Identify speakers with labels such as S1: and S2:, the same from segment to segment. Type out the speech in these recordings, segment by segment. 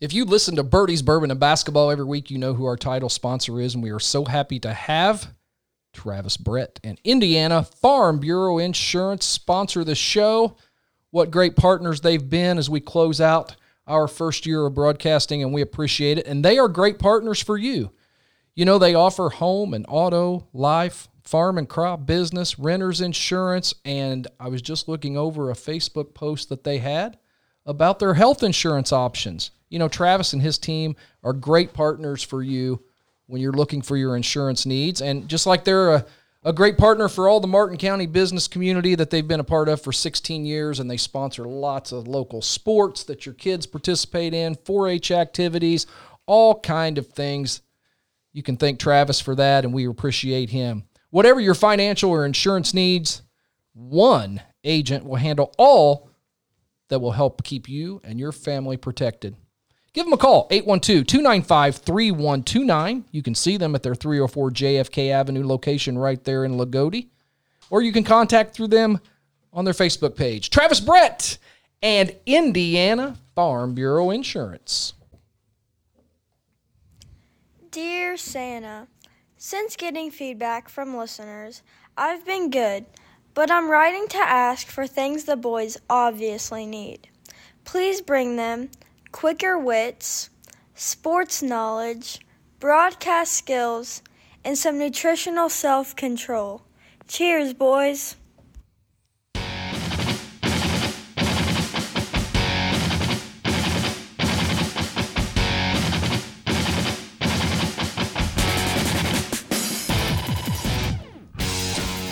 S1: If you listen to Birdie's Bourbon and Basketball every week, you know who our title sponsor is, and we are so happy to have Travis Brett and Indiana Farm Bureau Insurance sponsor the show. What great partners they've been as we close out our first year of broadcasting, and we appreciate it. And they are great partners for you. You know, they offer home and auto, life, farm and crop business, renter's insurance, and I was just looking over a Facebook post that they had about their health insurance options. You know, Travis and his team are great partners for you when you're looking for your insurance needs. And just like they're a, a great partner for all the Martin County business community that they've been a part of for 16 years, and they sponsor lots of local sports that your kids participate in, 4-H activities, all kind of things. You can thank Travis for that, and we appreciate him. Whatever your financial or insurance needs, one agent will handle all that will help keep you and your family protected. Give them a call, 812 295 3129. You can see them at their 304 JFK Avenue location right there in Lagodi, or you can contact through them on their Facebook page. Travis Brett and Indiana Farm Bureau Insurance.
S2: Dear Santa, since getting feedback from listeners, I've been good, but I'm writing to ask for things the boys obviously need. Please bring them quicker wits, sports knowledge, broadcast skills, and some nutritional self control. Cheers, boys!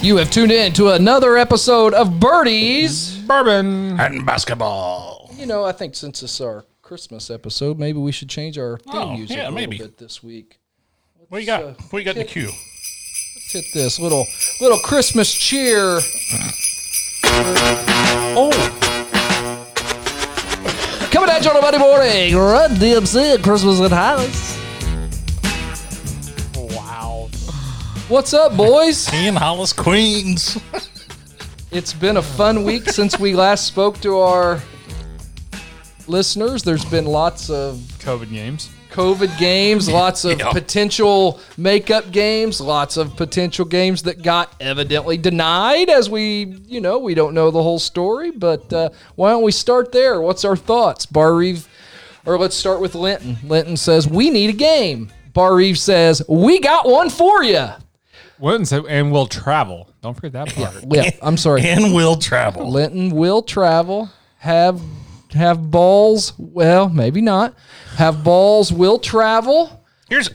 S1: You have tuned in to another episode of Birdies.
S3: Bourbon.
S4: and basketball.
S1: You know, I think since it's our Christmas episode, maybe we should change our theme
S4: Oh,
S1: music
S4: yeah,
S1: a
S4: maybe.
S1: little bit this week.
S4: What you got? What you got in the queue?
S1: Let's hit this little little Christmas cheer.
S4: Oh,
S1: Coming at you on a Monday morning. Run DMC at Christmas in Hollis.
S4: wow.
S1: What's up, boys?
S4: Ian Hollis, Queens.
S1: It's been a fun week since we last spoke to our listeners. There's been lots of
S3: COVID games.
S1: COVID games, lots of
S4: Yeah.
S1: potential makeup games, lots of potential games that got evidently denied as we, you know, we don't know the whole story, but uh, why don't we start there? What's our thoughts? Bar Reeve, or let's start with Linton. Linton says, We need a game. Bar Reeve says, We got one for you.
S3: Wouldn't say, and we'll travel. Don't forget that part.
S1: Yeah, I'm sorry.
S4: And will travel.
S1: Linton will travel, have have balls. Well, maybe not. Have balls will travel.
S4: Here's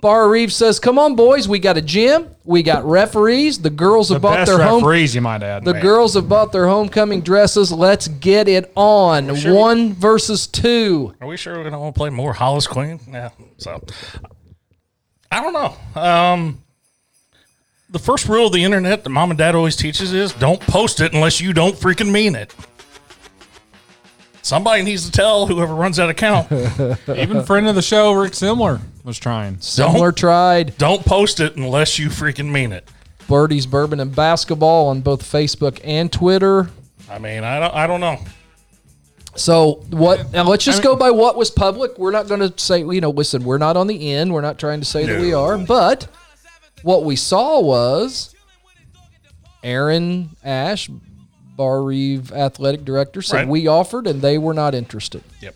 S1: Bar Reeve says, "Come on, boys, we got a gym, we got referees. The girls have
S3: The
S1: bought
S3: best
S1: their home.
S3: referees, you might add.
S1: The girls have bought their homecoming dresses. Let's get it on.
S4: Sure.
S1: One versus two.
S4: Are we sure we're gonna want to play more Hollis Queen? Yeah. So I don't know. Um, the first rule of the internet that mom and dad always teaches is don't post it unless you don't freaking mean it. Somebody needs to tell whoever runs that account.
S3: Even friend of the show, Rick Simler, was trying.
S1: Similar tried.
S4: Don't post it unless you freaking mean it.
S1: Birdie's Bourbon and Basketball on both Facebook and Twitter.
S4: I mean, I don't, I don't know.
S1: So what? Now let's just
S3: I mean-
S1: go by what was public. We're not going to say, you know, listen, we're not on the end. We're not trying to say that we
S4: No.
S1: are. But what we saw was Aaron Ash, Bar Reeve athletic director, said
S4: Right.
S1: we offered and they were not interested.
S4: Yep.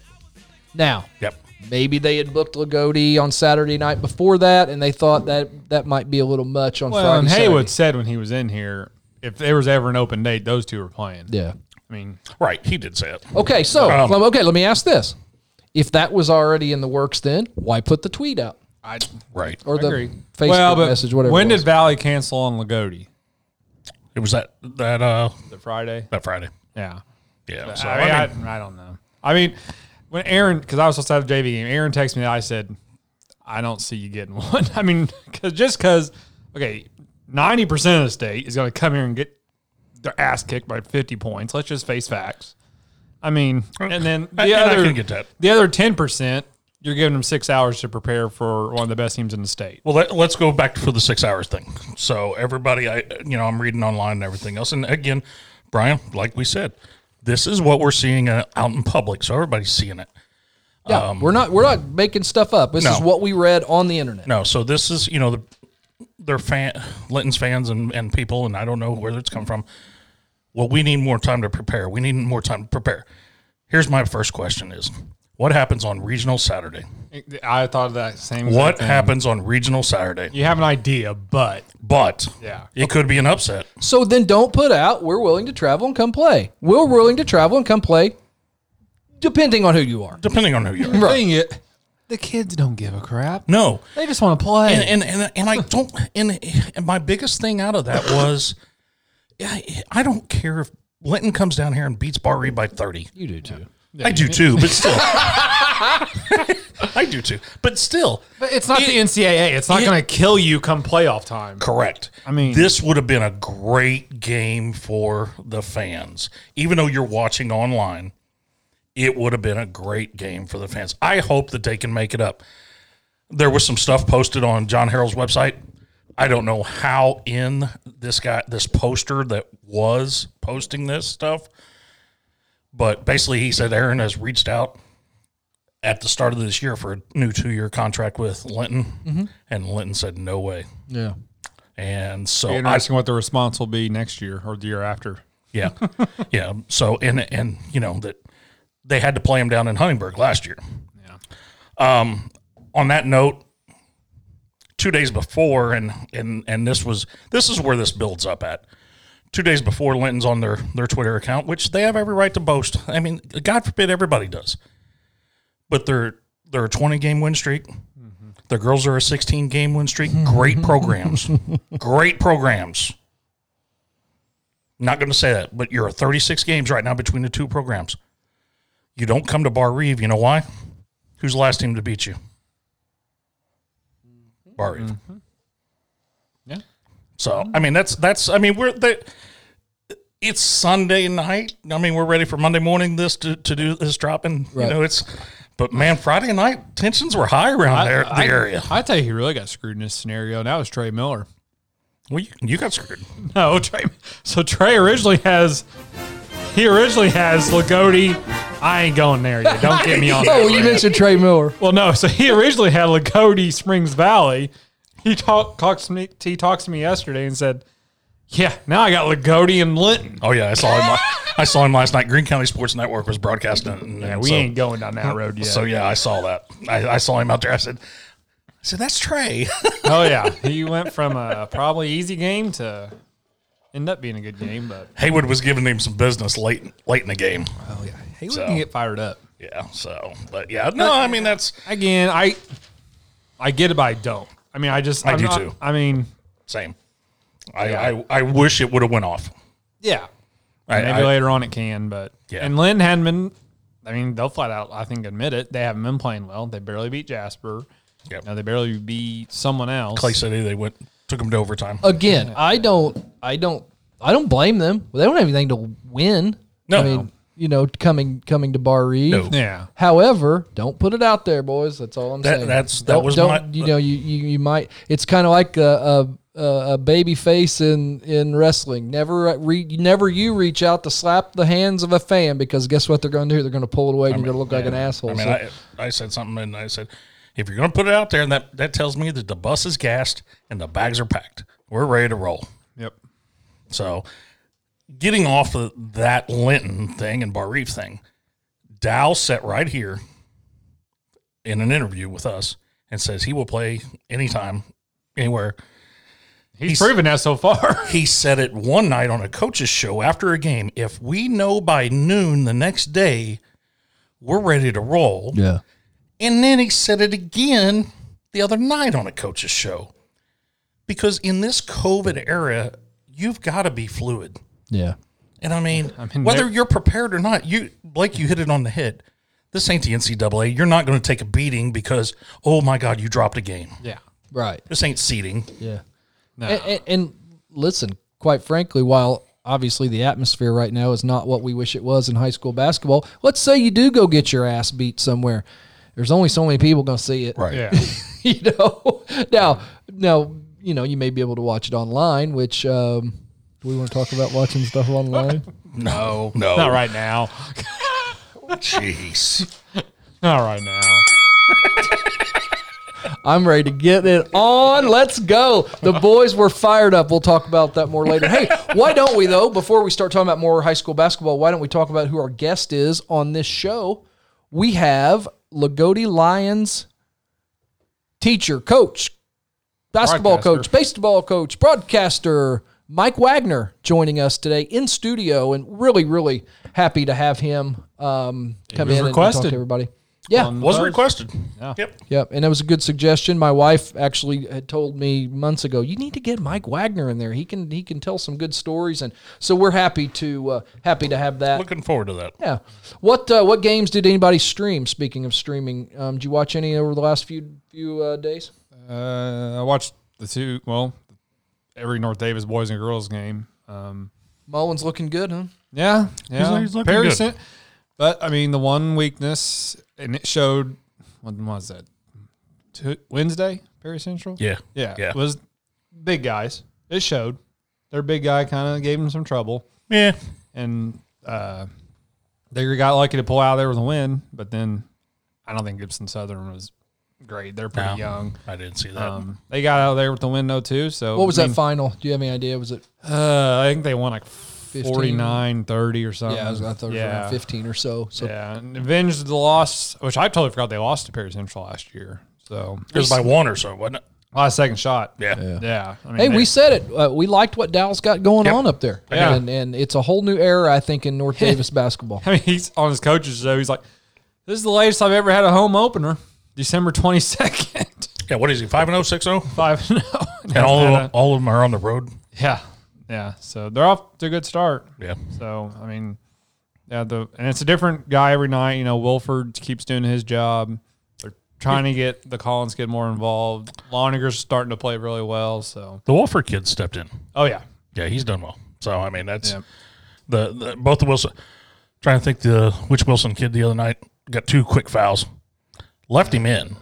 S1: Now,
S4: Yep.
S1: maybe they had booked Lagodi on Saturday night before that, and they thought that that might be a little much on
S3: Well,
S1: Friday.
S3: and Haywood
S1: Saturday.
S3: said when he was in here, if there was ever an open date, those two were playing.
S1: yeah.
S3: I mean,
S4: Right. He did say it.
S1: Okay, so
S4: Um,
S1: lem- okay, let me ask this: If that was already in the works, then why put the tweet out?
S3: I
S4: Right.
S1: or the
S3: agree.
S1: Facebook message, whatever.
S3: When
S1: it was.
S3: did Valley cancel on Lagodi?
S4: It was that that uh
S3: The Friday.
S4: that Friday.
S3: Yeah.
S4: Yeah. So
S3: So,
S4: I,
S3: I,
S4: mean,
S3: I, I don't know. I mean, when Aaron, because I was supposed to have a JV game, Aaron texted me. I said, I don't see you getting one. I mean, cause, just because, okay, 90% of the state is going to come here and get their ass kicked by 50 points. Let's just face facts. I mean, and then the
S4: I- and I
S3: other
S4: can get that.
S3: the other 10%, you're giving them six hours to prepare for one of the best teams in the state.
S4: well, let, let's go back for the six hours thing. So everybody, I you know, I'm reading online and everything else. And again, Brian, like we said, this is what we're seeing uh, out in public. So everybody's seeing it.
S1: Yeah, we're not we're not making stuff up. This is
S4: no.
S1: what we read on the internet.
S4: No, so this is you know the their fan Linton's fans and and people, and I don't know where it's come from. Well, we need more time to prepare. We need more time to prepare. Here's my first question: Is what happens on regional Saturday?
S3: I thought of that same. exact
S4: What
S3: thing.
S4: happens on regional Saturday?
S3: You have an idea, but
S4: But
S3: Yeah.
S4: it could be an upset.
S1: So then don't put out we're willing to travel and come play. We're willing to travel and come play depending on who you are.
S4: depending on who you are.
S1: Right.
S3: thing it, the kids don't give a crap.
S4: No,
S3: They just want to play.
S4: and and and, and I don't. And, and my biggest thing out of that was, I, I don't care if Linton comes down here and beats Barry by thirty.
S1: You do too.
S4: I do too, but still, I do too, but still.
S3: but it's not the NCAA. It's not
S4: it-
S3: going to kill you come playoff time.
S4: Correct. I
S3: mean-
S4: this would have been a great game for the fans. Even though you're watching online, it would have been a great game for the fans. I hope that they can make it up. There was some stuff posted on John Harrell's website. I don't know how in this guy, this poster that was posting this stuff, but basically he said Aaron has reached out at the start of this year for a new two year contract with Linton. And Linton said, no way.
S1: Yeah.
S4: And so
S3: Be
S4: I,
S3: Interesting what the response will be next year or the year after.
S4: yeah, yeah. So and and you know that they had to play him down in Huntingburg last year. Yeah. Um. On that note, two days before, and and and this was this is where this builds up at. Two days before, Linton's on their their Twitter account, which they have every right to boast. I mean, God forbid everybody does. But they're they're a twenty game win streak. The girls are a sixteen game win streak. Great programs, great programs. Not going to say that, but you're at 36 games right now between the two programs. You don't come to Bar Reeve. You know why? Who's the last team to beat you? Bar Reeve.
S3: Mm-hmm. Yeah.
S4: So I mean, that's that's I mean we're they, it's Sunday night. I mean we're ready for Monday morning. This to, to do this dropping.
S1: Right.
S4: You know it's, but man, Friday night tensions were high around there the area.
S3: I tell you, he really got screwed in this scenario. Now it's Trey Miller.
S4: Well, you, you got screwed.
S3: No, Trey. So Trey originally has he originally has Lagodi. I ain't going there. You don't get me on.
S1: Oh,
S3: that.
S1: you mentioned Trey Miller.
S3: Well, no. So he originally had Lagodi Springs Valley. He talked talks to me. He talks to me yesterday and said, "Yeah, now I got Lagodi and Linton.
S4: Oh yeah, I saw him. la- I saw him last night. Green County Sports Network was broadcasting. it, And,
S3: Yeah, we
S4: so-
S3: ain't going down that road yet."
S4: So yeah, I saw that. I, I saw him out there. I said, I said that's Trey.
S3: oh yeah, he went from a probably easy game to end up being a good game, but
S4: Haywood was giving him some business late late in the game.
S3: oh yeah, he
S4: So-
S3: can get fired up.
S4: Yeah. So, but yeah, no, I mean that's
S3: again, I I get it, but I don't. I mean, I just
S4: I
S3: I'm
S4: do
S3: not-
S4: too.
S3: I mean,
S4: same. I I, I wish it would have went off.
S3: yeah,
S4: I,
S3: maybe
S4: I-
S3: later on it can, but
S4: Yeah.
S3: And Lynn hadn't been. I mean, they'll flat out, I think, admit it. They haven't been playing well. They barely beat Jasper.
S4: Yep.
S3: Now they barely beat someone else.
S4: Clay City, they went took him to overtime.
S3: Oh,
S1: Again, I don't I don't I don't blame them. They don't have anything to win.
S4: No.
S1: I mean, you know, coming coming to Bar Reeve.
S4: No.
S3: Yeah.
S1: However, don't put it out there, boys. That's all I'm
S4: That-
S1: saying.
S4: that's- that
S1: Don't-
S4: was
S1: don't,
S4: my-
S1: you know you, you, you might it's kind of like a, a- a a baby face in in wrestling. Never re, never you reach out to slap the hands of a fan because guess what they're going to do? They're going to pull it away and you're going to look like an asshole.
S4: I mean,
S1: So-
S4: I, I said something, and I said, if you're gonna put it out there, and that that tells me that the bus is gassed and the bags are packed. We're ready to roll.
S3: Yep.
S4: So, getting off of that Linton thing and Bar Reef thing, Dow sat right here in an interview with us and says he will play anytime, anywhere.
S3: He's, proven that so far.
S4: He said it one night on a coach's show after a game. If we know by noon the next day, we're ready to roll.
S1: yeah.
S4: And then he said it again the other night on a coach's show. Because in this COVID era, you've got to be fluid.
S1: Yeah.
S4: And I mean,
S3: mean,
S4: whether
S3: they're-
S4: you're prepared or not, you Blake, you hit it on the head. This ain't the NCAA. You're not going to take a beating because oh my God, you dropped a game.
S3: yeah.
S1: Right.
S4: This ain't seating.
S1: Yeah.
S3: No.
S1: And, and, and listen, quite frankly, while obviously the atmosphere right now is not what we wish it was in high school basketball, let's say you do go get your ass beat somewhere. There's only so many people going to see it.
S4: Right.
S3: yeah.
S1: you know, now, now, you know, you may be able to watch it online, which, um, do we want to talk about watching stuff online?
S4: No, no,
S3: Not right now.
S4: Jeez,
S3: Not right now.
S1: I'm ready to get it on. Let's go. The boys were fired up. We'll talk about that more later. Hey, why don't we, though, before we start talking about more high school basketball, why don't we talk about who our guest is on this show? We have Lagodi Lions teacher, coach, basketball
S3: Broadcaster.
S1: coach, baseball coach, broadcaster, Mike Wagner joining us today in studio, and really, really happy to have him um, come
S3: was
S1: in and talk
S3: requested.
S1: to everybody. Yeah,
S4: Was requested.
S3: Yeah.
S4: Yep.
S1: Yep, and that was a good suggestion. My wife actually had told me months ago, you need to get Mike Wagner in there. He can he can tell some good stories, and so we're happy to uh, happy to have that.
S4: Looking forward to that.
S1: Yeah. What uh, what games did anybody stream? Speaking of streaming, um, did you watch any over the last few few uh, days?
S3: Uh, I watched the two. Well, every North Davis boys and girls game. Um,
S1: Mullins looking good, huh?
S3: yeah, yeah.
S4: he's looking good.
S3: sent- but I mean, the one weakness, and it showed. When was that? Tu- Wednesday, Perry Central.
S4: Yeah.
S3: yeah,
S4: Yeah.
S3: Was big guys. It showed. Their big guy kind of gave him some trouble,
S4: Yeah.
S3: and uh, they got lucky to pull out of there with a win. But then, I don't think Gibson Southern was great. They're pretty
S4: No.
S3: young.
S4: I didn't see that.
S3: Um, they got out of there with the win though too. So
S1: What was
S3: I
S1: that
S3: mean,
S1: final? Do you have any idea? Was it?
S3: Uh, I think they won like
S1: 15?
S3: 49, 30 or something.
S1: Yeah, I, was, I thought it was around fifteen or so. So
S3: Um, Yeah, and avenged the loss, which I totally forgot they lost to Perry Central last year. So
S4: it was by one or so, wasn't it?
S3: last second shot.
S4: Yeah.
S3: yeah. I mean,
S1: Hey,
S3: they-
S1: we said it. Uh, we liked what Dallas got going on up there,
S3: Yeah.
S1: and and it's a whole new era, I think, in North Davis basketball.
S3: I mean, he's on his coach's show. He's like, "This is the latest I've ever had a home opener, December twenty second,
S4: Yeah. What is he? Five and oh, six oh?
S3: five and
S4: And all of them, all of them are on the road.
S3: Yeah, yeah. So they're off to a good start.
S4: Yeah.
S3: So I mean, yeah, the and it's a different guy every night. You know, Wilford keeps doing his job. They're trying to get the Collins kid more involved. Loninger's starting to play really well. So
S4: The Wolford kid stepped in.
S3: oh yeah,
S4: Yeah, he's done well. So I mean, that's
S3: Yep.
S4: the, the both the Wilson. Trying to think the which Wilson kid the other night got two quick fouls, left him in.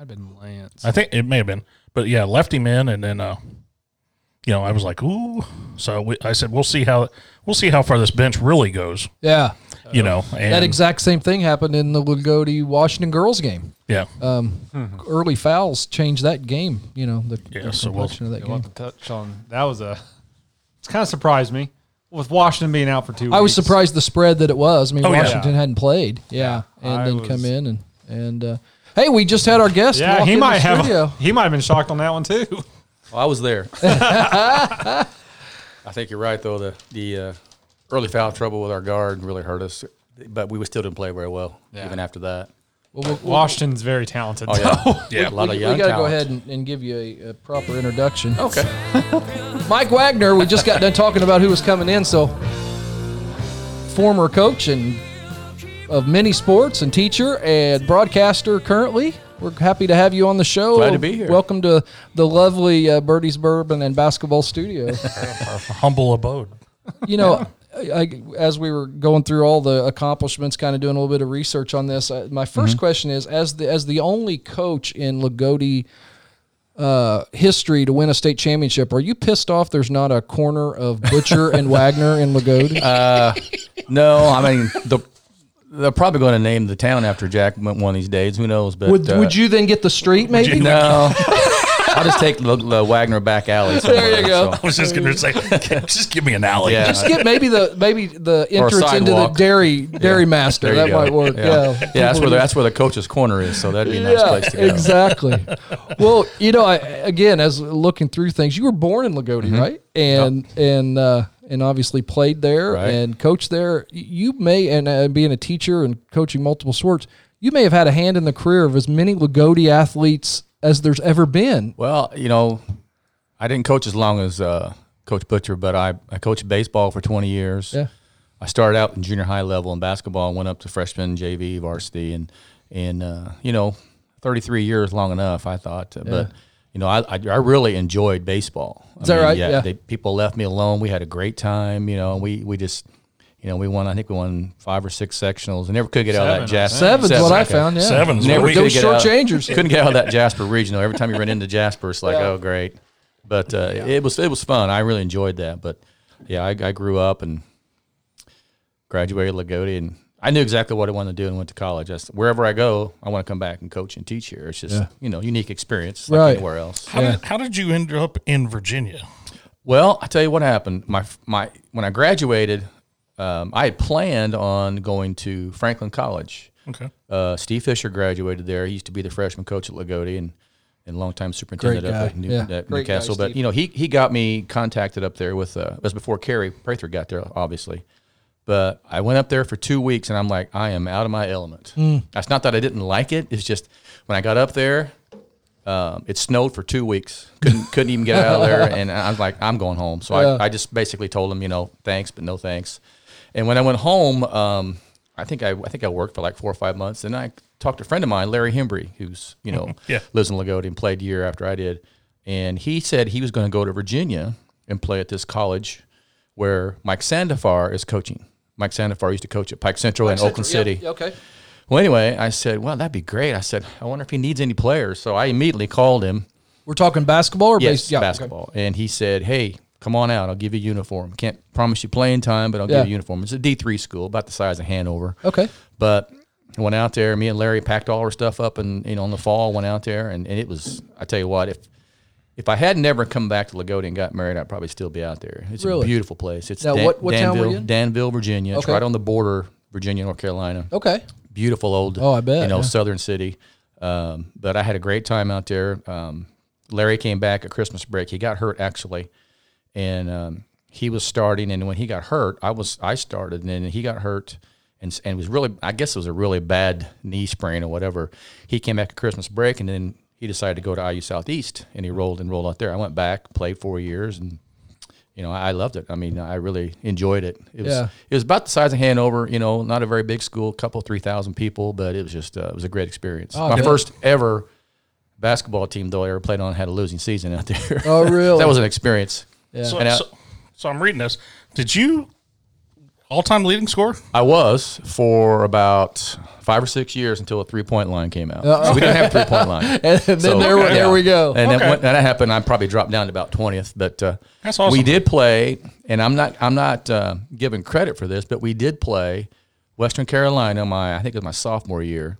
S3: I've been Lance.
S4: I think it may have been, but yeah, left him in, and then uh, you know, I was like, ooh. So we, I said, we'll see how we'll see how far this bench really goes.
S1: Yeah,
S4: You know, and
S1: that exact same thing happened in the Lagodi Washington girls game.
S4: yeah,
S1: Early fouls changed that game. You know the,
S4: Yeah,
S1: the
S4: so we'll-
S1: complexion of that
S3: We'll
S1: game.
S3: have to touch on that. Was a it's kind of surprised me with Washington being out for two.
S1: I was
S3: weeks.
S1: surprised the spread that it was. I mean,
S4: Oh, yeah.
S1: Washington hadn't played. Yeah, and
S3: I
S1: then
S3: was-
S1: come in and and uh, hey, we just had our guest.
S3: Yeah,
S1: walk
S3: he
S1: in the
S3: might have
S1: studio.
S3: he might have been shocked on that one too.
S5: Well, Oh, I was there. I think you're right, though. The the uh, early foul trouble with our guard really hurt us, but we still didn't play very well
S3: Yeah.
S5: even after that.
S1: Well, we'll-
S3: Washington's very talented.
S5: Oh yeah, yeah. A lot
S1: we,
S5: of young
S1: got to go
S5: talent. Oh,
S1: ahead and, and give you a, a proper introduction.
S5: Okay.
S1: Mike Wagner, we just got done talking about who was coming in, so former coach and of many sports and teacher and broadcaster currently. We're happy to have you on the show.
S5: Glad to be here.
S1: Welcome to the lovely uh, Birdie's Bourbon and Basketball Studio.
S4: our humble abode.
S1: you know, I, I- as we were going through all the accomplishments, kind of doing a little bit of research on this, uh, my 1st question is: as the as the only coach in Lagodi uh, history to win a state championship, are you pissed off? There's not a corner of Butcher and Wagner in Lagodi.
S5: No, I mean the. They're probably going to name the town after Jack one of these days. Who knows? But
S1: would
S5: uh,
S1: Would you then get the street? Maybe
S5: No, I'll just take the, the Wagner back alley.
S1: There you
S5: somewhere,
S1: go.
S4: I was just gonna say, just give me an alley.
S5: Yeah.
S1: Just get maybe the maybe the entrance into the
S5: sidewalk.
S1: dairy dairy master.
S5: There
S1: That
S5: you go.
S1: might work. Yeah,
S5: yeah, that's where the, that's where the coach's corner is. So that'd be a nice place to go.
S1: exactly. well, you know, I, again, as looking through things, you were born in Lagodi,
S5: Mm-hmm.
S1: right? And and uh, and obviously played there
S5: Right.
S1: and coached there. You may and uh, being a teacher and coaching multiple sports, you may have had a hand in the career of as many Lagodi athletes as there's ever been.
S5: Well, you know, I didn't coach as long as uh, Coach Butcher, but I, I coached baseball for 20 years.
S1: Yeah.
S5: I started out in junior high level in basketball and went up to freshman, JV, varsity, and and uh, you know, 33 years long enough, I thought. But you know, I, I I really enjoyed baseball. Is
S1: that right? Yeah.
S5: They, people left me alone. We had a great time. You know, we we just. You know, we won. I think we won five or six sectionals, and never could get out
S3: Seven,
S5: of that
S3: I
S5: Jasper.
S3: think.
S1: Seven's what I
S5: okay.
S1: found. Yeah,
S4: Sevens.
S5: Never
S4: Never
S1: we-
S5: could
S1: Those
S5: get out-
S1: shortchangers.
S5: Couldn't get out of that Jasper regional. Every time you ran into Jasper, it's like, oh, great. But uh, it was it was fun. I really enjoyed that. But yeah, I, I grew up and graduated Lagodi, and I knew exactly what I wanted to do and went to college. I, s- wherever I go, I want to come back and coach and teach here. It's just you know unique experience like
S1: Right.
S5: anywhere else.
S4: How, did, how did you end up in Virginia?
S5: Well, I tell you what happened. My my when I graduated, um, I had planned on going to Franklin College.
S4: Okay.
S5: Uh, Steve Fisher graduated there. He used to be the freshman coach at Lagodi and and longtime superintendent
S1: Great
S5: up
S1: guy.
S5: at, New,
S1: Yeah.
S5: at
S1: Great guy,
S5: Newcastle. but
S1: Steve.
S5: you know, he he got me contacted up there with uh, it was before Kerry Prather got there, obviously. But I went up there for two weeks and I'm like, I am out of my element.
S1: Hmm.
S5: That's not that I didn't like it. It's just when I got up there, um, it snowed for two weeks. Couldn't couldn't even get out of there, and I was like, I'm going home. So
S1: Yeah.
S5: I, I just basically told him, you know, thanks, but no thanks. And when I went home, um, I think I I think I worked for like four or five months, and I talked to a friend of mine, Larry Hembry, who's you know
S4: Yeah.
S5: lives in Lagodi and played a year after I did, and he said he was going to go to Virginia and play at this college where Mike Sandifar is coaching. Mike Sandifar used to coach at Pike Central in Oakland City.
S1: okay.
S5: Well, anyway, I said, well, that'd be great. I said, I wonder if he needs any players. So I immediately called him.
S1: We're talking basketball or
S5: Yes,
S1: base? yeah, okay.
S5: basketball. And he said, hey, come on out. I'll give you a uniform. Can't promise you playing time, but I'll
S1: Yeah.
S5: give you a uniform. It's a D3 school, about the size of Hanover.
S1: Okay.
S5: But I went out there. Me and Larry packed all our stuff up, and you know, in the fall, went out there, and, and it was. I tell you what, if if I had never come back to Lagodi and got married, I'd probably still be out there. It's
S1: Really?
S5: a beautiful place. It's
S1: Now,
S5: Dan-
S1: what- what town were
S5: Danville,
S1: you in?
S5: Danville, Virginia. It's
S1: Okay.
S5: right on the border, Virginia, North Carolina
S1: Okay.
S5: beautiful old
S1: Oh, I bet,
S5: you know
S1: yeah.
S5: southern city um, but i had a great time out there um, larry came back at christmas break he got hurt actually and um, he was starting and when he got hurt i was i started and then he got hurt and, s- and was really i guess it was a really bad knee sprain or whatever he came back at christmas break and then he decided to go to iu southeast and he rolled and rolled out there i went back played four years and you know, I loved it. I mean, I really enjoyed it. It was
S1: Yeah.
S5: it was about the size of Hanover. You know, not a very big school, couple three thousand people, but it was just uh, it was a great experience.
S1: Oh,
S5: My
S1: yeah.
S5: first ever basketball team, though I ever played on, had a losing season out there.
S1: Oh, really?
S5: that was an experience.
S4: So,
S5: And I-
S4: so, so I'm reading this. Did you all time leading scorer?
S5: I was for about five or six years until a three point line came out. So we didn't have a three point line.
S1: And then there we- there we go.
S5: And
S4: Okay.
S5: then when that happened, I probably dropped down to about twentieth. But uh,
S4: That's awesome.
S5: We did play, and I'm not I'm not uh, giving credit for this, but we did play Western Carolina. My I think it was my sophomore year,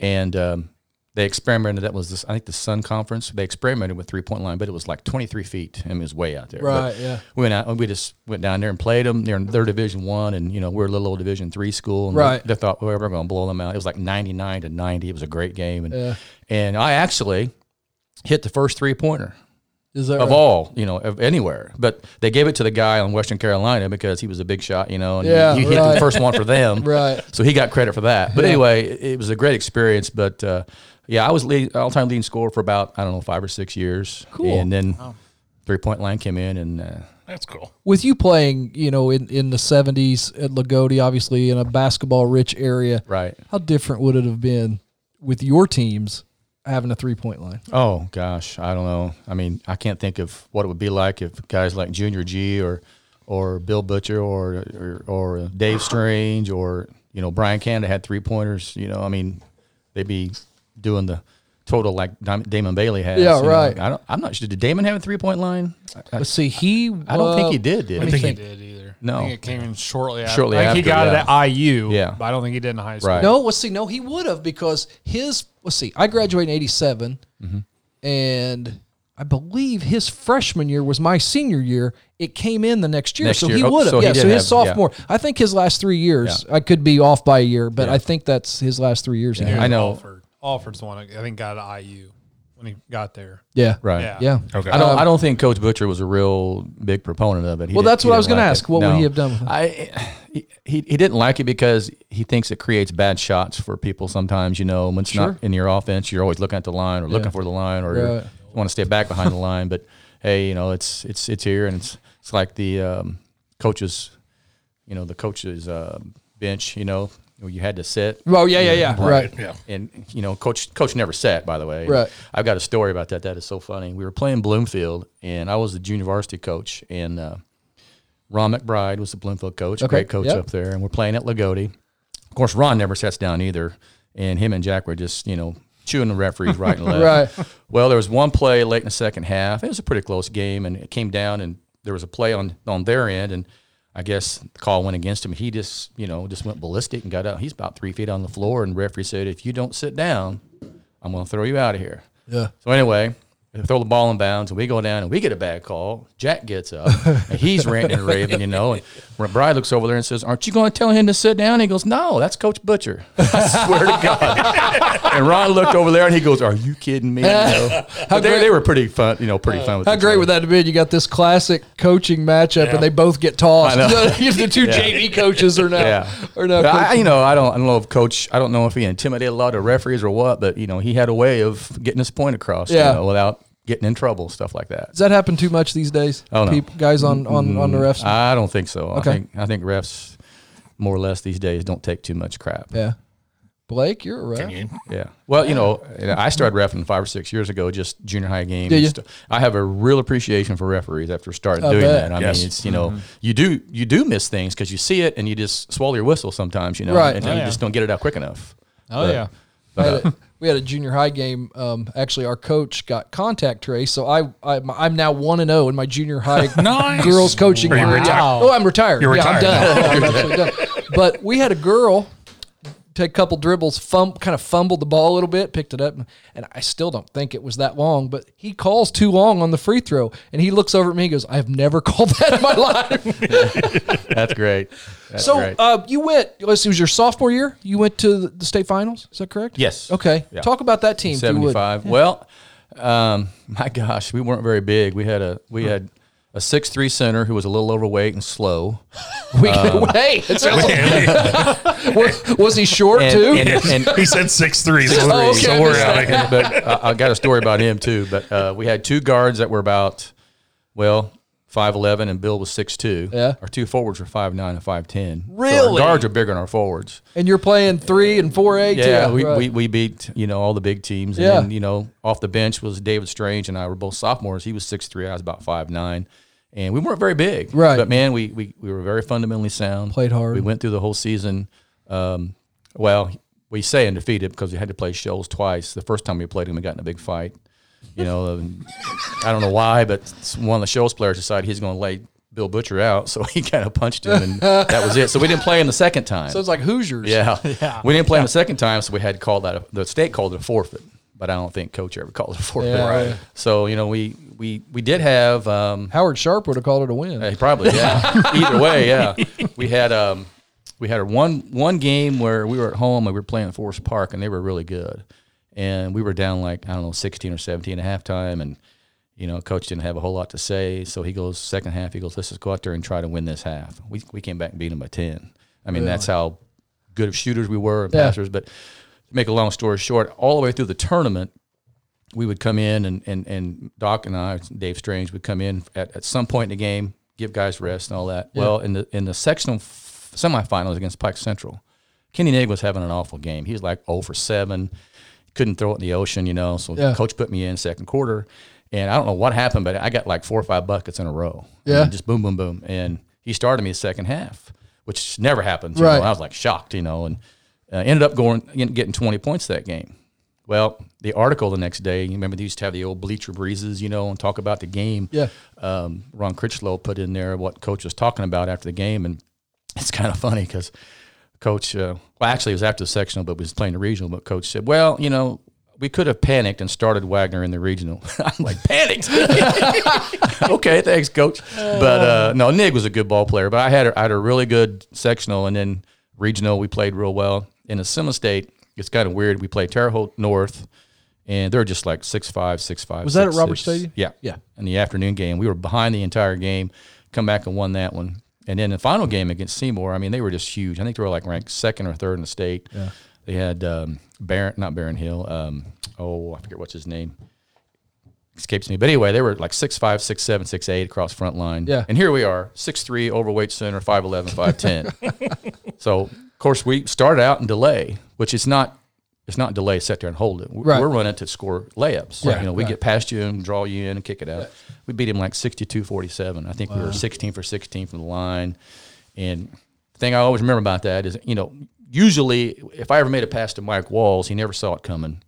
S5: and um, they experimented. That was this, I think the Sun Conference. They experimented with three point line, but it was like 23 feet. and it was way out there. But
S1: Right, yeah.
S5: We went out. and We just went down there and played them. They're in their Division One, and you know we're a little old Division Three school. And
S1: Right.
S5: They, they thought well, we're going to blow them out. It was like 99 to 90. It was a great game, and and I actually hit the first three pointer
S1: Is that
S5: of
S1: right?
S5: all, you know, of anywhere. But they gave it to the guy on Western Carolina because he was a big shot, you know, and you-
S1: Yeah,
S5: you, hit
S1: right.
S5: the first one for them.
S1: Right.
S5: So he got credit for that. But anyway, it, it was a great experience. But uh, yeah, I was lead, all time leading scorer for about, I don't know, five or six years.
S1: Cool.
S5: And then three point line came in and. Uh,
S4: That's cool.
S1: with you playing, you know, in, in the seventies at Lagodi, obviously in a basketball rich area.
S5: Right.
S1: How different would it have been with your teams having a three point line?
S5: Oh gosh, I don't know. I mean, I can't think of what it would be like if guys like Junior G or or Bill Butcher or or, or Dave Strange or you know Brian Canada had three pointers. You know, I mean, they'd be doing the total like Dam- Damon Bailey has.
S1: Yeah,
S5: you know.
S1: right.
S5: I don't, I'm not sure. Did Damon have a three point line? I, I-
S1: Let's see, he
S5: I don't think he did. Did
S1: Let
S5: he?
S1: me
S3: I
S1: think.
S3: think he did either. I
S5: No.
S3: think it came in shortly after.
S5: Shortly
S3: I think he
S5: after,
S3: got
S5: yeah.
S3: it at IU.
S5: Yeah.
S3: but I don't think he did in high school.
S5: Right.
S1: No, well, see, no, he would have because his. Let's see, I graduated in '87,
S5: Mm-hmm.
S1: and I believe his freshman year was my senior year. It came in the next year,
S5: Next
S1: so
S5: year.
S1: he
S5: Oh,
S1: would have.
S5: so he
S1: yeah,
S5: did
S1: so his
S5: have- yeah.
S1: sophomore. I think his last three years. I could be off by a year, but I think that's his last three years.
S3: It
S1: Yeah,
S3: was
S5: I know.
S3: Alford. Alford's the one I think got it at IU when he got there.
S1: yeah,
S5: Right.
S3: Yeah.
S1: yeah.
S5: I don't. I don't think Coach Butcher was a real big proponent of it. He
S1: Um, Well,
S5: didn't-
S1: that's
S5: he
S1: what I was
S5: didn't
S1: gonna
S5: like
S1: ask.
S5: it.
S1: What would he have done with it?
S5: I, he, he he didn't like it because he thinks it creates bad shots for people. Sometimes you know when it's
S1: Sure.
S5: not in your offense, you're always looking at the line or looking for the line or you're-
S1: Right.
S5: you want to stay back behind the line. But hey, you know it's it's it's here and it's it's like the um, coaches, you know the coaches uh, bench. You know where you had to sit.
S1: Oh yeah, yeah, yeah. Right.
S4: Yeah.
S5: And you know, coach coach never sat. By the way,
S1: Right.
S5: I've got a story about that. That is so funny. We were playing Bloomfield, and I was the junior varsity coach, and uh, Ron McBride was the Bloomfield coach,
S1: Okay,
S5: great coach
S1: yep.
S5: up there, and we're playing at Lagodi. Of course, Ron never sits down either, and him and Jack were just you know chewing the referees right and left.
S1: Right.
S5: Well, there was one play late in the second half. It was a pretty close game, and it came down, and there was a play on on their end, and I guess the call went against him. He just, you know, just went ballistic and got out. He's about three feet on the floor, and referee said, "If you don't sit down, I'm going to throw you out of here."
S1: Yeah.
S5: So anyway, they throw the ball in bounds, and we go down, and we get a bad call. Jack gets up, and he's ranting and raving, you know. And when Brian looks over there and says, "Aren't you going to tell him to sit down?" He goes, "No, that's Coach Butcher." I swear to God. and Ron looked over there, and he goes, "Are you kidding me?" You know? But they,
S1: great-
S5: they were pretty fun, you know, pretty fun. With
S1: How
S5: each
S1: great
S5: other.
S1: would that have been? You got this classic coaching matchup, and they both get tossed.
S5: I know.
S1: the two JV coaches are now
S5: Yeah.
S1: are now.
S5: But I,
S1: coaching.
S5: you know, I don't, I don't know if coach, I don't know if he intimidated a lot of referees or what, but you know, he had a way of getting his point across,
S1: Yeah.
S5: you know, without getting in trouble, stuff like that.
S1: Does that happen too much these days?
S5: Oh, no. Mm-hmm. Uh,
S1: Peop- guys on on on the refs.
S5: I don't think so.
S1: Okay.
S5: I think, I think refs more or less these days don't take too much crap.
S1: yeah, Blake, you're right.
S5: Yeah. Well, you know, and I started refing five or six years ago, just junior high games.
S1: Did you?
S5: St- I have a real appreciation for referees after starting
S1: I
S5: doing
S1: bet.
S5: that. I
S4: Yes.
S5: mean, it's you know, you do you do miss things because you see it and you just swallow your whistle sometimes, you know,
S1: Right.
S5: and
S1: Oh,
S5: you
S3: yeah.
S5: just don't get it out quick enough.
S3: Oh
S5: But-
S3: yeah.
S1: I had a- we had a junior high game. Um, actually, our coach got contact trace, so I, I I'm now one and zero in my junior high
S4: Nice.
S1: girls coaching.
S4: Are you
S1: career.
S4: retired?
S1: Oh, I'm retired.
S4: You're
S1: yeah,
S4: retired.
S1: I'm done. I'm absolutely done. But we had a girl take a couple dribbles, fum, kind of fumbled the ball a little bit, picked it up, and I still don't think it was that long. But he calls too long on the free throw, and he looks over at me, and goes, "I have never called that in my life."
S5: That's great. That's
S1: so
S5: great.
S1: uh, you went. Let's see, it was your sophomore year. You went to the state finals. Is that correct?
S5: Yes.
S1: Okay.
S5: Yeah.
S1: Talk about that team. if you would.
S5: 75. Well, um, my gosh, we weren't very big. We had a we had a six three center who was a little overweight and slow.
S1: We,
S5: Um,
S1: hey, it sounds like- was, was he short
S5: And-
S1: too?
S5: and- and
S4: He said six three. So,
S1: Oh, okay, I
S4: so we're
S1: missed
S4: out of here.
S5: but uh, I, I got a story about him too. But uh, we had two guards that were about, well, five eleven, and Bill was six two.
S1: Yeah.
S5: Our two forwards were five nine and five ten.
S1: Really?
S5: guards are bigger than our forwards.
S1: and you're playing three and four eight.
S5: Yeah, we,
S1: right.
S5: we, we beat you know all the big teams. And
S1: Yeah.
S5: then, you know off the bench was David Strange and I were both sophomores. He was six three. I was about five nine, and we weren't very big.
S1: Right.
S5: But man, we we, we were very fundamentally sound.
S1: Played hard.
S5: We went through the whole season. Um, well, we say undefeated because we had to play Shoals twice. The first time we played him, we got in a big fight. You know, and I don't know why, but one of the Shoals players decided he's going to lay Bill Butcher out, so he kind of punched him, and that was it. So we didn't play him the second time.
S1: so it's like Hoosiers.
S5: Yeah. We didn't play him the second time, so we had called that a, the state called it a forfeit, but I don't think coach ever called it a forfeit.
S1: Yeah, Right. yeah.
S5: So, you know, we we we did have um
S1: Howard Sharp would have called it a win.
S5: eh, probably yeah. Either way, yeah. We had um we had a one one game where we were at home and we were playing Forest Park and they were really good. And we were down like, I don't know, 16 or 17 at halftime and you know, coach didn't have a whole lot to say, so he goes second half. He goes, "Let's just go out there and try to win this half." We, we came back and beat him by ten. I mean, that's how good of shooters we were and
S1: Yeah.
S5: passers. But to make a long story short, all the way through the tournament, we would come in and and, and Doc and I, Dave Strange, would come in at, at some point in the game, give guys rest and all that. Well, in the in the sectional f- semifinals against Pike Central, Kenny Nigg was having an awful game. He was like 0 for seven, couldn't throw it in the ocean, you know. So
S1: Yeah.
S5: coach put me in second quarter, and I don't know what happened, but I got like four or five buckets in a row. I
S1: Yeah.
S5: mean, just boom, boom, boom, and he started me second half, which never happens. you
S1: Right.
S5: know. I was like shocked, you know, and uh, ended up going you know, getting 20 points that game. Well, the article the next day, you remember they used to have the old bleacher breezes, you know, and talk about the game.
S1: Yeah.
S5: Um, Ron Critchlow put in there what coach was talking about after the game, and it's kind of funny because coach, uh, well, actually, it was after the sectional, but we was playing the regional. But coach said, "Well, you know, we could have panicked and started Wagner in the regional." I'm like, "Panicked? okay, thanks, coach." But uh, no, Nig was a good ball player, but I had a, I had a really good sectional, and then regional we played real well. In the semi-state, it's kind of weird. We played Terre Haute North, and they're just like six five, six five.
S1: Was that at Roberts Stadium?
S5: Yeah,
S1: Yeah.
S5: In the afternoon game, we were behind the entire game. Come back and won that one, and then the final game against Seymour. I mean, they were just huge. I think they were like ranked second or third in the state. Yeah. They had um, Barron, not Barron Hill. Um, oh, I forget what's his name. Escapes me. But anyway, they were like six five, six seven, six eight across front line.
S1: Yeah.
S5: And here we are, six three, overweight center, 5'11", 5'10". so of course we started out in delay, which is not it's not delay, sit there and hold it. We're,
S1: Right.
S5: we're running to score layups.
S1: Right,
S5: you know, we
S1: right.
S5: get past you and draw you in and kick it out. We beat him like 62-47. I think we were 16 for 16 from the line. And the thing I always remember about that is, you know, usually if I ever made a pass to Mike Walls, he never saw it coming.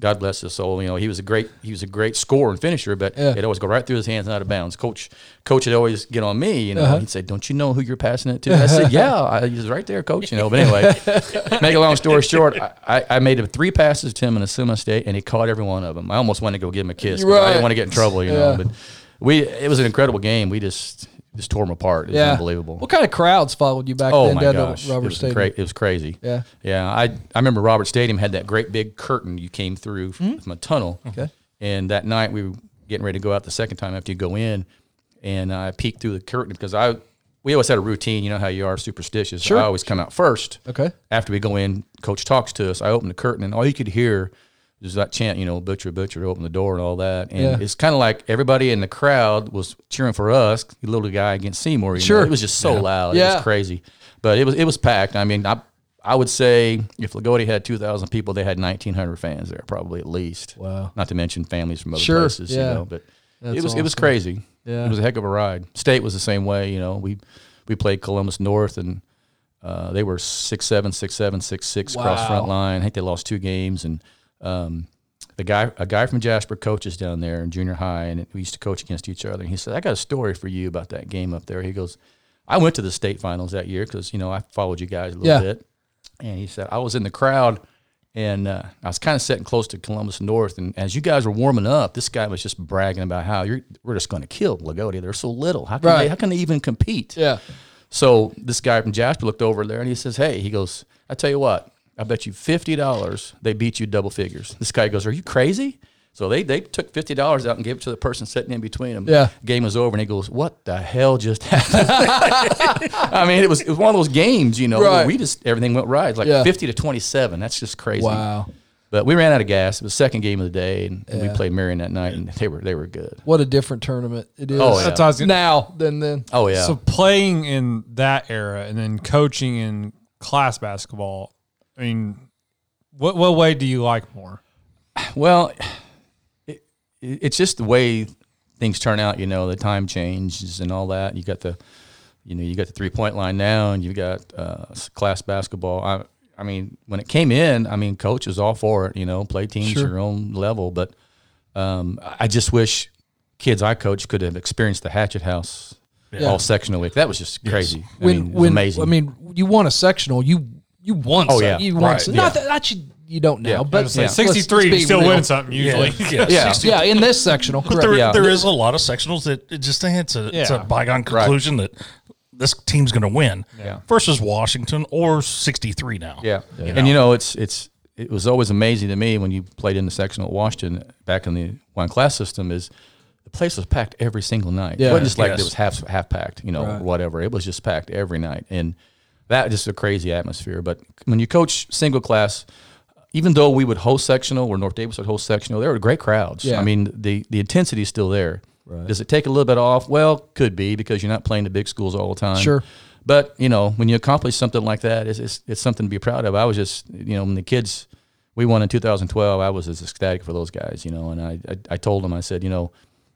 S5: God bless his soul. You know, he was a great he was a great scorer and finisher, but
S1: Yeah.
S5: it always go right through his hands and out of bounds. Coach coach would always get on me, you know.
S1: Uh-huh.
S5: He'd say, Don't you know who you're passing it to? And I said, Yeah, I, he was right there, coach, you know. But anyway, make a long story short, I, I, I made him three passes to him in a semi state and he caught every one of them. I almost wanted to go give him a kiss. but I
S1: Right.
S5: didn't want to get in trouble, you
S1: Yeah.
S5: know. But we it was an incredible game. We just just tore him apart. It was unbelievable.
S1: What kind of crowds followed you back
S5: Oh
S1: then
S5: my
S1: down
S5: gosh,
S1: to Robert
S5: it was
S1: Stadium?
S5: cra- it was crazy.
S1: Yeah.
S5: yeah. I I remember Robert Stadium had that great big curtain you came through
S1: Hmm?
S5: from, from a tunnel. Okay, and that night we were getting ready to go out the second time after you go in, and I peeked through the curtain because I we always had a routine. You know how you are superstitious.
S1: Sure.
S5: I always come out first.
S1: Okay.
S5: After we go in, coach talks to us. I open the curtain, and all you could hear was that chant, you know, butcher, butcher, open the door, and all that. And
S1: Yeah.
S5: it's kind of like everybody in the crowd was cheering for us, the little guy against Seymour. you know.
S1: Sure.
S5: It was just so loud. It
S1: Yeah.
S5: was crazy. But it was it was packed. I mean, I I would say if Lagodi had two thousand people, they had nineteen hundred fans there, probably at least.
S1: Wow.
S5: Not to mention families from other
S1: Sure,
S5: places,
S1: yeah.
S5: you know. But
S1: That's
S5: it was it was
S1: awesome.
S5: crazy.
S1: Yeah.
S5: It was a heck of a ride. State was the same way, you know. We we played Columbus North and uh, they were six seven, six seven, six six
S1: Wow.
S5: cross front line. I think they lost two games and um the guy a guy from Jasper coaches down there in junior high, and we used to coach against each other. And he said, "I got a story for you about that game up there." He goes, "I went to the state finals that year because you know I followed you guys a little
S1: Yeah.
S5: bit." And he said, "I was in the crowd." And uh, I was kind of sitting close to Columbus North, and as you guys were warming up, this guy was just bragging about how you're we're just going to kill Lagodia. They're so little. How can
S1: Right.
S5: they, how can they even compete?
S1: Yeah.
S5: So this guy from Jasper looked over there and he says, Hey, he goes, I tell you what, I bet you fifty dollars they beat you double figures. This guy goes, Are you crazy? So they, they took fifty dollars out and gave it to the person sitting in between them.
S1: Yeah.
S5: Game was over and he goes, What the hell just happened? I mean, it was it was one of those games, you know, where
S1: Right.
S5: we just everything went right. It's like
S1: Yeah.
S5: fifty to twenty seven. That's just crazy.
S1: Wow.
S5: But we ran out of gas. It was the second game of the day and, and
S1: Yeah.
S5: we played Marion that night and they were they were good.
S1: What a different tournament it is
S5: Oh, yeah.
S3: That's what I was gonna-
S1: now than then.
S5: Oh yeah.
S3: So playing in that era and then coaching in class basketball, I mean, what what way do you like more?
S5: Well, it, it- it's just the way things turn out. You know, the time changes and all that. You got the, you know, you got the three point line now, and you got uh, s- class basketball. I, I mean, when it came in, I mean, coach was all for it. You know, play teams your own level, but um, I I just wish kids I coach could have experienced the Hatchet House all sectional week. That was just crazy. I
S1: when
S5: mean, it was
S1: when
S5: amazing.
S1: I mean you won a sectional, you you won.
S5: Oh,
S1: some-
S5: yeah.
S1: you won.
S4: Right.
S1: some-
S5: Yeah.
S1: Not that, that you you don't now,
S5: Yeah.
S1: but
S5: Yeah.
S1: let's-
S3: Sixty
S1: let's
S3: three,
S1: be
S3: you still
S1: real.
S3: win something usually.
S4: yeah,
S5: Yeah.
S1: Yeah, in this sectional, correct.
S4: There,
S5: Yeah.
S4: there is a lot of sectionals that it just it's a, it's
S3: Yeah.
S4: a bygone conclusion that this team's going to win
S5: Yeah.
S4: versus Washington or 63 now.
S5: Yeah. And you know, it's it's it was always amazing to me when you played in the sectional at Washington back in the one class system is the place was packed every single night.
S1: Yeah.
S5: It wasn't just like
S4: Yes.
S5: it was half half packed, you know,
S1: Right.
S5: whatever. It was just packed every night. And that just a crazy atmosphere. But when you coach single class, even though we would host sectional or North Davis would host sectional, there were great crowds.
S1: Yeah.
S5: I mean, the the intensity is still there. Does it take a little bit off? Well, could be because you're not playing the big schools all the time.
S1: Sure.
S5: But you know, when you accomplish something like that, it's, it's it's something to be proud of. I was just you know when the kids we won in 2012, I was as ecstatic for those guys. You know, and I I, I told them I said you know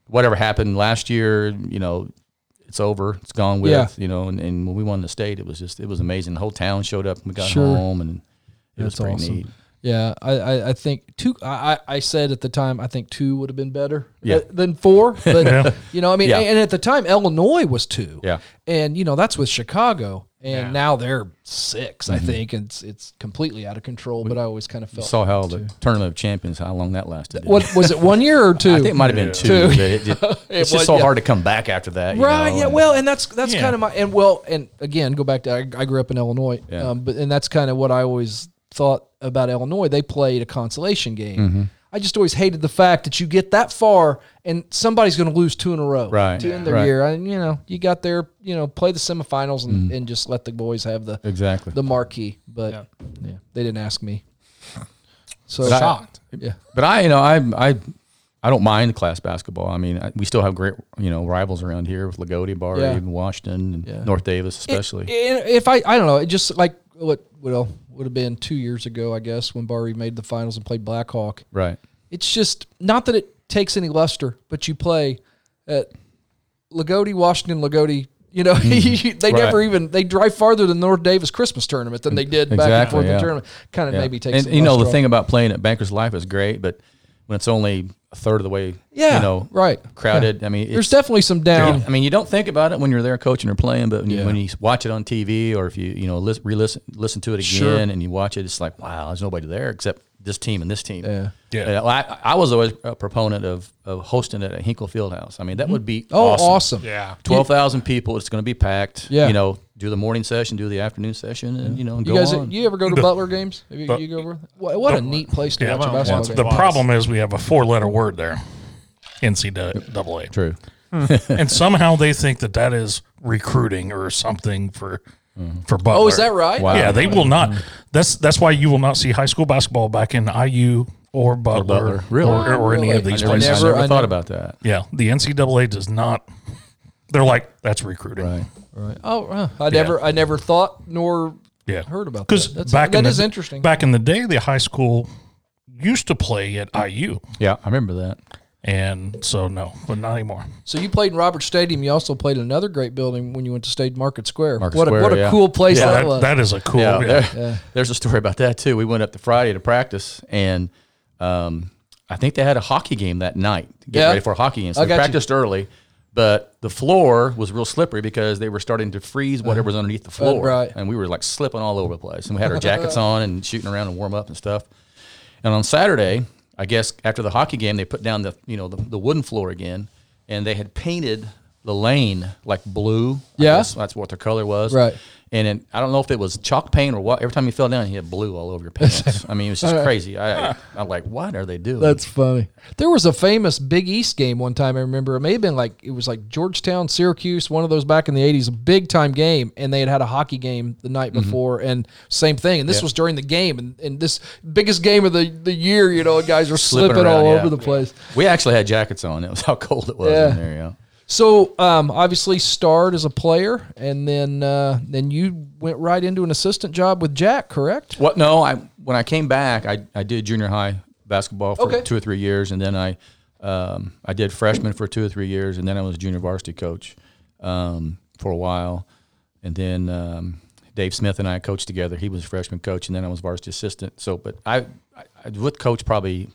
S5: whatever happened last year, you know. It's over. It's gone with
S1: Yeah.
S5: you know. And, and when we won the state, it was just it was amazing. The whole town showed up. and We got
S1: Sure.
S5: home, and it was
S1: That's
S5: pretty
S1: awesome.
S5: neat.
S1: Yeah, I, I, I think two. I, I I said at the time I think two would have been better
S5: Yeah.
S1: th- than four. But you know, I mean,
S5: Yeah.
S1: and, at the time Illinois was two.
S5: Yeah.
S1: and you know that's with Chicago, and now they're 6 I think, and it's, it's completely out of control. But I always kind of felt
S5: Mm-hmm. saw how the tournament of champions how long that lasted. didn't
S1: what was it one year or two?
S5: you? I think it might have been
S1: Two.
S5: two. but it just- it's
S1: was,
S5: just so
S1: yeah.
S5: hard to come back after that. you
S1: Right.
S5: know,
S1: Yeah.
S5: and-
S1: Well, and that's that's
S4: Yeah.
S1: kind of my and well and again go back to I, I grew up in Illinois,
S5: Yeah.
S1: um, but and that's kind of what I always thought about Illinois. They played a consolation game.
S5: Mm-hmm.
S1: I just always hated the fact that you get that far and somebody's going to lose two in a row,
S5: Right.
S1: To end their
S5: Right.
S1: year, and you know you got there, you know, play the semifinals and, and just let the boys have the
S5: Mm-hmm. Exactly.
S1: the marquee. But yeah, they didn't ask me. So
S5: But I-
S1: yeah,
S5: but I, you know, I, I, I don't mind class basketball. I mean, I, we still have great, you know, rivals around here with Lagodi, Bar,
S1: Yeah.
S5: even Washington, and North Davis, especially.
S1: And if I, I don't know, it just like what well would have been two years ago, I guess, when Barry made the finals and played Blackhawk.
S5: right.
S1: It's just not that it takes any luster, but you play at Lagodi, Washington, Lagodi, You
S5: Hmm.
S1: know, they never even they drive farther than North Davis Christmas tournament than they did back and
S5: Exactly,
S1: forth in
S5: yeah.
S1: tournament. Kind of
S5: Yeah.
S1: maybe takes
S5: and
S1: the
S5: you know
S1: luster
S5: the
S1: off.
S5: thing about playing at Bankers Life is great, but when it's only a third of the way,
S1: Yeah,
S5: you know,
S1: right.
S5: crowded. I mean,
S1: There's
S5: it's,
S1: definitely some down.
S5: I mean, you don't think about it when you're there coaching or playing, but when you,
S1: Um, Yeah.
S5: when you watch it on TV or if you you know lis- re-listen listen to it again
S1: Sure.
S5: and you watch it, it's like wow, there's nobody there except this team and this team.
S1: Yeah.
S4: Yeah.
S5: Uh, I, I was always a proponent of, of hosting it at Hinkle Fieldhouse. I mean, that would be
S1: Oh, awesome.
S5: awesome.
S3: Yeah.
S5: Twelve thousand people. It's going to be packed.
S1: Yeah.
S5: You know, do the morning session, do the afternoon session, and you know, and
S1: You
S5: go
S1: guys,
S5: on.
S1: you ever go to Butler games? Have you,
S4: But-
S1: you go over? What, what a neat place to
S4: Yeah,
S1: watch a
S3: well,
S1: basketball
S3: once
S1: game.
S4: The
S3: Wise.
S4: problem is we have a four letter word there NCAA.
S5: True.
S4: And somehow they think that that is recruiting or something for for Butler.
S1: Oh, is that right?
S5: Wow.
S4: Yeah, they will not. That's that's why you will not see high school basketball back in IU or Butler,
S5: Butler. Really?
S4: or, or any
S1: Really?
S4: of these
S1: I
S5: I
S4: places.
S5: never,
S1: never-
S5: I
S1: I
S5: never
S1: never-
S5: thought about that.
S4: Yeah, the NCAA does not. They're like that's recruiting.
S5: Right.
S1: Oh, uh, I never, I never thought nor
S4: Yeah,
S1: heard about that.
S4: because
S1: That's,
S4: back
S1: that
S4: in the-
S1: is interesting.
S4: Back in the day, the high school used to play at IU,
S5: Yeah, I remember that.
S4: and so no, but not anymore.
S1: so you played in Roberts Stadium. You also played in another great building when you went to State Market Square.
S5: Market
S1: what a,
S5: Square,
S1: what a
S5: yeah.
S1: cool place
S4: Yeah,
S1: that,
S4: that,
S1: was.
S4: that is a cool.
S5: Yeah,
S4: yeah.
S5: there- there's a story about that too. We went up to Friday to practice, and um, I think they had a hockey game that night. to Get
S1: Yeah.
S5: ready for a hockey game. So
S1: I
S5: we
S1: got you.
S5: practiced early, but the floor was real slippery because they were starting to freeze whatever was underneath the floor,
S1: Uh-huh. right.
S5: and we were like slipping all over the place. And we had our jackets on and shooting around and warm up and stuff. And on Saturday, I guess after the hockey game, they put down the you know the, the wooden floor again, and they had painted the lane like blue. I
S1: Yeah.
S5: guess that's what their color was.
S1: Right.
S5: And then, I don't know if it was chalk paint or what. Every time you fell down, you had blue all over your pants. I mean, it was just crazy. I, I'm like, what are they doing?
S1: funny. There was a famous Big East game one time. I remember it may have been like it was like Georgetown, Syracuse, one of those back in the '80s, a big time game, and they had had a hockey game the night
S5: Mm-hmm.
S1: before, and same thing. And this was during the game, and, and this biggest game of the, the year. You know, guys are slipping,
S5: Slipping around,
S1: all
S5: yeah.
S1: over the place.
S5: we actually had jackets on. It was how cold it was
S1: Yeah.
S5: in there. Yeah.
S1: So um, obviously starred as a player, and then uh, then you went right into an assistant job with Jack, correct?
S5: What? No, I when I came back, I, I did junior high basketball for
S1: Okay.
S5: two or three years, and then I um, I did freshman for two or three years, and then I was junior varsity coach um, for a while, and then um, Dave Smith and I coached together. He was freshman coach, and then I was varsity assistant. So, but I I, I would coach probably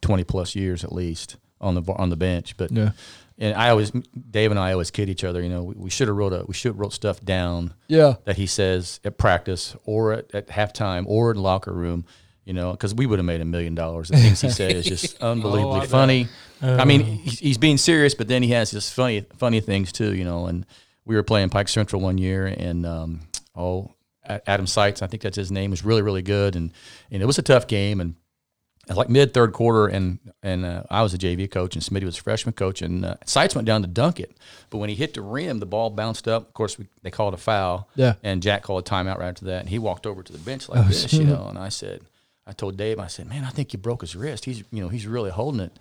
S5: twenty plus years at least on the va- on the bench, but
S1: Yeah.
S5: And I always, Dave and I always kid each other. You know, we, we should have wrote a, we should have wrote stuff down
S1: Yeah.
S5: that he says at practice or at, at halftime or in locker room, you know, because we would have made a million dollars. The things he said is just unbelievably funny. I mean, he's, he's being serious, but then he has just funny, funny things too, you know. And we were playing Pike Central one year, and um, oh, A- Adam Seitz, I think that's his name, was really, really good, and and it was a tough game, and it was like mid third quarter, and and uh, I was a JV coach, and Smitty was a freshman coach, and uh, Seitz went down to dunk it, but when he hit the rim, the ball bounced up. Of course, we, they called a foul,
S1: Yeah.
S5: and Jack called a timeout right after that, and he walked over to the bench like this, you know, and I said, I told Dave, I said, man, I think you broke his wrist. He's you know he's really holding it,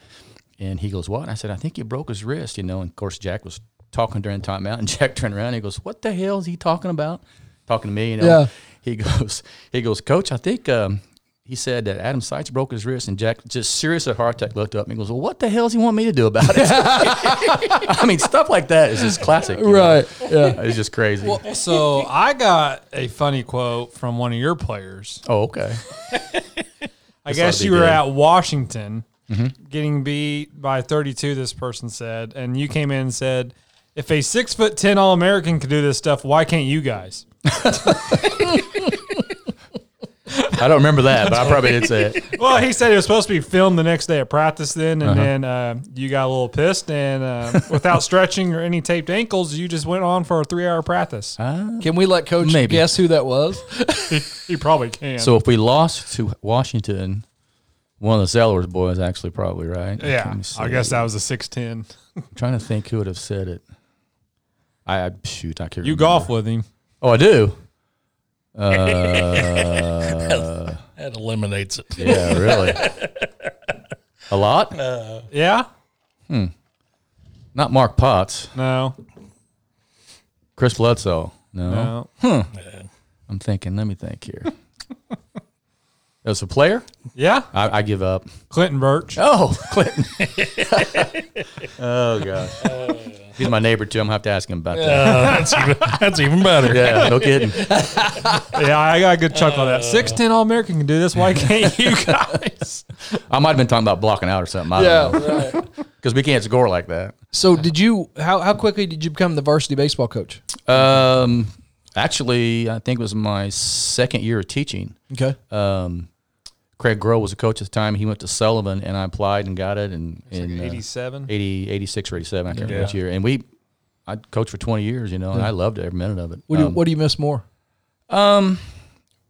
S5: and he goes, what? And I said, I think you broke his wrist, you know, and of course Jack was talking during timeout, and Jack turned around, and he goes, what the hell is he talking about? Talking to me, you know.
S1: Yeah.
S5: He goes, he goes, coach, I think. Um, he said that Adam Seitz broke his wrist, and Jack, just serious at heart attack, looked up and he goes, "Well, what the hell does he want me to do about it?" I mean, stuff like that is just classic, you know?
S1: Yeah.
S5: It's just crazy.
S3: So I got a funny quote from one of your players.
S5: oh, okay.
S3: I
S5: That's ought to
S3: guess
S5: be
S3: you were
S5: good. Mm-hmm.
S3: at Washington getting beat by 32, this person said. And you came in and said, if a six foot 10 All American could do this stuff, why can't you guys?
S5: I don't remember that, but I probably did say it.
S3: Well, he said it was supposed to be filmed the next day at practice then. And then uh, you got a little pissed. And uh, without stretching or any taped ankles, you just went on for a three hour practice.
S1: Can we let Coach
S5: Maybe.
S1: guess who that was?
S3: He probably can.
S5: So if we lost to Washington, one of the Sellers boys actually probably right.
S3: yeah,
S5: Let me see.
S3: I guess that was a 6'10.
S5: I'm trying to think who would have said it. I, I shoot, I can't.
S3: You
S5: remember.
S3: golf with him.
S5: Oh, I do.
S4: That eliminates it.
S5: Yeah, really. A lot.
S3: Yeah?
S5: Not Mark Potts,
S3: No.
S5: Chris Bledsoe.
S3: No.
S5: I'm thinking. Let me think here. As a player,
S3: Yeah.
S5: I, I give up.
S3: Clinton Birch.
S5: Oh, Clinton. oh gosh. He's my neighbor too. I'm gonna have to ask him about that.
S4: that's, even, that's even better.
S5: Yeah, no kidding.
S3: Yeah, I got a good chuckle out of that. Six ten All American can do this. Why can't you guys?
S5: I might have been talking about blocking out or something. I don't know.
S1: right.
S5: Because we can't score like that.
S1: So did you? How how quickly did you become the varsity baseball coach?
S5: Um, actually, I think it was my second year of teaching.
S1: Okay.
S5: Um, Craig Grohl was a coach at the time. He went to Sullivan, and I applied and got it. And in uh,
S3: 87.
S5: 80, 86 or 87, I can't remember which year. And we, I coached for 20 years, you know, and I loved every minute of it.
S1: What do you,
S5: Um,
S1: what do you miss more?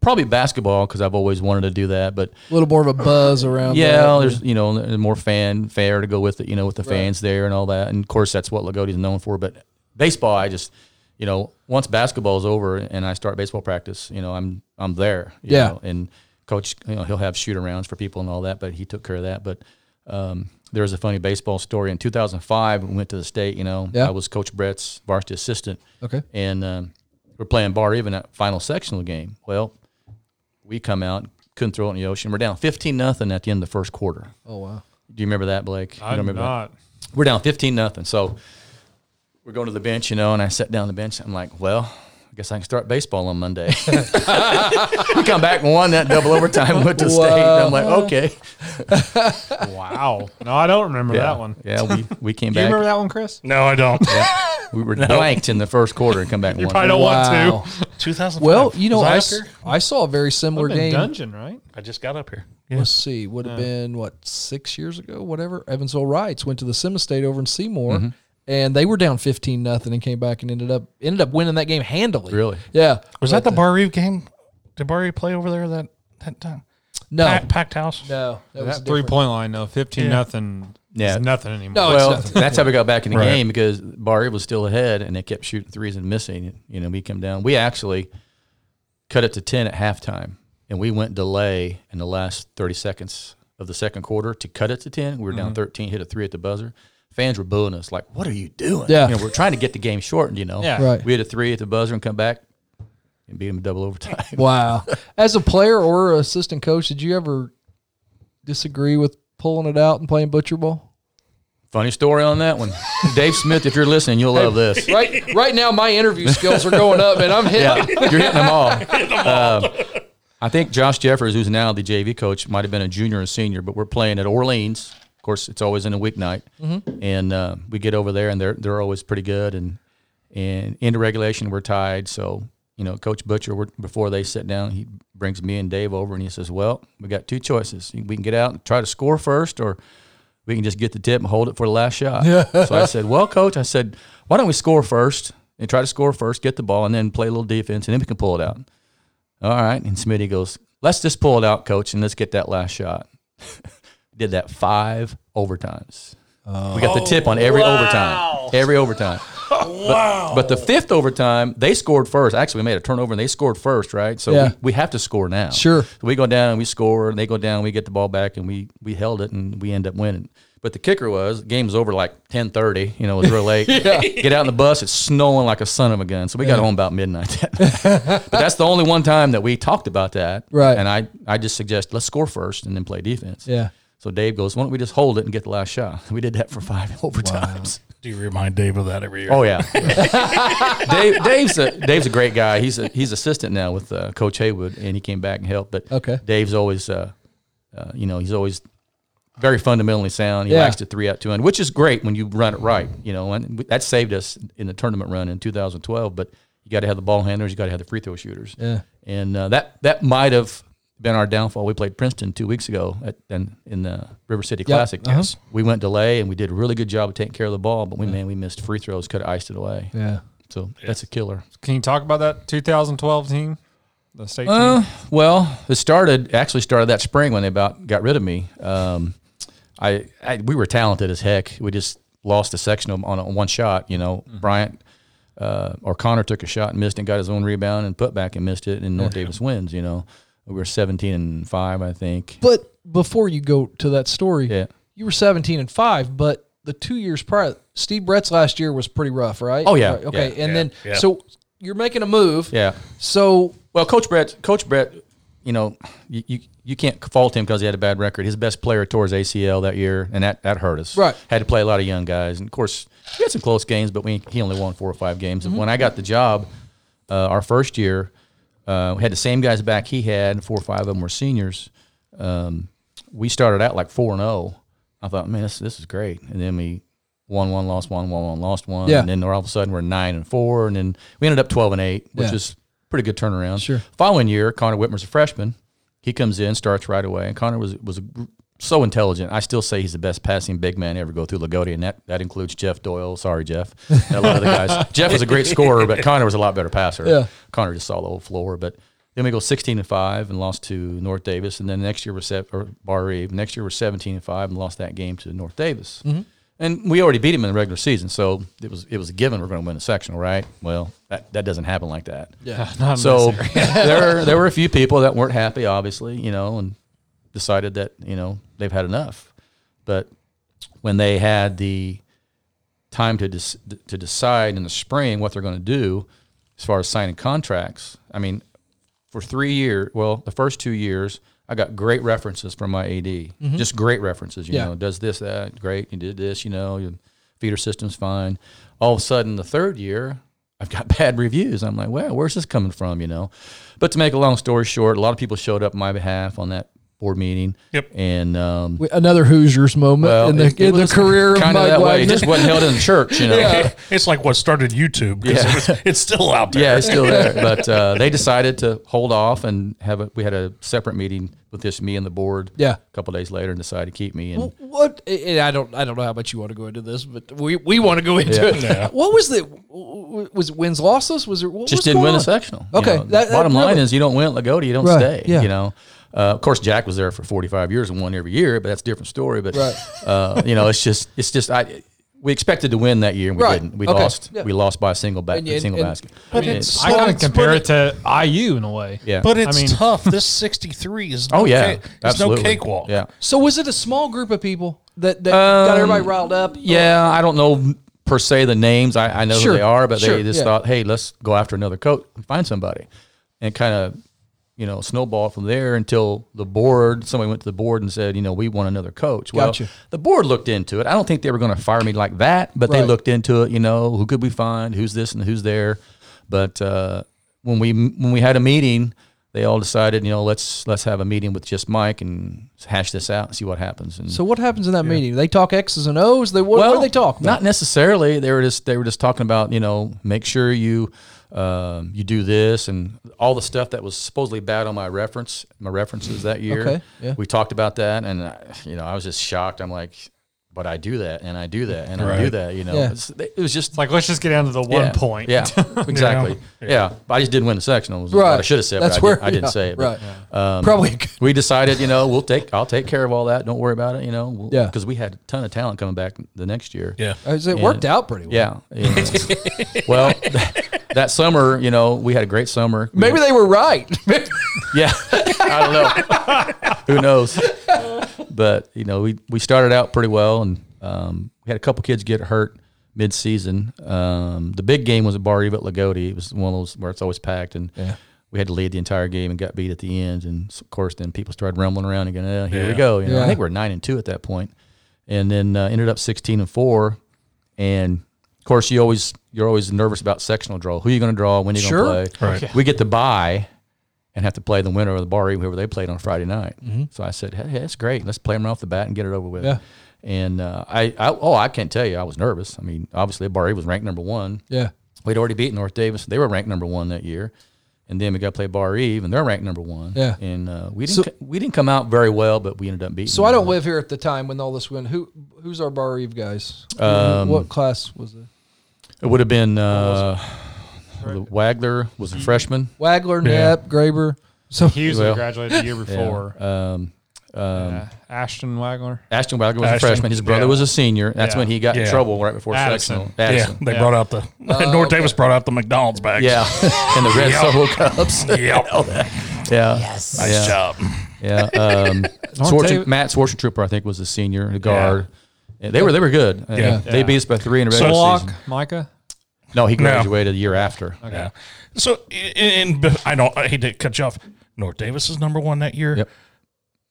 S5: probably basketball because I've always wanted to do that. But
S1: A little more of a buzz around.
S5: yeah,
S1: that.
S5: there's you know there's more fanfare to go with it, you know, with the fans there and all that. And of course, that's what Lagodi's known for. But baseball, I just you know once basketball's over and I start baseball practice, you know, I'm I'm there. you
S1: Yeah.
S5: know. and coach, you know, he'll have shoot arounds for people and all that, but he took care of that. But um, there was a funny baseball story in 2005. We went to the state. You know,
S1: Yeah.
S5: I was Coach Brett's varsity assistant.
S1: Okay.
S5: and um, we're playing bar even at final sectional game. Well, we come out, couldn't throw it in the ocean. We're down 15 nothing at the end of the first quarter.
S1: Oh wow.
S5: Do you remember that, Blake? You don't
S3: I'm
S5: remember that?
S3: not.
S5: We're down 15 nothing. So we're going to the bench, you know, and I sat down on the bench. I'm like, well, I guess I can start baseball on Monday. we come back and won that double overtime, went to state. I'm like, okay.
S3: Wow. No, I don't remember that one.
S5: Yeah, we, we came
S3: Do you
S5: back.
S3: remember that one, Chris?
S4: No, I don't.
S5: We were blanked in the first quarter and come back and
S3: You
S5: won.
S3: probably don't
S1: Wow.
S3: want to.
S4: 2005.
S1: Well, you know,
S4: Was
S1: I,
S4: I, up
S1: s-
S4: here?
S1: I saw a very similar
S3: Been
S1: game.
S3: Dungeon, right?
S4: I just got up here.
S1: Let's see, would have been what six years ago, whatever. Evansville Rights went to the Sim State over in Seymour, and they were down fifteen nothing and came back and ended up ended up winning that game handily.
S5: Really?
S1: Yeah.
S4: Was that the
S5: uh,
S4: Bar Reeve game? Did Bar Reeve play over there that, that time?
S1: No.
S4: Pack, packed house?
S1: no. That was
S3: That three
S1: different.
S3: point line, though, 15 nothing.
S5: Yeah.
S3: Yeah. Oh, nothing anymore.
S1: No,
S5: Well,
S1: it's
S5: that's how we got back in the
S4: Right.
S5: game because Barry was still ahead and they kept shooting threes and missing. You know, we come down. We actually cut it to 10 at halftime and we went delay in the last 30 seconds of the second quarter to cut it to 10. We were down 13, hit a three at the buzzer. Fans were booing us like, what are you doing?
S1: Yeah.
S5: You know, we're trying to get the game shortened, you know.
S3: Yeah.
S1: Right.
S5: We had a three at the buzzer and come back and beat them double overtime.
S1: Wow. As a player or assistant coach, did you ever disagree with pulling it out and playing butcher ball?
S5: Funny story on that one. Dave Smith, if you're listening, you'll love this.
S1: Right right now my interview skills are going up and I'm hitting
S5: yeah, you're hitting them all. Um, I think Josh Jeffers, who's now the JV coach, might have been a junior or senior, but we're playing at Orleans. Of course, it's always in a weeknight, and uh, we get over there, and they're they're always pretty good. And and into regulation, we're tied. So you know, Coach Butcher, we're, before they sit down, he brings me and Dave over, and he says, "Well, we got two choices. We can get out and try to score first, or." we can just get the tip and hold it for the last shot. so I said, well, coach, I said, why don't we score first and try to score first, get the ball, and then play a little defense, and then we can pull it out. All right. And Smitty goes, let's just pull it out, coach, and let's get that last shot. Did that five overtimes. We got the tip on every overtime. Every overtime. wow. But, the fifth overtime, they scored first. Actually, we made a turnover and they scored first, right? So
S1: Yeah.
S5: we, we have to score now.
S1: Sure.
S5: So we go down and we score, and they go down, we get the ball back, and we we held it, and we end up winning. But the kicker was the game was over like ten thirty. You know, it was real late. Get out on the bus, it's snowing like a son of a gun. So we got home about midnight. that night. but that's the only one time that we talked about that.
S1: Right.
S5: And I I just suggest let's score first and then play defense.
S1: Yeah.
S5: So Dave goes, why don't we just hold it and get the last shot? We did that for five overtimes.
S4: Do you remind Dave of that every year?
S5: Oh yeah, Dave, Dave's a Dave's a great guy. He's a he's assistant now with uh, Coach Haywood, and he came back and helped. But
S1: Okay.
S5: Dave's always, uh, uh, you know, he's always very fundamentally sound. He
S1: Yeah.
S5: likes to three out two hundred, which is great when you run it right. You know, and that saved us in the tournament run in 2012. But you got to have the ball handlers, you got to have the free throw shooters.
S1: Yeah.
S5: and uh, that that might have been our downfall. We played Princeton two weeks ago at in, in the River City Classic. Yes, we went delay and we did a really good job of taking care of the ball, but we man we missed free throws, could have iced it away.
S1: Yeah.
S5: So that's a killer.
S3: Can you talk about that 2012 team? The state team?
S5: Well, it started actually started that spring when they about got rid of me. Um, I, I we were talented as heck. We just lost the sectional on a, one shot. You know, Bryant uh, or Connor took a shot and missed and got his own rebound and put back and missed it, and North Davis wins. You know, we were seventeen and five, I think.
S1: But before you go to that story,
S5: Yeah.
S1: you were 17 and 5, but the two years prior, Steve Brett's last year was pretty rough, right?
S5: Oh, yeah.
S1: Right, okay.
S5: Yeah,
S1: and then,
S4: yeah.
S1: so you're making a move.
S5: Yeah.
S1: So,
S5: Well, Coach Brett, Coach Brett you know, you, you, you can't fault him because he had a bad record. His best player tore his ACL that year, and that, that hurt us.
S1: Right.
S5: Had to play a lot of young guys. And of course, we had some close games, but we, he only won four or five games.
S1: Mm-hmm.
S5: And when I got the job, uh, our first year, uh, we had the same guys back he had, and four or five of them were seniors. Um, we started out like 4 and 0. I thought, man, this, this is great. And then we won one, lost one, won one, lost one.
S1: Yeah.
S5: And then all of a sudden we're 9 and 4. And then we ended up 12 and 8, which
S1: Yeah.
S5: is pretty good turnaround.
S1: Sure.
S5: Following year, Connor Whitmer's a freshman. He comes in, starts right away. And Connor was was so intelligent. I still say he's the best passing big man to ever go through Lagodia, and that, that includes Jeff Doyle. Sorry, Jeff. And a lot of the guys. Jeff was a great scorer, but Connor was a lot better passer.
S1: Yeah.
S5: Connor just saw the whole floor. But then we go sixteen and five and lost to North Davis, and then next year we're set, or Bar Eve. Next year we're seventeen and five and lost that game to North Davis.
S1: Mm-hmm.
S5: And we already beat him in the regular season, so it was it was a given we're going to win the sectional, right? Well, that, that doesn't happen like that.
S1: Yeah.
S5: So there there were a few people that weren't happy, obviously, you know, and decided that you know they've had enough. But when they had the time to dis- to decide in the spring what they're going to do as far as signing contracts, I mean, for three year, well, the first two years, I got great references from my AD, just great references. You
S1: Yeah.
S5: know, does this that great? You did this, you know, your feeder system's fine. All of a sudden, the third year, I've got bad reviews. I'm like, well, where's this coming from? You know, but to make a long story short, a lot of people showed up on my behalf on that board meeting.
S4: Yep.
S5: and um,
S1: We- Another Hoosiers moment
S5: well,
S1: in the,
S5: it- it
S1: in the
S5: was
S1: career of Mike
S5: kinda that way. It
S1: Wagner.
S5: just wasn't held in the church, you know.
S4: It's like what started YouTube. 'cause
S5: Yeah.
S4: it was- it's still out there.
S5: Yeah, it's still there. But uh, they decided to hold off and have a. We had a separate meeting with just me and the board.
S1: Yeah.
S5: a couple days later, and decided to keep me. And
S1: What and I don't I don't know how much you want to go into this, but we, we want to go into
S5: Yeah.
S1: it. What was the was it wins losses? Was it what
S5: just
S1: was
S5: didn't
S1: going
S5: win
S1: on?
S5: a sectional. you
S1: Okay,
S5: know.
S1: that- that-
S5: bottom line
S1: no.
S5: is you don't win at Lagoda, you don't
S1: Right,
S5: stay.
S1: yeah.
S5: You know. Uh, of course, Jack was there for 45 years and won every year, but that's a different story. But
S1: Right.
S5: uh, you know, it's just it's just I. We expected to win that year, and we
S1: Right,
S5: didn't. We
S1: okay,
S5: lost.
S1: yeah.
S5: We lost by a single ba-
S1: And- and-
S5: single
S1: and-
S5: basket.
S4: But
S5: I mean,
S4: it's-
S3: I kind
S4: Well,
S3: of compare it to IU in a way.
S5: yeah.
S4: But it's
S3: I mean-
S4: tough. This 63 is no
S5: oh yeah,
S4: ca- it's no
S5: absolutely.
S4: cakewalk.
S5: Yeah.
S1: So was it a small group of people that, that got everybody riled up?
S5: Um, Yeah, I don't know per se the names. I, I know
S1: Sure,
S5: who they are, but
S1: sure,
S5: they just
S1: yeah.
S5: thought, hey, let's go after another coach and find somebody, and kind of you know snowballed from there until the board. Somebody went to the board and said, you know, we want another coach. Well,
S1: Gotcha.
S5: the board looked into it. I don't think they were going to fire me like that, but they
S1: Right.
S5: looked into it. You know, who could we find? Who's this and who's there? But uh, when we when we had a meeting. They all decided, you know, let's let's have a meeting with just Mike and hash this out and see what happens. And
S1: So what happens in that meeting? They talk X's and O's. They what, what do they talk? About?
S5: not necessarily. They were just they were just talking about you know make sure you um, you do this and all the stuff that was supposedly bad on my reference my references that year.
S1: Okay, yeah.
S5: We talked about that, and I, you know I was just shocked. I'm like, but I do that, and I do that, and I do
S4: Right.
S5: that. You know,
S1: Yeah.
S5: It's- it was just
S3: It's like let's just get down to the one
S5: yeah,
S3: point.
S5: Yeah, exactly. Yeah. but I just didn't win the sectional. Is What I
S1: Right.
S5: should have said.
S1: That's
S5: but I,
S1: where-
S5: didn't, I didn't
S1: yeah,
S5: say it.
S1: right.
S5: but, um,
S1: Probably a good-
S5: we decided, you know, we'll take. I'll take care of all that. Don't worry about it. You know. We'll,
S1: Yeah.
S5: Because we had a ton of talent coming back the next year.
S4: Yeah.
S1: Uh, so it worked
S5: Yeah.
S1: out pretty well.
S5: Yeah. you know. well, that summer, you know, we had a great summer. We
S1: Maybe they were right.
S5: yeah, I don't know. Who knows? But you know, we we started out pretty well, and um, we had a couple kids get hurt mid-season. Um, the big game was at Bar Eve at Lagodi. It was one of those where it's always packed, and we had to lead the entire game and got beat at the end. And of course, then people started rumbling around and going, oh, "Here we
S4: Yeah.
S5: go." You know,
S1: Yeah.
S5: I think we we're nine and two at that point, and then uh, ended up sixteen and four, and. Of course, you always you're always nervous about sectional draw. Who you going to draw? When you going
S1: Sure.
S5: to play?
S4: Right.
S5: We get the bye and have to play the winner of the bar, whoever they played on Friday night. So I said, hey, hey, that's great. Let's play them off the bat and get it over with.
S1: Mm-hmm. Yeah.
S5: And uh, I, I, oh, I can't tell you, I was nervous. I mean, obviously, Bar Eve was ranked number one.
S1: yeah.
S5: We'd already beaten North Davis. They were ranked number one that year. And then we got to play Bar Eve, and they're ranked number one.
S1: Yeah.
S5: And uh, we didn't co- we didn't come out very well, but we ended up beating.
S1: So I
S5: them.
S1: don't live here at the time when all this went. Who who's our Bar Eve guys?
S5: Um,
S1: what class was it?
S5: It would have been uh, Wagler was a freshman.
S1: Wagler,
S4: Yeah.
S1: Knapp, Graber. So
S3: Hughes
S5: Well,
S3: graduated the year before.
S5: Um,
S3: Uh, Ashton Wagner.
S5: Ashton Wagler was
S4: Ashton,
S5: a freshman. His brother
S4: yeah.
S5: was a senior. That's
S3: Yeah.
S5: when he got in
S4: Yeah.
S5: trouble right before
S3: Addison.
S5: sectional. Addison.
S4: Yeah, they brought out the North Davis brought out the McDonald's bags.
S5: Oh, Yeah, and the red
S4: Yeah.
S5: solo cups.
S4: yep.
S5: Yeah, yes,
S4: Nice
S5: yeah,
S4: job.
S5: yeah. Um,
S3: North
S5: Swartzen-
S3: Davis-
S5: Matt Schwarzentrooper, I think, was the senior the guard. Yeah, They were they were good. Uh,
S4: Yeah.
S5: they beat us by three in a regular
S4: So-
S5: season.
S3: Micah.
S5: No, he graduated a year after.
S4: Yeah. So, and, and I don't. I hate to cut you off. North Davis is number one that year.
S5: Yep.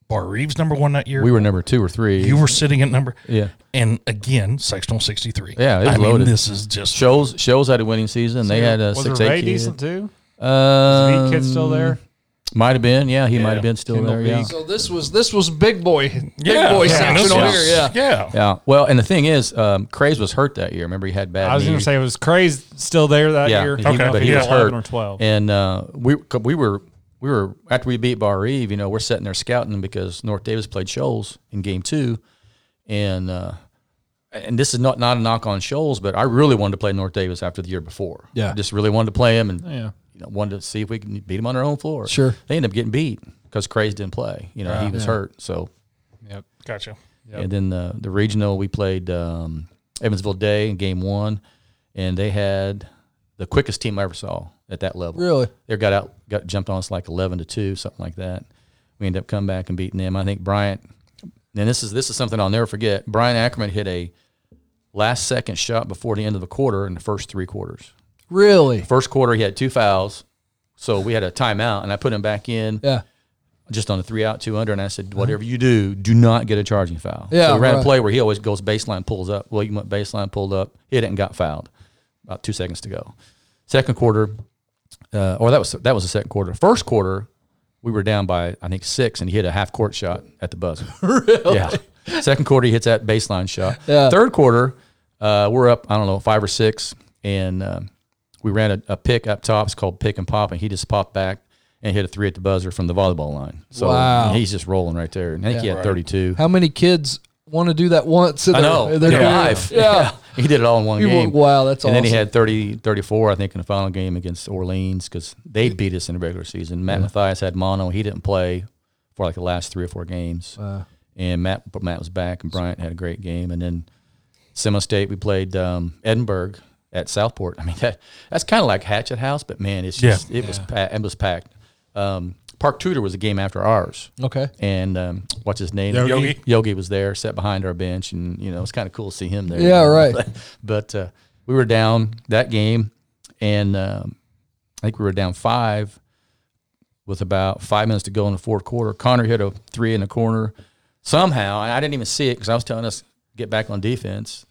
S4: Bar Reeves number one that year.
S5: We were number two or three.
S4: you were sitting at number.
S5: Yeah.
S4: And again, sectional sixty three.
S5: Yeah, it was
S4: I mean,
S5: loaded.
S4: this is just
S5: shows shows had a winning season. they had a
S3: was
S5: six
S3: Ray
S5: eight kid.
S3: decent too?
S5: Um,
S3: Um, kid still there?
S5: Might have been. Yeah, he might have been still
S3: Kendall
S5: there. Yeah.
S3: Beak.
S1: So this was this was big boy, big
S4: yeah,
S1: boy
S4: yeah,
S1: section
S4: this
S1: over
S4: is-
S1: here. Yeah.
S4: yeah.
S5: Yeah. Well, and the thing is, um, Craze was hurt that year. Remember, he had bad.
S3: I was going
S5: knee.
S3: to say was Craze still there that
S5: yeah,
S3: year?
S5: he-
S3: I don't know if
S5: but he was
S3: 11
S5: hurt.
S3: or twelve.
S5: And uh, we we were we were after we beat Bar Eve. You know, we're sitting there scouting because North Davis played Shoals in game two, and uh, and this is not not a knock on Shoals, but I really wanted to play North Davis after the year before.
S1: Yeah.
S5: I just really wanted to play him and
S3: Yeah.
S5: you know, wanted to see if we can beat him on our own floor.
S1: Sure.
S5: they ended up getting beat because Craze didn't play. You know, he was hurt. So
S3: Yep.
S4: Gotcha.
S5: and then the the regional we played um, Evansville Day in game one, and they had the quickest team I ever saw at that level.
S1: Really?
S5: they got out got jumped on us like eleven to two, something like that. We ended up coming back and beating them. I think Bryant. And this is this is something I'll never forget. Brian Ackerman hit a last second shot before the end of the quarter in the first three quarters.
S1: Really?
S5: First quarter he had two fouls, so we had a timeout, and I put him back in
S1: Yeah.
S5: just on a three out, two under, and I said, whatever you do, do not get a charging foul.
S1: Uh-huh. Yeah,
S5: so we ran
S1: right.
S5: a play where he always goes baseline, pulls up. Well, you went baseline, pulled up, hit it, and got fouled. About two seconds to go. Second quarter, uh, or that was that was the second quarter. First quarter, we were down by I think six, and he hit a half court shot at the buzzer. really? Yeah. Second quarter, he hits that baseline shot.
S1: Yeah.
S5: Third quarter, uh, we're up I don't know five or six, and um, we ran a, a pick up top. It's called pick and pop, and he just popped back and hit a three at the buzzer from the volleyball line. So
S1: Wow.
S5: he's just rolling right there. And I think he had thirty two.
S1: How many kids want to do that once? In
S5: I
S1: their-
S5: know.
S1: in their
S5: They're
S1: career?
S5: alive.
S1: Yeah.
S5: He did it all in one
S1: You were-
S5: game.
S1: wow, that's
S5: and then he
S1: awesome.
S5: had 30, 34, I think, in the final game against Orleans because they beat us in the regular season. Matt Mathias had mono. He didn't play for like the last three or four games. and Matt but Matt was back, and Bryant had a great game. And then Semi State, we played um, Edinburgh at Southport. I mean, that that's kind of like Hatchet House, but man, it's
S4: Yeah.
S5: just it was pa- it was packed. Um, Park Tudor was a game after ours
S1: Okay.
S5: and um, what's his name?
S4: Yogi. Yogi.
S5: was there, sat behind our bench, and you know it was kind of cool to see him there.
S1: Yeah, right.
S5: but uh, we were down that game, and um, I think we were down five with about five minutes to go in the fourth quarter. Connor hit a three in the corner. Somehow, and I didn't even see it because I was telling us get back on defense.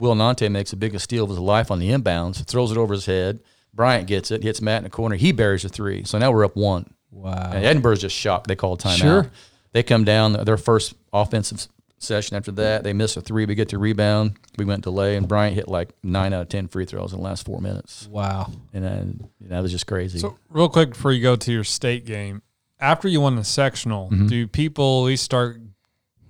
S5: Will Nante makes the biggest steal of his life on the inbounds, throws it over his head. Bryant gets it, hits Matt in the corner. He buries a three. So now we're up one.
S1: Wow.
S5: And Uh, Edinburgh's just shocked. They called timeout.
S1: Sure.
S5: They come down their first offensive session after that. They miss a three. We get to rebound. We went delay, and Bryant hit like nine out of ten free throws in the last four minutes,
S1: Wow.
S5: and then, that was just crazy.
S3: So real quick before you go to your state game, after you won the sectional,
S5: Mm-hmm.
S3: do people at least start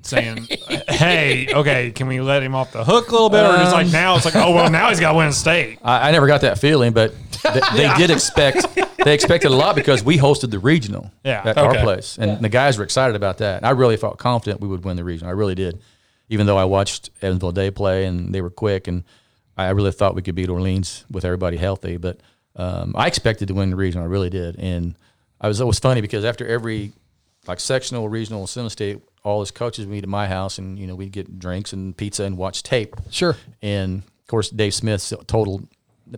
S3: saying, "Hey, okay, can we let him off the hook a little bit?" Or just
S5: Um,
S3: like now, it's like, "Oh well, now he's got to win a state."
S5: I, I never got that feeling, but th- they did expect they expected a lot because we hosted the regional
S3: Yeah.
S5: at
S4: Okay.
S5: our place, and the guys were excited about that. And I really felt confident we would win the regional. I really did, even though I watched Evansville Day play and they were quick, and I really thought we could beat Orleans with everybody healthy. But um, I expected to win the regional. I really did, and I was it was funny because after every like sectional, regional, semi-state, all his coaches would meet at my house, and you know we'd get drinks and pizza and watch tape.
S1: Sure.
S5: And of course, Dave Smith's a total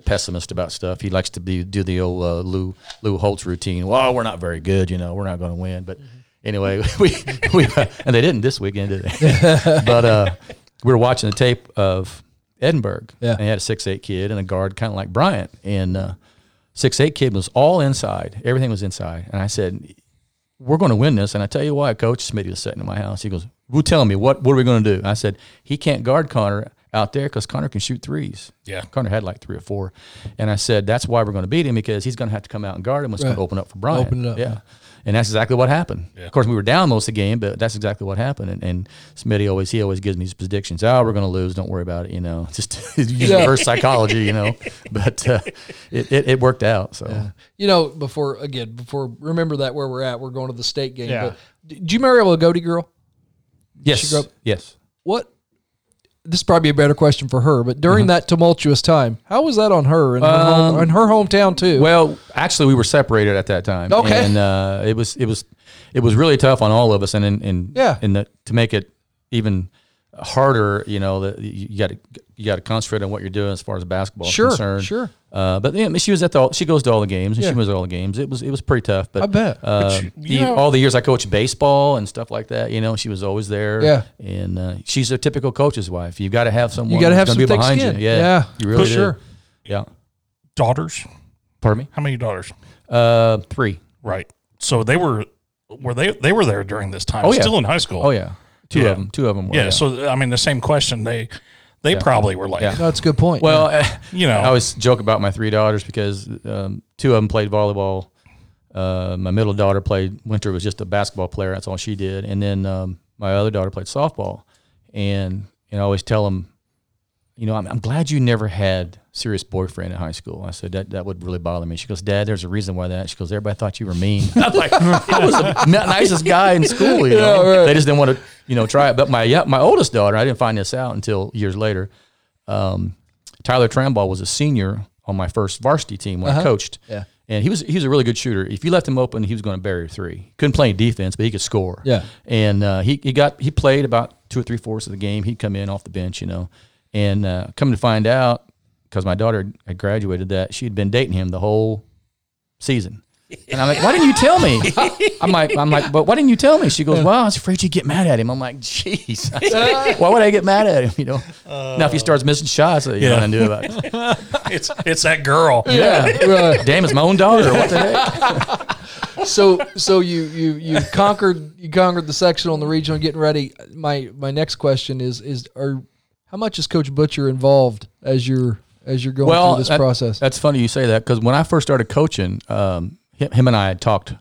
S5: pessimist about stuff. He likes to be, do the old uh, Lou Lou Holtz routine. Well, we're not very good, you know. We're not going to win. But anyway, we we and they didn't this weekend, did they? but uh, we were watching the tape of Edinburgh.
S1: Yeah.
S5: And he had a six eight kid and a guard, kind of like Bryant. And uh, six eight kid was all inside. Everything was inside. And I said, we're going to win this. And I tell you why, Coach Smitty was sitting in my house. He goes, "Well, tell me what what are we going to do?" I said, "He can't guard Connor out there because Connor can shoot threes.
S4: Yeah.
S5: Connor had like three or four, and I said that's why we're going to beat him because he's going to have to come out and guard him. It's going
S1: Right.
S5: to open up for Brian.
S1: Open it up, yeah.
S5: yeah. And that's exactly what happened. Of course, we were down most of the game, but that's exactly what happened. And, and Smitty always he always gives me his predictions. Oh, we're going to lose. Don't worry about it. You know, just reverse psychology. You know, but uh, it, it it worked out. So
S1: You know, before again, before remember that where we're at, we're going to the state game.
S3: Yeah.
S1: But did you marry a Lagodi girl?
S5: yes,
S1: grew up-
S5: yes.
S1: What? This is probably a better question for her, but during that tumultuous time, how was that on her and her, home, and her hometown too?
S5: Well, actually, we were separated at that time.
S1: Okay.
S5: and uh, it was it was it was really tough on all of us, and in, in
S1: Yeah.
S5: and the, to make it even harder. You know, that you got to you got to concentrate on what you're doing as far as basketball
S1: Sure,
S5: is concerned.
S1: sure.
S5: Uh, but yeah, I mean, she was at the all, she goes to all the games and
S1: Yeah.
S5: she was at all the games. It was it was pretty tough. But
S1: I bet.
S5: uh,
S4: But you- you
S5: the-
S4: know-
S5: all the years I coached baseball and stuff like that, you know, she was always there.
S1: Yeah.
S5: and uh, she's a typical coach's wife. You got to have someone.
S1: gotta
S5: who's
S1: have
S5: gonna
S1: some
S5: be
S1: thick
S5: behind
S1: skin.
S5: You. Yeah,
S1: Yeah,
S5: you really
S1: for
S5: do.
S1: sure.
S5: Yeah,
S4: Daughters?
S5: pardon me.
S4: How many daughters?
S5: Uh, three.
S4: Right. So they were were they they were there during this time?
S5: Oh, yeah.
S4: Still in high school.
S5: Oh yeah, two
S4: Yeah.
S5: of them. Two of them. Were,
S4: Yeah, So I mean, the same question. They they probably were like,
S5: Yeah.
S1: That's a good point.
S5: Well,
S4: You know.
S5: I always joke about my three daughters because um, two of them played volleyball. Uh, my middle daughter played. Winter was just a basketball player. That's all she did. And then um, my other daughter played softball. And and I always tell them, you know, I'm, I'm glad you never had serious boyfriend in high school. I said that that would really bother me. She goes, Dad, there's a reason why that. She goes, everybody thought you were mean. I'm like, I was the ni- nicest guy in school. You know, they just didn't want to, you know, try it. But my yeah, my oldest daughter, I didn't find this out until years later. um, Tyler Tramball was a senior on my first varsity team when I coached.
S1: Uh-huh. Yeah.
S5: And he was he was a really good shooter. If you left him open, he was going to bury a three. Couldn't play any defense, but he could score.
S1: Yeah.
S5: And uh, he he got he played about two or three fourths of the game. He'd come in off the bench, you know. And uh, come to find out, because my daughter had graduated, that she had been dating him the whole season. And I'm like, why didn't you tell me? I'm like, I'm like, but why didn't you tell me? She goes, well, I was afraid you'd get mad at him. I'm like, jeez, why would I get mad at him? You know, now if he
S1: Uh,
S5: starts missing shots, you know
S4: Yeah.
S5: what I do about it.
S4: it's it's that girl.
S5: Yeah. Damn, it's my own daughter. What the heck?
S1: so so you you you conquered you conquered the sectional and the regional getting ready my my next question is is are how much is coach butcher involved as you're as you're going through this
S5: that-
S1: process
S5: That's funny you say that because when I first started coaching, um, him, him and I had talked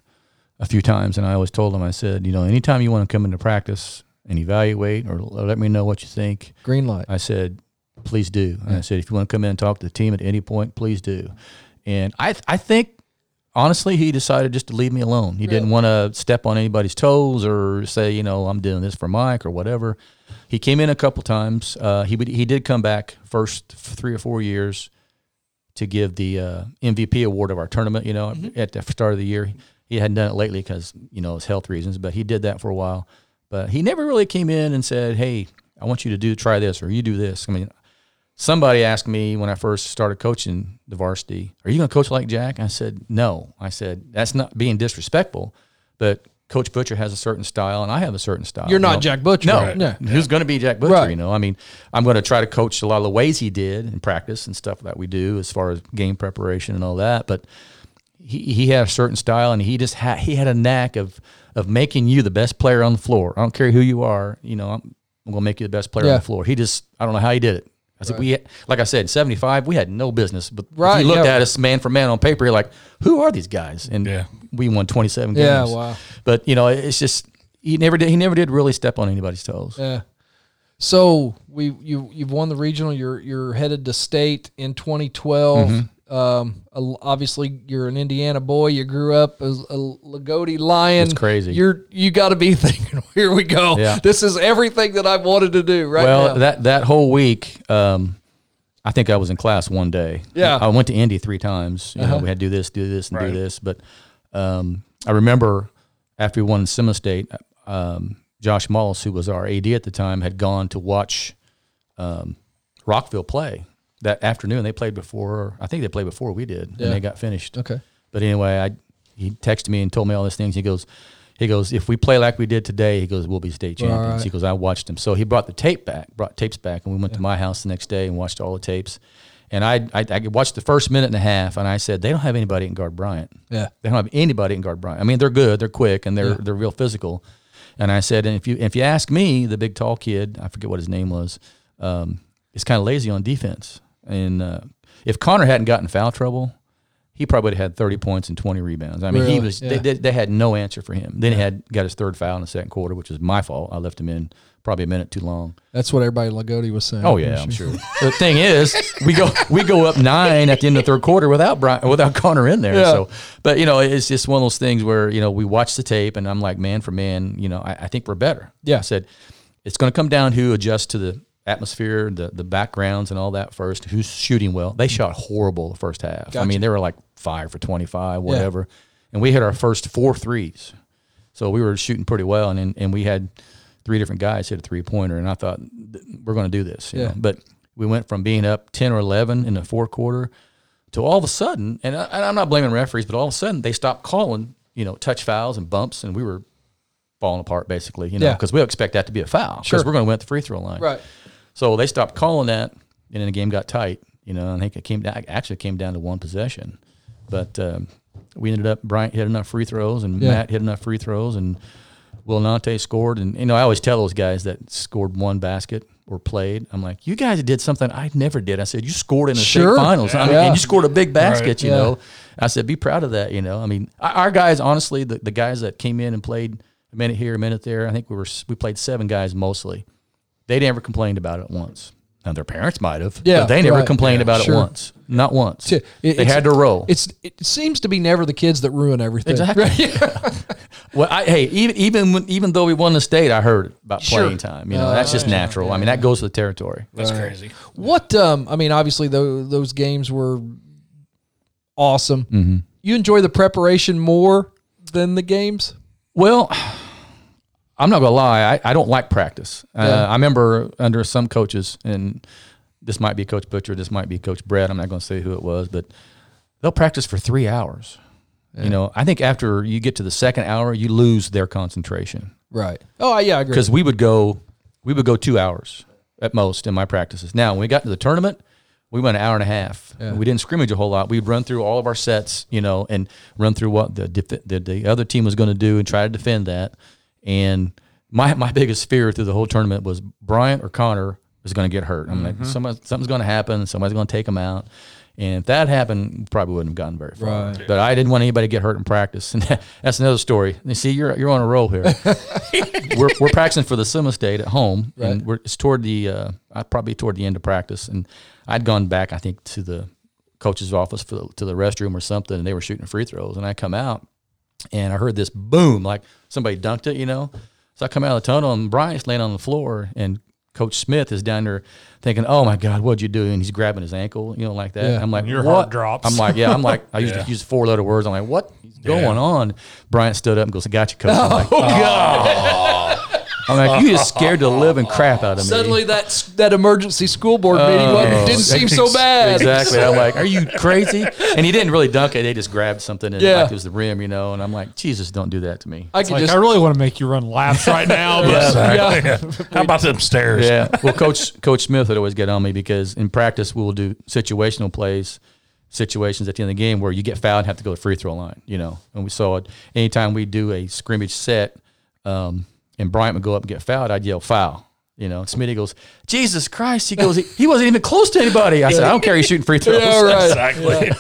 S5: a few times, and I always told him, I said, you know, anytime you want to come into practice and evaluate or l- let me know what you think,
S1: green light
S5: I said, please do. And I said, if you want to come in and talk to the team at any point, please do. And I, I think, honestly, he decided just to leave me alone. He didn't want to step on anybody's toes or say, you know, I'm doing this for Mike or whatever. He came in a couple times. Uh, he would, he did come back first three or four years to give the uh, MVP award of our tournament. You know,
S1: Mm-hmm.
S5: at the start of the year, he hadn't done it lately because you know his health reasons, but he did that for a while. But he never really came in and said, "Hey, I want you to do try this or you do this." I mean, somebody asked me when I first started coaching the varsity, "Are you going to coach like Jack?" I said, "No." I said, "That's not being disrespectful, but." Coach Butcher has a certain style, and I have a certain style.
S1: You're
S5: you
S1: not
S5: know?
S1: Jack Butcher.
S5: No,
S1: Right. Yeah.
S5: who's going to be Jack Butcher?
S1: Right.
S5: You know, I mean, I'm going to try to coach a lot of the ways he did in practice and stuff that we do as far as game preparation and all that. But he, he had a certain style, and he just had he had a knack of of making you the best player on the floor. I don't care who you are. You know, I'm, I'm going to make you the best player
S1: Yeah.
S5: on the floor. He just I don't know how he did it. I said we like I said, 75. We had no business, but
S1: Right,
S5: if you looked
S1: yeah.
S5: at us man for man on paper. You're like, who are these guys? And
S4: Yeah.
S5: we won 27 games.
S1: Yeah, wow.
S5: But you know, it's just he never did. He never did really step on anybody's toes.
S1: yeah so we you you've won the regional you're you're headed to state in 2012
S5: Mm-hmm.
S1: Um, al- obviously you're an Indiana boy. You grew up as a Lagodi Lion.
S5: It's crazy.
S1: You're you got to be thinking, here we go.
S5: Yeah.
S1: This is everything that I've wanted to do right
S5: well,
S1: now.
S5: that that whole week, um, I think I was in class one day.
S1: Yeah. Uh-huh.
S5: I went to Indy three times. You know, we had to do this, do this, and do this. But um, I remember after we won Sema State, um, Josh Mollis, who was our AD at the time, had gone to watch um, Rockville play that afternoon. They played before. I think they played before we did, and they got finished.
S1: Okay.
S5: But anyway, I he texted me and told me all these things. He goes, he goes, if we play like we did today, he goes, we'll be state champions. He goes, I watched him. So he brought the tape back, brought tapes back, and we went to my house the next day and watched all the tapes. And I, I, I watched the first minute and a half, and I said, they don't have anybody in guard Bryant.
S1: Yeah.
S5: They don't have anybody in guard Bryant. I mean, they're good, they're quick, and they're they're real physical. And I said, and if you if you ask me, the big tall kid, I forget what his name was, um, is kind of lazy on defense. And uh, if Connor hadn't gotten foul trouble, he probably would have had thirty points and twenty rebounds. I mean,
S1: Really?
S5: he was
S1: Yeah.
S5: they, they, they had no answer for him. Then he had got his third foul in the second quarter, which was my fault. I left him in probably a minute too long.
S1: That's what everybody in Lagodi was saying.
S5: Oh yeah, I'm sure. the thing is, we go we go up nine at the end of the third quarter without Brian, without Connor in there.
S1: Yeah.
S5: So, but you know, it's just one of those things where you know we watch the tape, and I'm like, man for man, you know, I, I think we're better.
S1: Yeah.
S5: I said it's going to come down who adjusts to the atmosphere, the the backgrounds, and all that first. Who's shooting well? They shot horrible the first half. I mean, they were like five for twenty five, whatever, and we hit our first four threes. So we were shooting pretty well, and and we had three different guys hit a three pointer, and I thought "Th- we're going to do this. you
S1: Yeah.
S5: know. But we went from being up ten or eleven in the fourth quarter to all of a sudden, and, I, and I'm not blaming referees, but all of a sudden they stopped calling, you know, touch fouls and bumps, and we were falling apart basically, you know,
S1: Yeah.
S5: because we expect that to be a foul because
S1: Sure.
S5: we're going to win at the free throw line,
S1: Right.
S5: so they stopped calling that, and then the game got tight. You know, I think it came down, actually came down to one possession, but um, we ended up Bryant hit enough free throws, and
S1: Yeah.
S5: Matt hit enough free throws, and Will Nante scored. And you know, I always tell those guys that scored one basket or played, I'm like, you guys did something I never did. I said, you scored in the
S1: Sure.
S5: state finals, I mean,
S1: Yeah.
S5: and you scored a big basket. You
S1: Yeah.
S5: know, I said, be proud of that. You know, I mean, our- our guys, honestly, the, the guys that came in and played a minute here, a minute there. I think we were s- we played seven guys mostly they never complained about it once. Now their parents might have,
S1: Yeah,
S5: but they never
S1: right.
S5: complained
S1: Yeah,
S5: about
S1: sure.
S5: it once, not once.
S1: T- it-
S5: they
S1: it's-
S5: had their role.
S1: It's it seems to be never the kids that ruin everything.
S5: Exactly.
S1: Right?
S5: Well, I, hey, even even when, even though we won the state, I heard about playing time. You know, that's just natural. I mean, that goes with the territory.
S4: That's crazy.
S1: What um I mean obviously tho- those games were awesome.
S3: Mm-hmm.
S1: You enjoy the preparation more than the games?
S5: Well, I'm not gonna lie. I, I don't like practice.
S1: Yeah.
S5: Uh, I remember under some coaches, and this might be Coach Butcher, this might be Coach Brad. I'm not gonna say who it was, but they'll practice for three hours. You know, I think after you get to the second hour, you lose their concentration
S1: Right. Oh yeah, I agree.
S5: because we would go, we would go two hours at most in my practices. Now, when we got to the tournament, we went an hour and a half. We didn't scrimmage a whole lot. We'd run through all of our sets, you know, and run through what the def- the, the other team was going to do and try to defend that. And my my biggest fear through the whole tournament was Bryant or Connor is going to get hurt. I'm
S1: Mm-hmm.
S5: like, somebody, something's going to happen. Somebody's going to take him out. And if that happened, we probably wouldn't have gotten very far.
S1: Right.
S5: But I didn't want anybody to get hurt in practice, and that's another story. You see, you're you're on a roll here we're, we're practicing for the summer state at home,
S1: Right.
S5: and we're, it's toward the uh, I probably toward the end of practice, and I'd gone back I think to the coach's office for the, to the restroom or something, and they were shooting free throws, and I come out and I heard this boom like somebody dunked it, you know. So I come out of the tunnel and Bryant's laying on the floor, and Coach Smith is down there thinking, "Oh my God, what'd you do?" And he's grabbing his ankle, you know, like that.
S1: Yeah.
S5: I'm like,
S3: Your
S5: "What?"
S3: heart drops.
S5: I'm like, "Yeah." I'm like, I used
S4: Yeah.
S5: to use four letter words. I'm like, "What is going on?" Bryant stood up and goes, "I got you, coach." I'm like, I'm like, you just scared the living crap out of me.
S1: Suddenly that s- that emergency school board meeting
S3: Oh,
S1: wasn't- didn't seem so bad.
S5: Exactly. I'm like, are you crazy? And he didn't really dunk it. They just grabbed something and
S1: Yeah.
S5: like it was the rim, you know. And I'm like, Jesus, don't do that to me.
S1: I could
S3: Like,
S1: just
S3: I really want to make you run laps right now, but
S4: How about them stairs?
S5: Yeah. Well, Coach Coach Smith would always get on me because in practice we will do situational plays, situations at the end of the game where you get fouled and have to go to the free throw line. You know, and we saw it anytime we do a scrimmage set, um, and Bryant would go up and get fouled. I'd yell foul. You know, and Smitty goes, Jesus Christ. He goes, he, he wasn't even close to anybody. I said, I don't care. He's shooting free throws.
S1: Yeah, right.
S4: Exactly.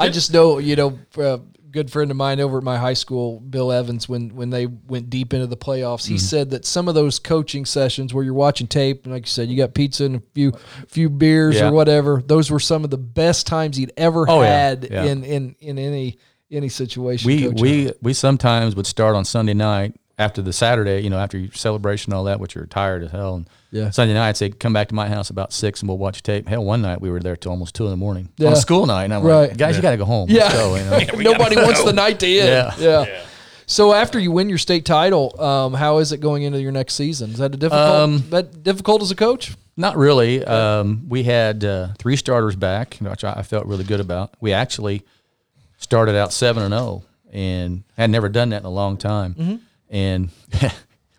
S1: I just know, you know, a good friend of mine over at my high school, Bill Evans, when when they went deep into the playoffs,
S5: Mm-hmm.
S1: he said that some of those coaching sessions where you're watching tape, and like you said, you got pizza and a few few beers
S5: Yeah.
S1: or whatever, those were some of the best times he'd ever
S5: Oh, yeah.
S1: had
S5: Yeah.
S1: in in in any any situation.
S5: we
S1: coaching.
S5: we we sometimes would start on Sunday night after the Saturday, you know, after your celebration and all that, which you're tired as hell. And
S1: Yeah.
S5: Sunday night, I'd say come back to my house about six and we'll watch tape. Hell, one night we were there till almost two in the morning
S1: Yeah.
S5: on a school night, and I'm
S1: Right.
S5: like, guys, you got to go home.
S1: yeah.
S5: Let's go, you know?
S1: Nobody wants the night to end.
S5: Yeah.
S1: Yeah. So after you win your state title, um, how is it going into your next season? Is that a difficult
S5: Um,
S1: that difficult as a coach?
S5: Not really. Um, we had uh, three starters back, which I I felt really good about. We actually started out seven and zero, and had never done that in a long time.
S1: Mm-hmm.
S5: And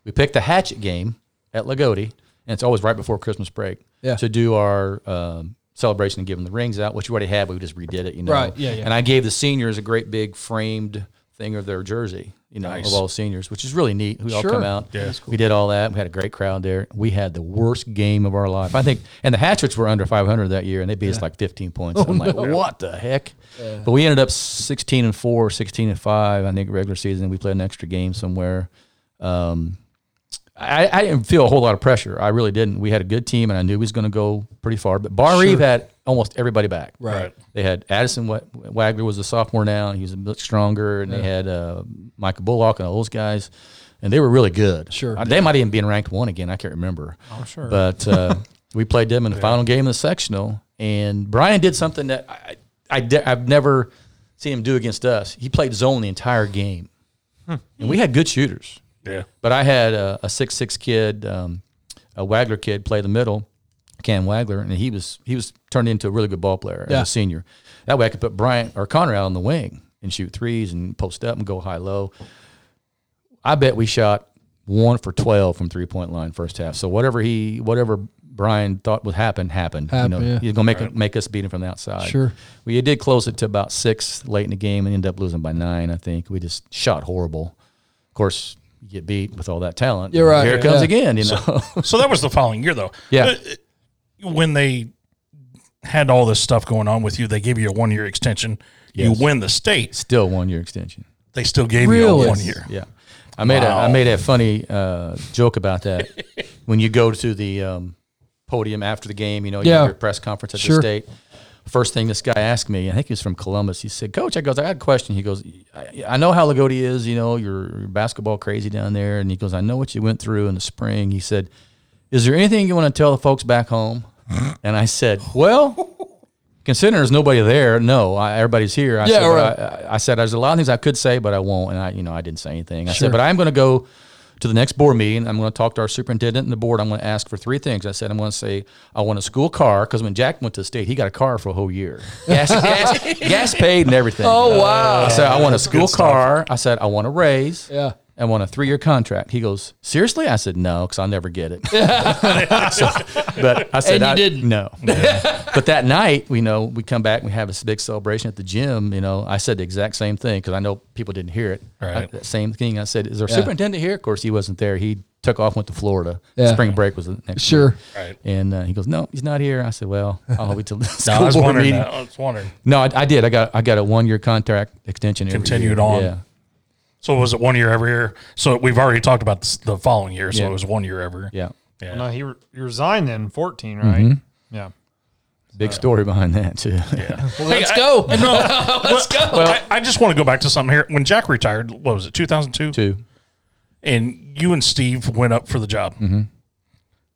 S5: we picked the hatchet game at Lagodi, and it's always right before Christmas break
S1: Yeah.
S5: to do our um, celebration and giving the rings out, which we already had. but We just redid it, you know.
S1: Right, yeah, yeah.
S5: And I gave the seniors a great big framed thing of their jersey, you know, of all seniors, which is really neat. We all
S1: Sure.
S5: come out. We did all that. We had a great crowd there. We had the worst game of our life. I think, and the Hatchets were under 500 that year, and they beat us like 15
S1: Oh,
S5: points. I'm like, what the heck? But we ended up 16 and 4, 16 and 5, I think, regular season. We played an extra game somewhere. Um, I, I didn't feel a whole lot of pressure. I really didn't. We had a good team, and I knew we was going to go pretty far. But Bar Reeve had almost everybody back.
S1: Right.
S5: They had Addison Wa- Wagner was a sophomore now, and he was a bit stronger. And they had uh, Michael Bullock and all those guys, and they were really good.
S1: Sure.
S5: Uh, they might even be in ranked one again. I can't remember. Oh, sure. But uh, we played them in the final game of the sectional, and Brian did something that I, I de- I've never
S1: Hmm.
S5: seen him do against us. He played zone the entire game, and we had good shooters.
S4: Yeah.
S5: But I had a, a six six kid, um, a Waggler kid, play the middle, Cam Waggler, and he was he was turned into a really good ball player
S1: Yeah.
S5: as a senior. That way, I could put Bryant or Connor out on the wing and shoot threes and post up and go high low. I bet we shot one for twelve from three point line first half. So whatever he whatever Brian thought would happen happened.
S1: Happened, yeah.
S5: He's gonna make make us beat him from the outside.
S1: Sure.
S5: We did close it to about six late in the game and ended up losing by nine. I think we just shot horrible. Of course, you get beat with all that talent.
S1: You're right.
S5: Here it comes
S1: Yeah.
S5: again. You know.
S4: So that was the following year, though.
S5: Yeah.
S4: Uh, when they had all this stuff going on with you, they gave you a one year extension.
S5: Yes.
S4: You win the state.
S5: Still one year extension.
S4: They still gave you
S1: Really?
S4: a one year.
S5: Yeah. I made
S4: Wow.
S5: a I made a funny uh, joke about that. when you go to the um, podium after the game, you know, you
S1: Yeah.
S5: have your press conference at
S1: Sure.
S5: the state. First thing this guy asked me, I think he was from Columbus. He said, "Coach," I goes, "I had a question." He goes, "I, I know how Lagodi is. You know, you're, you're basketball crazy down there." And he goes, "I know what you went through in the spring." He said, "Is there anything you want to tell the folks back home?" And I said, "Well." Considering there's nobody there, no, I, everybody's here. I
S1: Yeah,
S5: said, but
S1: right.
S5: I- I, I said there's a lot of things I could say, but I won't. And I, you know, I didn't say anything. I
S1: Sure.
S5: said, but I'm going to go to the next board meeting. I'm going to talk to our superintendent and the board. I'm going to ask for three things. I said, I'm going to say I want a school car because when Jack went to the state, he got a car for a whole year, gas, gas, gas paid and everything.
S1: Oh, wow.
S5: I said, I want a school car. I said, I want a raise.
S1: Yeah.
S5: I want a three-year contract. He goes, seriously? I said, no, because I never get it. So, but I said,
S1: And you
S5: I
S1: didn't.
S5: No. but that night, we know we come back and we have this big celebration at the gym. You know, I said the exact same thing because I know people didn't hear it.
S4: Right.
S5: I- that same thing. I said, is there a superintendent here? Of course, he wasn't there. He took off, went to Florida.
S1: Yeah.
S5: Spring break was the next.
S1: Sure.
S4: Right.
S5: And uh, he goes, no, he's not here. I said, well, I'll wait till the
S4: No, I
S5: school
S4: was
S5: board
S4: wondering.
S5: meeting.
S4: That. I was wondering.
S5: No, I, I did. I got I got a one year contract extension. every
S4: Continued
S5: year.
S4: on.
S5: Yeah.
S4: So was it one year every year? So we've already talked about this, the following year. So
S5: Yeah.
S4: it was one year every year.
S5: Yeah.
S4: Yeah.
S3: No, he, re- he resigned in 14, right?
S5: Mm-hmm.
S3: Yeah.
S5: Big story behind that too. Yeah.
S1: Well, let's go. let's go.
S4: I, I just want to go back to something here. When Jack retired, what was it, 2002?
S5: too.
S4: And you and Steve went up for the job.
S5: Mm-hmm.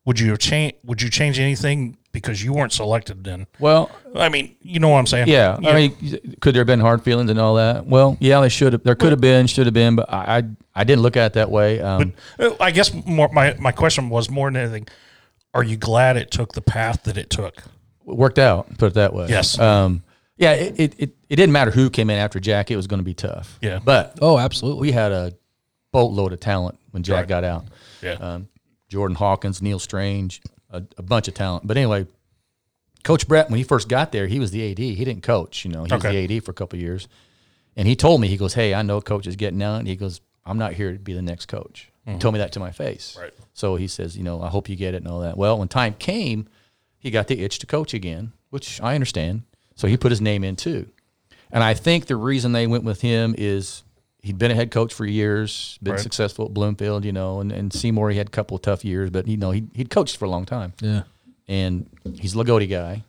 S4: Would you have changed? Would you change anything because you weren't selected then?
S5: Well,
S4: I mean, you know what I'm saying?
S5: yeah. I mean, could there have been hard feelings and all that? Well, yeah, they should have. There could have been, should have been, but I, I, I didn't look at it that way. Um,
S4: Uh, I guess more, my my question was more than anything: Are you glad it took the path that it took?
S5: it worked out. Put it that way.
S4: Yes.
S5: Um, yeah. It, it, it, it didn't matter who came in after Jack. It was going to be tough.
S4: Yeah.
S5: But
S1: Oh, absolutely.
S5: we had a boatload of talent when Jack got out.
S4: Yeah.
S5: Um, Jordan Hawkins, Neil Strange, a, a bunch of talent. But anyway, Coach Brett, when he first got there, he was the AD. He didn't coach, you know, he
S4: Okay.
S5: was the AD for a couple of years. And he told me, he goes, Hey, I know coach is getting out. And he goes, I'm not here to be the next coach. He told me that to my face.
S4: Mm-hmm. Right.
S5: So he says, You know, I hope you get it and all that. Well, when time came, he got the itch to coach again, which I understand. So he put his name in too. And I think the reason they went with him is he'd been a head coach for years, been
S4: Right.
S5: successful at Bloomfield, you know, and, and Seymour, he had a couple of tough years, but, you know, he, he'd coached for a long time.
S1: Yeah.
S5: And he's a Lagodi guy.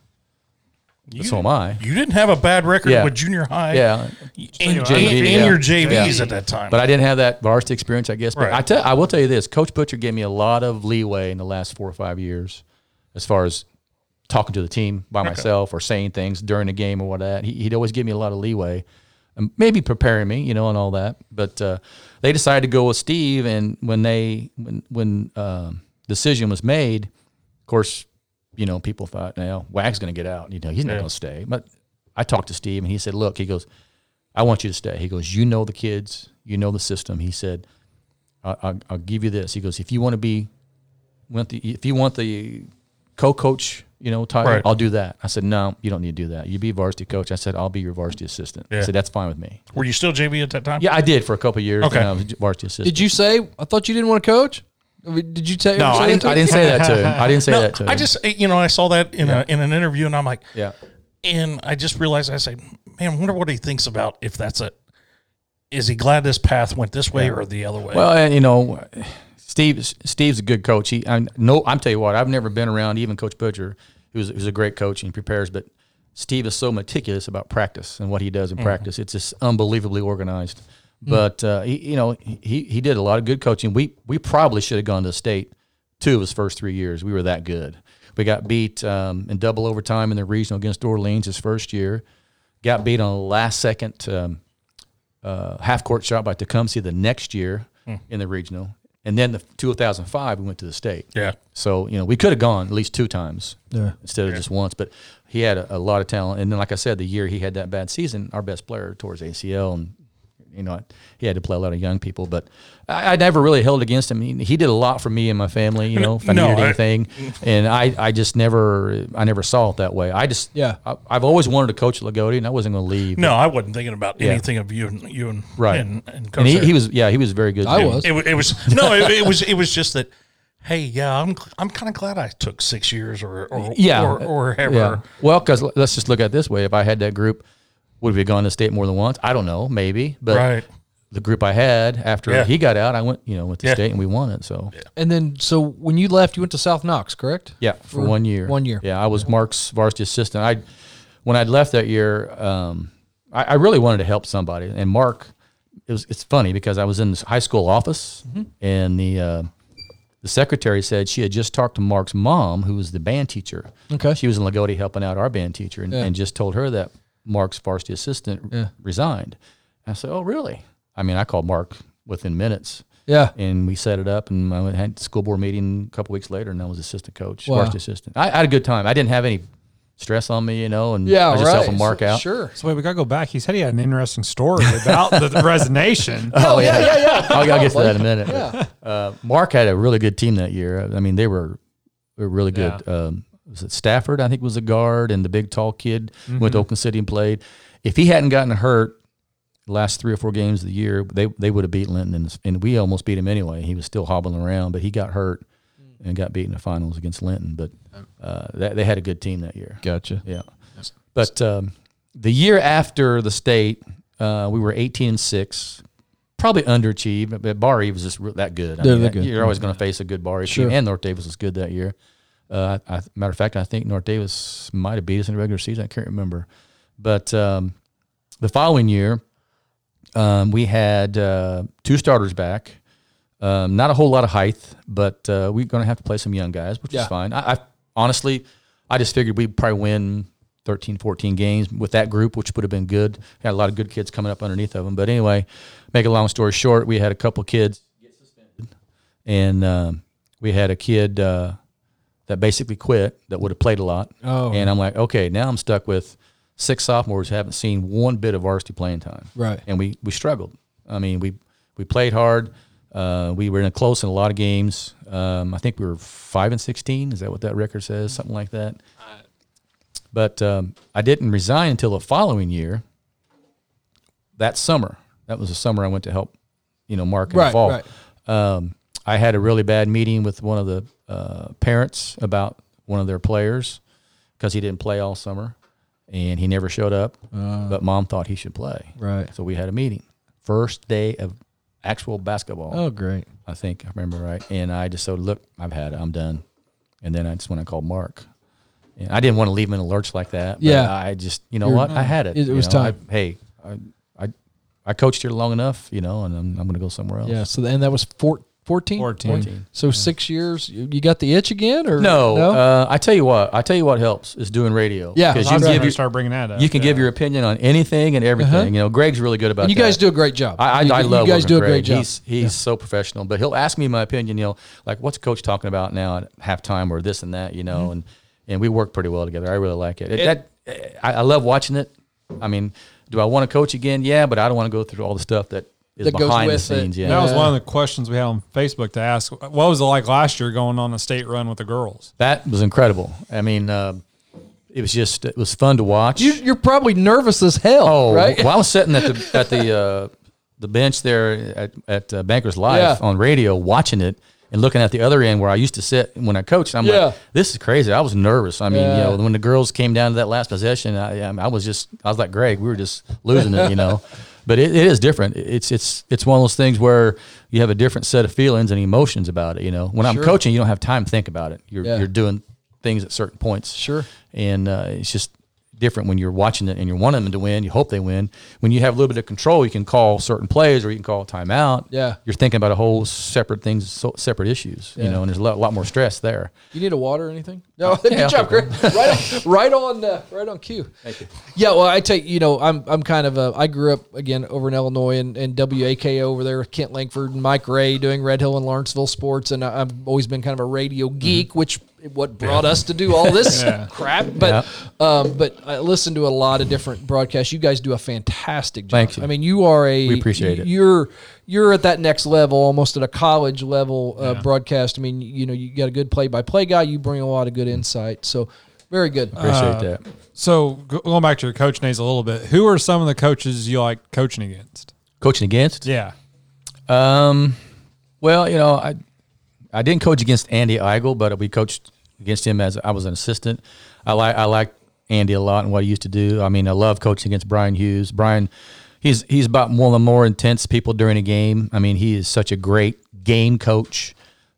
S5: But so am I.
S4: You didn't have a bad record
S5: Yeah.
S4: with junior high.
S5: Yeah.
S4: And,
S5: JV,
S4: and
S5: yeah.
S4: your JVs
S5: Yeah.
S4: at that time.
S5: But I didn't have that varsity experience, I guess. But
S4: Right.
S5: I, tell, I will tell you this Coach Butcher gave me a lot of leeway in the last four or five years as far as talking to the team by myself or saying things during the game or what that. He, he'd always give me a lot of leeway, and maybe preparing me, you know, and all that. But uh, they decided to go with Steve. And when they, when, when, um, decision was made, of course, you know, people thought, now Wag's going to get out. You know, he's not going to stay. But I talked to Steve and he said, look, he goes, I want you to stay. He goes, you know the kids, you know the system. He said, I, I, I'll give you this. He goes, if you want to be, want the, if you want the co-coach, you know, title,
S4: Right.
S5: I'll do that. I said, no, you don't need to do that. You be varsity coach. I said, I'll be your varsity assistant.
S4: Yeah.
S5: He said, that's fine with me.
S4: Were you still JV at that time?
S5: Yeah, I did for a couple of years.
S4: Okay.
S5: Okay. I was varsity assistant.
S1: Did you say, I thought you didn't want to coach? I mean, Did you tell
S5: No,
S1: say
S5: I
S1: that
S5: didn't.
S1: to
S5: I
S1: him?
S5: didn't say that to him. I didn't say that to him.
S4: I just you know I saw that in a in an interview and I'm like
S5: yeah.
S4: and I just realized I say man I wonder what he thinks about if that's a is he glad this path went this way or the other way
S5: Well, and you know, Steve Steve's a good coach. He I know I'm tell you what, I've never been around even Coach Butcher, who's who's a great coach and he prepares, but Steve is so meticulous about practice and what he does in practice. It's just unbelievably organized. But uh, he, you know, he he did a lot of good coaching. We we probably should have gone to the state two of his first three years. We were that good. We got beat um, in double overtime in the regional against Orleans his first year. Got beat on the last second um, uh, half court shot by Tecumseh the next year.
S4: Hmm.
S5: in the regional, and then the 2005 we went to the state.
S4: Yeah.
S5: So you know we could have gone at least two times
S1: Yeah.
S5: instead of just once, but he had a, a lot of talent. And then like I said, the year he had that bad season, our best player towards ACL, and you know he had to play a lot of young people. But I, I never really held against him. He, he did a lot for me and my family. You know, if I
S4: No,
S5: needed
S4: I-
S5: anything, and I I just never I never saw it that way. I just
S1: Yeah.
S5: I, I've always wanted to coach at Lagodi, and I wasn't going to leave.
S4: No, I wasn't thinking about anything of you and you and
S5: Right.
S4: and, and, Coach
S5: And he,
S4: Sarah.
S5: he was, yeah, he was very good.
S1: I
S5: too.
S1: was.
S4: It, wa- it was no, it, it was it was just that. Hey, yeah, I'm I'm kind of glad I took six years or or
S5: yeah,
S4: or, or ever.
S5: Well, because let's just look at it this way: if I had that group, would we have gone to state more than once? I don't know, maybe. But
S4: Right.
S5: the group I had after
S4: Yeah.
S5: he got out, I went, you know, went to
S4: Yeah.
S5: state and we won it. So yeah,
S1: And then, so when you left, you went to South Knox, correct?
S5: for one year.
S1: One year.
S5: Yeah, I was Mark's varsity assistant. I when I left that year, um, I, I really wanted to help somebody, and Mark. It was, it's funny because I was in this high school office,
S1: Mm-hmm.
S5: and the uh, the secretary said she had just talked to Mark's mom, who was the band teacher.
S1: Okay.
S5: She was in Lagodi helping out our band teacher and,
S1: Yeah.
S5: and just told her that Mark's varsity assistant
S1: Yeah.
S5: resigned. I said, Oh, really? I mean, I called Mark within minutes
S1: Yeah.
S5: and we set it up and I went- had a school board meeting a couple weeks later and I was assistant coach,
S1: Wow.
S5: varsity assistant. I, I had a good time. I didn't have any stress on me, you know, and
S1: Yeah.
S5: I was
S1: right.
S5: just helping Mark out.
S1: Sure.
S3: So wait, we gotta go back. He said he had an interesting story about the, the resignation.
S5: Oh, yeah, yeah, yeah. I'll, I'll get to that in a minute.
S1: Yeah.
S5: Uh, Mark had a really good team that year. I mean, they were, they were really good. Um, was it Stafford? I think was a guard, and the big tall kid went to Oakland City and played. If he hadn't gotten hurt, the last three or four games of the year, they they would have beat Linton, and, and we almost beat him anyway. He was still hobbling around, but he got hurt and got beat in the finals against Linton. But uh, that, they had a good team that year.
S6: Gotcha.
S5: Yeah. But um, the year after the state, uh, we were 18 and 6, probably underachieved, but- but Bar Eve was just re- that good. I
S6: They're
S5: mean,
S6: that
S5: that-
S6: good.
S5: You're always going to face a good Bar Eve
S1: Sure.
S5: team, and North Davis was good that year. Uh, I, I- matter of fact, I think North Davis might have beat us in the regular season. I can't remember. But um, the following year, um, we had uh, two starters back. Um, not a whole lot of height, but uh, we're going to have to play some young guys, which
S1: Yeah.
S5: is fine. I, I honestly, I just figured we'd probably win 13, 14 games with that group, which would have been good. Had a lot of good kids coming up underneath of them. But anyway, make a long story short, we had a couple kids get suspended, and um, we had a kid uh, that basically quit that would have played a lot.
S1: Oh.
S5: and I'm like, okay, now I'm stuck with six sophomores who haven't seen one bit of varsity playing time
S1: Right.
S5: and we we struggled. I mean, we we played hard. Uh, we were in a close in a lot of games. Um, I think we were five and sixteen. Is that what that record says? Something like that. But um, I didn't resign until the following year. That summer, that was the summer I went to help, you know, Mark in the
S1: Right.
S5: fall
S1: Right.
S5: um, I had a really bad meeting with one of the uh, parents about one of their players because he didn't play all summer and he never showed up.
S1: Uh.
S5: but mom thought he should play.
S6: Right.
S5: So we had a meeting. First day of actual basketball,
S6: Oh, great.
S5: I think I remember right. And I just said, "Look, I've had it. I'm done." And then that's when I called Mark. And I didn't want to leave him in a lurch like that. but
S1: Yeah.
S5: I just, you know
S1: You're-
S5: what? I had it.
S1: It- it
S5: you
S1: was
S5: know? I-
S1: time.
S5: hey, I, I, I coached here long enough, you know, and I'm, I'm going to go somewhere else.
S1: Yeah. So and that was four, 14?
S3: 14. 14.
S1: So six years. You you got the itch again, or
S5: No, Uh, I tell you what. I tell you what helps is doing radio.
S1: Yeah,
S5: because
S1: I
S5: you
S1: was
S5: can
S1: gonna
S5: give your,
S3: start bringing that up.
S5: you can give your opinion on anything and everything. You know, Greg's really good about.
S1: Uh-huh. and you
S5: that.
S1: guys do a great job.
S5: I, I,
S1: you,
S5: I love
S1: You guys
S5: working
S1: do a
S5: with
S1: great
S5: Greg.
S1: job.
S5: He's he's so professional, but he'll ask me my opinion. You know, like what's coach talking about now at halftime or this and that. You
S1: Mm-hmm.
S5: know, and and we work pretty well together. I really like it. It- that I, I love watching it. I mean, do I want to coach again? Yeah, but I don't want to go through all the stuff that is
S1: That goes
S5: behind the
S1: with it.
S5: scenes. Yeah,
S3: That was
S1: Yeah.
S3: one of the questions we had on Facebook to ask. What was it like last year going on a state run with the girls?
S5: that was incredible. I mean, uh, it was just it was fun to watch.
S1: You, you're probably nervous as hell,
S5: Oh,
S1: right?
S5: well, I was sitting at the at the uh, the bench there at, at uh, Bankers Life
S1: Yeah.
S5: on radio, watching it and looking at the other end where I used to sit when I coached. I'm
S1: Yeah.
S5: like, this is crazy. I was nervous. I mean,
S1: Yeah.
S5: you know, when the girls came down to that last possession, I I I was just I was like Greg, we were just losing it, you know. But it, it is different. It's it's it's one of those things where you have a different set of feelings and emotions about it. You know, when I'm coaching, you don't have time to think about it. You're
S1: Yeah.
S5: you're doing things at certain points.
S1: Sure.
S5: And uh, it's just different when you're watching it and you're wanting them to win. You hope they win. When you have a little bit of control, you can call certain plays or you can call a timeout.
S1: Yeah.
S5: you're thinking about a whole separate things, so, separate issues. You know, and there's a lot, lot more stress there.
S1: You need a water or anything? No, good
S5: yeah, I'll
S1: job, Greg. Right, on- right on, uh, right on cue. Thank you. Yeah, well, I take you know, I'm I'm kind of a I grew up again over in Illinois and, and WAKO over there with Kent Langford and Mike Ray doing Red Hill and Lawrenceville sports, and I, I've always been kind of a radio
S5: Mm-hmm.
S1: geek, which what brought us to do all this crap. But um, but I listen to a lot of different broadcasts. You guys do a fantastic job.
S5: Thank you.
S1: I mean, you are a
S5: We appreciate it.
S1: you're you're at that next level, almost at a college level uh, broadcast. I mean, you know, you got a good play-by-play guy. You bring a lot of
S5: Mm.
S1: good insight. So, very good.
S5: Appreciate that.
S3: So go- going back to your coach days a little bit, who are some of the coaches you like coaching against?
S5: Coaching against?
S3: Yeah.
S5: Um, well, you know, I I didn't coach against Andy Eigel, but we coached against him as I was an assistant. I like I like Andy a lot and what he used to do. I mean, I love coaching against Brian Hughes. Brian, he's he's about one of the more intense people during a game. I mean, he is such a great game coach.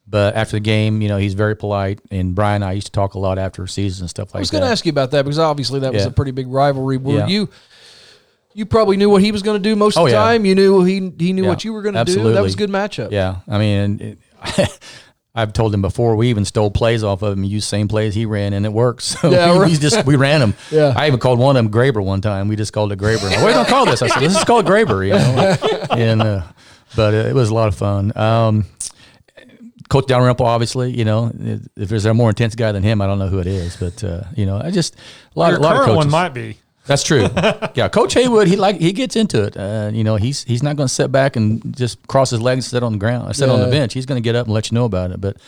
S5: But after the game, you know, he's very polite. And Brian, and I used to talk a lot after seasons and stuff
S1: I
S5: like
S1: was
S5: that.
S1: going to ask you about that because obviously that was
S5: Yeah.
S1: a pretty big rivalry. Were
S5: Yeah.
S1: you you probably knew what he was going to do most
S5: Oh,
S1: of the
S5: yeah.
S1: time. You knew he he knew
S5: Yeah,
S1: what you were going to do. That was a
S5: absolutely.
S1: good matchup.
S5: Yeah, I mean, it, I've told him before. We even stole plays off of him, used same plays he ran, and it works. So
S1: Yeah,
S5: we,
S1: right.
S5: we just we ran them.
S1: Yeah.
S5: I even called one of them Graber one time. We just called it Graber. What are going to call this? I said, "This is called Graber." You know, and uh, but uh, it was a lot of fun. Um, Coach Dalrymple, obviously, you know, if there's a more intense guy than him, I don't know who it is, but uh, you know, I just a lot,
S3: Your
S5: a lot of
S3: current
S5: coaches.
S3: one might be.
S5: That's true. yeah, Coach Haywood, he like he gets into it. Uh, you know, he's he's not going to sit back and just cross his legs and sit on the ground, sit on the
S1: Yeah.
S5: bench. He's going to get up and let you know about it. But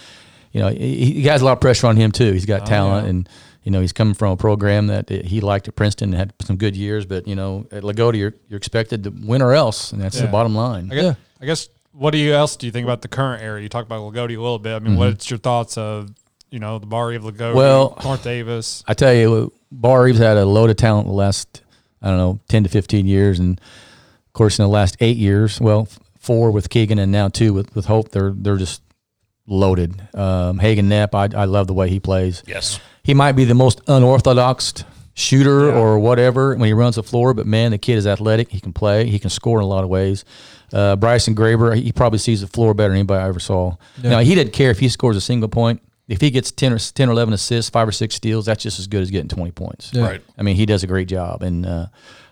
S5: you know, he, he has a lot of pressure on him too. He's
S3: Oh,
S5: got talent, and you know, he's coming from a program that he liked at Princeton and had some good years. But you know, at Lagoda, you're you're expected to win or else, and that's the
S3: Yeah.
S5: bottom line.
S3: I guess, I guess what do you else do you think about the current area? You talked about Lagodi a little bit. I mean, what's your thoughts of you know the Barry of Lagodi,
S5: Well-
S3: North Davis?
S5: I tell you, Bar Reeves had a load of talent the last, I don't know, 10 to 15 years. And of course, in the last eight years, well, f- four with Keegan and now two with, with Hope, they're they're just loaded. Um, Hagen Knapp, I, I love the way he plays.
S4: Yes.
S5: He might be the most unorthodox shooter or whatever when he runs the floor, but man, the kid is athletic. He can play, he can score in a lot of ways. Uh, Bryson Graber, he probably sees the floor better than anybody I ever saw. Now, he didn't care if he scores a single point. If he gets 10 or, 10 or 11 assists, five or six steals, that's just as good as getting 20 points.
S4: Right.
S5: I mean, he does a great job. And uh,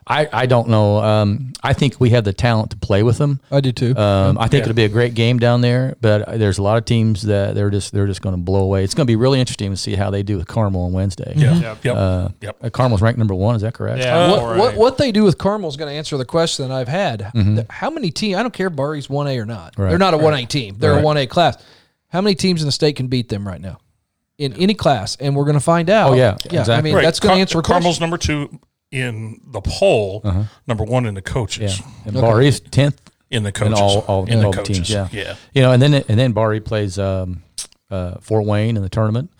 S5: I, I don't know. Um, I think we have the talent to play with him.
S1: I do too.
S5: Um, I think it'll be a great game down there, but there's a lot of teams that they're just they're just going to blow away. It's going to be really interesting to see how they do with Carmel on Wednesday.
S4: Yeah. Yep.
S5: Uh,
S4: yep.
S5: uh, Carmel's ranked number one. Is that correct?
S3: Yeah,
S1: what,
S3: all
S1: what
S3: right.
S1: what they do with Carmel's going to answer the question that I've had. Th- How many teams? I don't care if Barry's one A or not. They're not a one A team. They're a
S5: Mm-hmm. Right.
S1: one A class. How many teams in the state can beat them right now in any class? And we're going to find out.
S5: Oh, yeah,
S1: yeah. I
S5: exactly.
S1: mean, that's going to answer a question.
S4: Carmel's number two in the poll,
S5: Uh-huh.
S4: number one in the coaches.
S5: And Bar East tenth
S4: In the
S5: in
S4: coaches.
S5: all all,
S4: in the
S5: all the
S4: coaches.
S5: teams. Yeah.
S4: Yeah.
S5: You know, and then and then Barry plays um, uh, Fort Wayne in the tournament.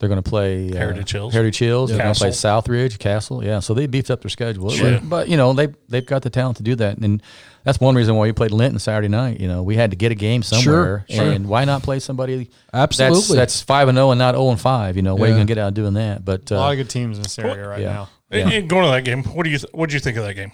S5: They're going to play uh,
S4: Heritage Hills.
S5: Heritage Hills. They're going to play
S4: Castle.
S5: Southridge, Castle. Yeah, so they beefed up their schedule.
S4: Sure.
S5: But, but, you know they they've got the talent to do that, and that's one reason why we played Linton Saturday night. You know, we had to get a game somewhere,
S1: sure.
S5: and why not play somebody
S1: Absolutely.
S5: that's that's five and zero and not zero and five? You know, where
S1: Yeah.
S5: you going to get out of doing that? But uh,
S3: A lot of good teams in this area right
S5: yeah.
S3: now.
S4: And- and Going to that game, what do you th- what do you think of that game?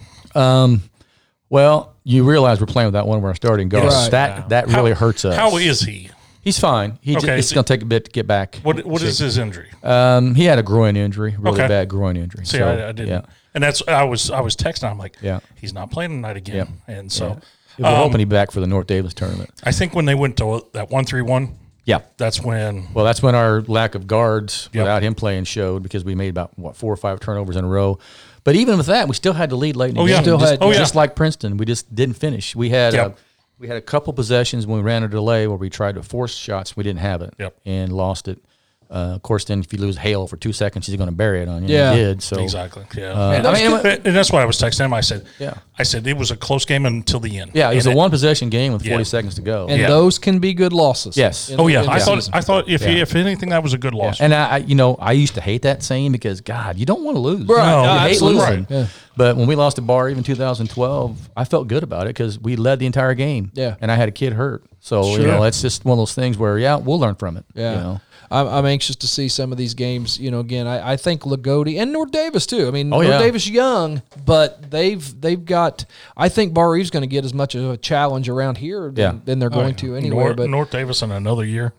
S5: well, you realize we're playing without one of our starting guards.
S1: Right.
S5: That that really
S4: How-
S5: hurts us.
S4: How is he?
S5: He's fine. He just,
S4: Okay,
S5: it's
S4: so-
S5: going to take a bit to get back.
S4: What what is his injury?
S5: Um, he had a groin injury, really
S4: Okay.
S5: bad groin injury.
S4: See,
S5: so,
S4: I, I didn't.
S5: Yeah,
S4: And that's I was I was texting. I'm like,
S5: Yeah.
S4: he's not playing tonight again. And so
S5: we're hoping he's back for the North Davis tournament.
S4: I think when they went to that one three one,
S5: Yeah.
S4: that's when
S5: Well, that's when our lack of guards
S4: Yep.
S5: without him playing showed because we made about what four or five turnovers in a row. But even with that, we still had to lead late in the
S4: Oh,
S5: game.
S4: yeah. Still
S5: just,
S4: had- Oh, yeah.
S5: just like Princeton, we just didn't finish. We had
S4: Yep.
S5: a, we had a couple possessions when we ran a delay where we tried to force shots. We didn't have it
S4: Yep.
S5: and lost it. Uh, of course, then if you lose Hale for two seconds, he's going to bury it on you.
S1: Yeah.
S5: and he did so
S4: exactly. Yeah.
S5: And
S4: and,
S5: I mean,
S4: that's- and that's why I was texting him. I said,
S5: uh, Yeah.
S4: I said it was a close game until the end.
S5: Yeah, it was
S4: And
S5: a one possession game with forty
S4: Yeah.
S5: seconds to go.
S1: and
S4: Yeah.
S1: those can be good losses.
S5: Yes.
S1: In-
S4: Oh yeah,
S1: in
S4: I
S1: the
S4: thought
S1: season.
S4: I thought if
S5: Yeah.
S4: if anything that was a good loss.
S5: And I, I, you know, I used to hate that saying because God, you don't want to lose.
S1: Right.
S5: You
S1: No,
S5: hate
S1: absolutely.
S5: losing.
S1: Yeah.
S5: But when we lost to Bar, even 2012, I felt good about it because we led the entire game.
S1: Yeah.
S5: And I had a kid hurt, So you know, that's just one of those things where yeah, we'll learn from it.
S1: Yeah.
S5: You know?
S1: I'm, I'm anxious to see some of these games. You know, again, I, I think Lagodi and Nord Davis too. I mean,
S5: Oh,
S1: Nord
S5: yeah.
S1: Davis young, but they've they've got. I think Bar Eve's going to get as much of a challenge around here than,
S5: Yeah.
S1: than they're going to anyway.
S4: North,
S1: but
S4: North Davis in another year.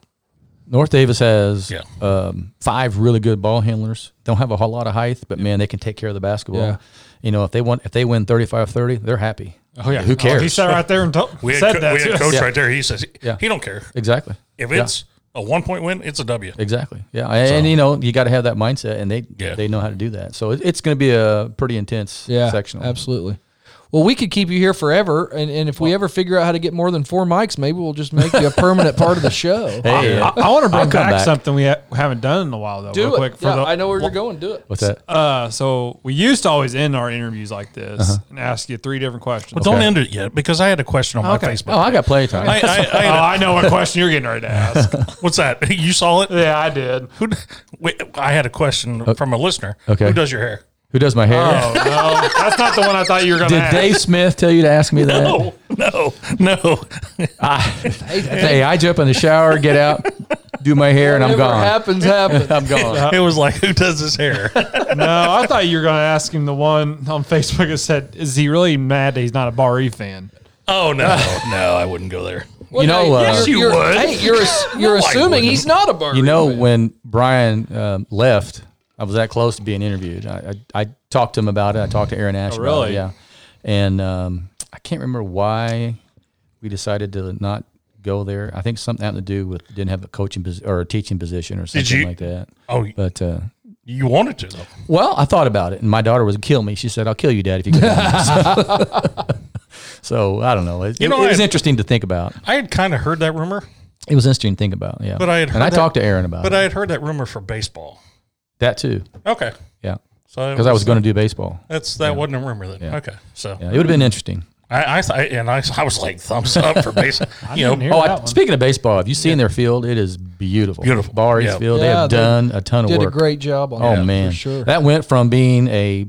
S5: North Davis has
S4: Yeah.
S5: um, five really good ball handlers. Don't have a whole lot of height, but man, they can take care of the basketball.
S1: Yeah.
S5: You know, if they want, if they win 35-30, they're happy.
S3: Oh yeah,
S5: Who cares?
S3: he sat right there and told,
S4: We had,
S3: said
S4: co-
S3: that.
S4: we had
S3: to
S4: a
S3: us.
S4: coach
S5: Yeah.
S4: right there. He says
S5: Yeah.
S4: he don't care
S5: Exactly.
S4: if
S5: Yeah.
S4: it's a one point win. It's a W.
S5: Exactly. Yeah, and, and, you know you got to have that mindset, and they
S4: Yeah.
S5: they know how to do that. So it, it's going to be a pretty intense
S1: yeah,
S5: sectional.
S1: absolutely. Well, we could keep you here forever, and, and if we ever figure out how to get more than four mics, maybe we'll just make you a permanent part of the show.
S5: Hey,
S3: I, want to bring
S5: come
S3: back,
S5: back.
S3: something we ha- haven't done in a while though.
S1: do
S3: real
S1: it.
S3: quick
S1: yeah,
S3: the-
S1: I know where you're going. Do it.
S5: what's that?
S3: Uh, so we used to always end our interviews like this and ask you three different questions.
S4: Well, don't end it yet because I had a question on my
S3: Okay.
S5: Oh,
S4: Facebook.
S5: I got plenty of time.
S4: I, I, I
S3: Oh,
S4: had a-
S3: I know what question you're getting ready to ask.
S4: what's that? You saw
S5: Uh,
S4: it?
S3: yeah, I did.
S4: Who? d- Wait, I had a question from a listener.
S5: Okay.
S4: Who does your hair?
S5: Who does my hair?
S3: Oh no, that's not the one I thought you were going to
S5: Did
S3: ask.
S5: Dave Smith tell you to ask me that?
S4: Oh no, no.
S5: Hey, I jump in the shower, get out, do my hair, and I'm
S1: Whatever
S5: gone.
S1: happens, happens.
S5: I'm gone.
S4: It was like who does his hair?
S3: no, I thought you were going to ask him the one on Facebook that said, "Is he really mad that he's not a Bar E fan?"
S4: Oh no,
S5: Uh,
S4: no, I wouldn't go there.
S1: Well,
S5: know,
S1: hey,
S5: uh,
S1: you're-
S5: Yes,
S4: you
S1: you're-
S4: would.
S1: Hey, you're ass- you're
S4: No, I
S1: assuming
S4: wouldn't.
S1: he's not a Bar.
S5: You know,
S1: Eve fan.
S5: when Brian um, left, I was that close to being interviewed. I, I, I talked to him about it. I talked to Aaron Ash.
S3: Oh,
S5: About
S3: really?
S5: it, yeah. And um, I can't remember why we decided to not go there. I think something had to do with didn't have a coaching posi- or a teaching position or something
S4: you-
S5: like that.
S4: Oh,
S5: But uh,
S4: you wanted to though.
S5: well, I thought about it, and my daughter was kill me. She said, "I'll kill you, Dad, if you go." down there." so I don't know. It,
S4: You know,
S5: it was
S4: I-
S5: interesting to think about.
S4: I had kind of heard that rumor,
S5: It was interesting to think about. Yeah,
S4: But I had
S5: and I
S4: heard that-
S5: talked to Aaron about
S4: but
S5: it.
S4: I had heard that rumor for baseball.
S5: that too.
S4: Okay,
S5: Yeah,
S4: so
S5: because I was going to do baseball.
S4: That's that wasn't a rumor then. Okay, so
S5: Yeah, it would have been interesting.
S4: I, I th- and I, I was like thumbs up for baseball. you know,
S5: Oh, I-
S3: that one.
S5: speaking of baseball, have you seen their field? It is beautiful.
S4: Beautiful.
S5: Bar East
S4: Yeah.
S5: Field. they
S1: Yeah,
S5: have
S1: they
S5: done a ton of
S1: did a
S5: work.
S1: great job on
S5: oh
S1: that.
S5: man,
S1: for sure.
S5: that went from being a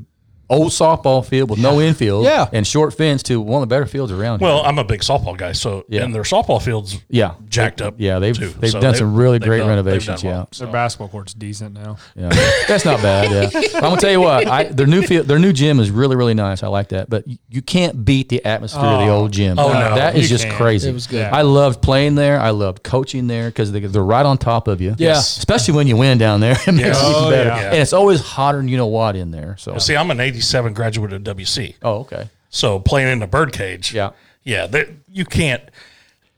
S5: old softball field with no infield
S1: Yeah.
S5: and short fence to one of the better fields around. here.
S4: well, I'm a big softball guy, so
S5: Yeah.
S4: and their softball fields
S5: yeah,
S4: jacked up.
S5: yeah, they've
S4: too.
S5: they've
S4: So
S5: done
S4: they-
S5: some really
S4: they've
S5: great
S4: done- they've
S5: renovations.
S4: done
S5: Yeah,
S4: well.
S3: Their basketball court's decent now.
S5: Yeah, that's not bad. Yeah, But I'm gonna tell you what. I, their new field, their new gym is really, really nice. I like that. But you, you can't beat the atmosphere of the old gym.
S4: Oh, no,
S5: that is
S3: you
S5: just
S3: can't.
S5: crazy.
S1: It was good.
S5: I loved playing there. I loved coaching there because they, they're right on top of you.
S1: Yeah. Yes.
S5: especially when you win down there. It makes it
S3: Oh,
S5: even better.
S3: yeah.
S5: And it's always hotter than you know what in there. So
S4: See, I'm an '87 graduate of WC,
S5: oh, okay.
S4: so playing in the birdcage.
S5: Yeah.
S4: yeah, that you can't.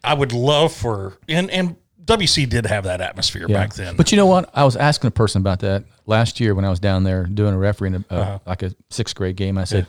S4: I would love for and and WC did have that atmosphere
S5: Yeah.
S4: back then.
S5: But you know what? I was asking a person about that last year when I was down there doing a refereeing, uh,
S4: Uh-huh.
S5: like a sixth grade game. I said,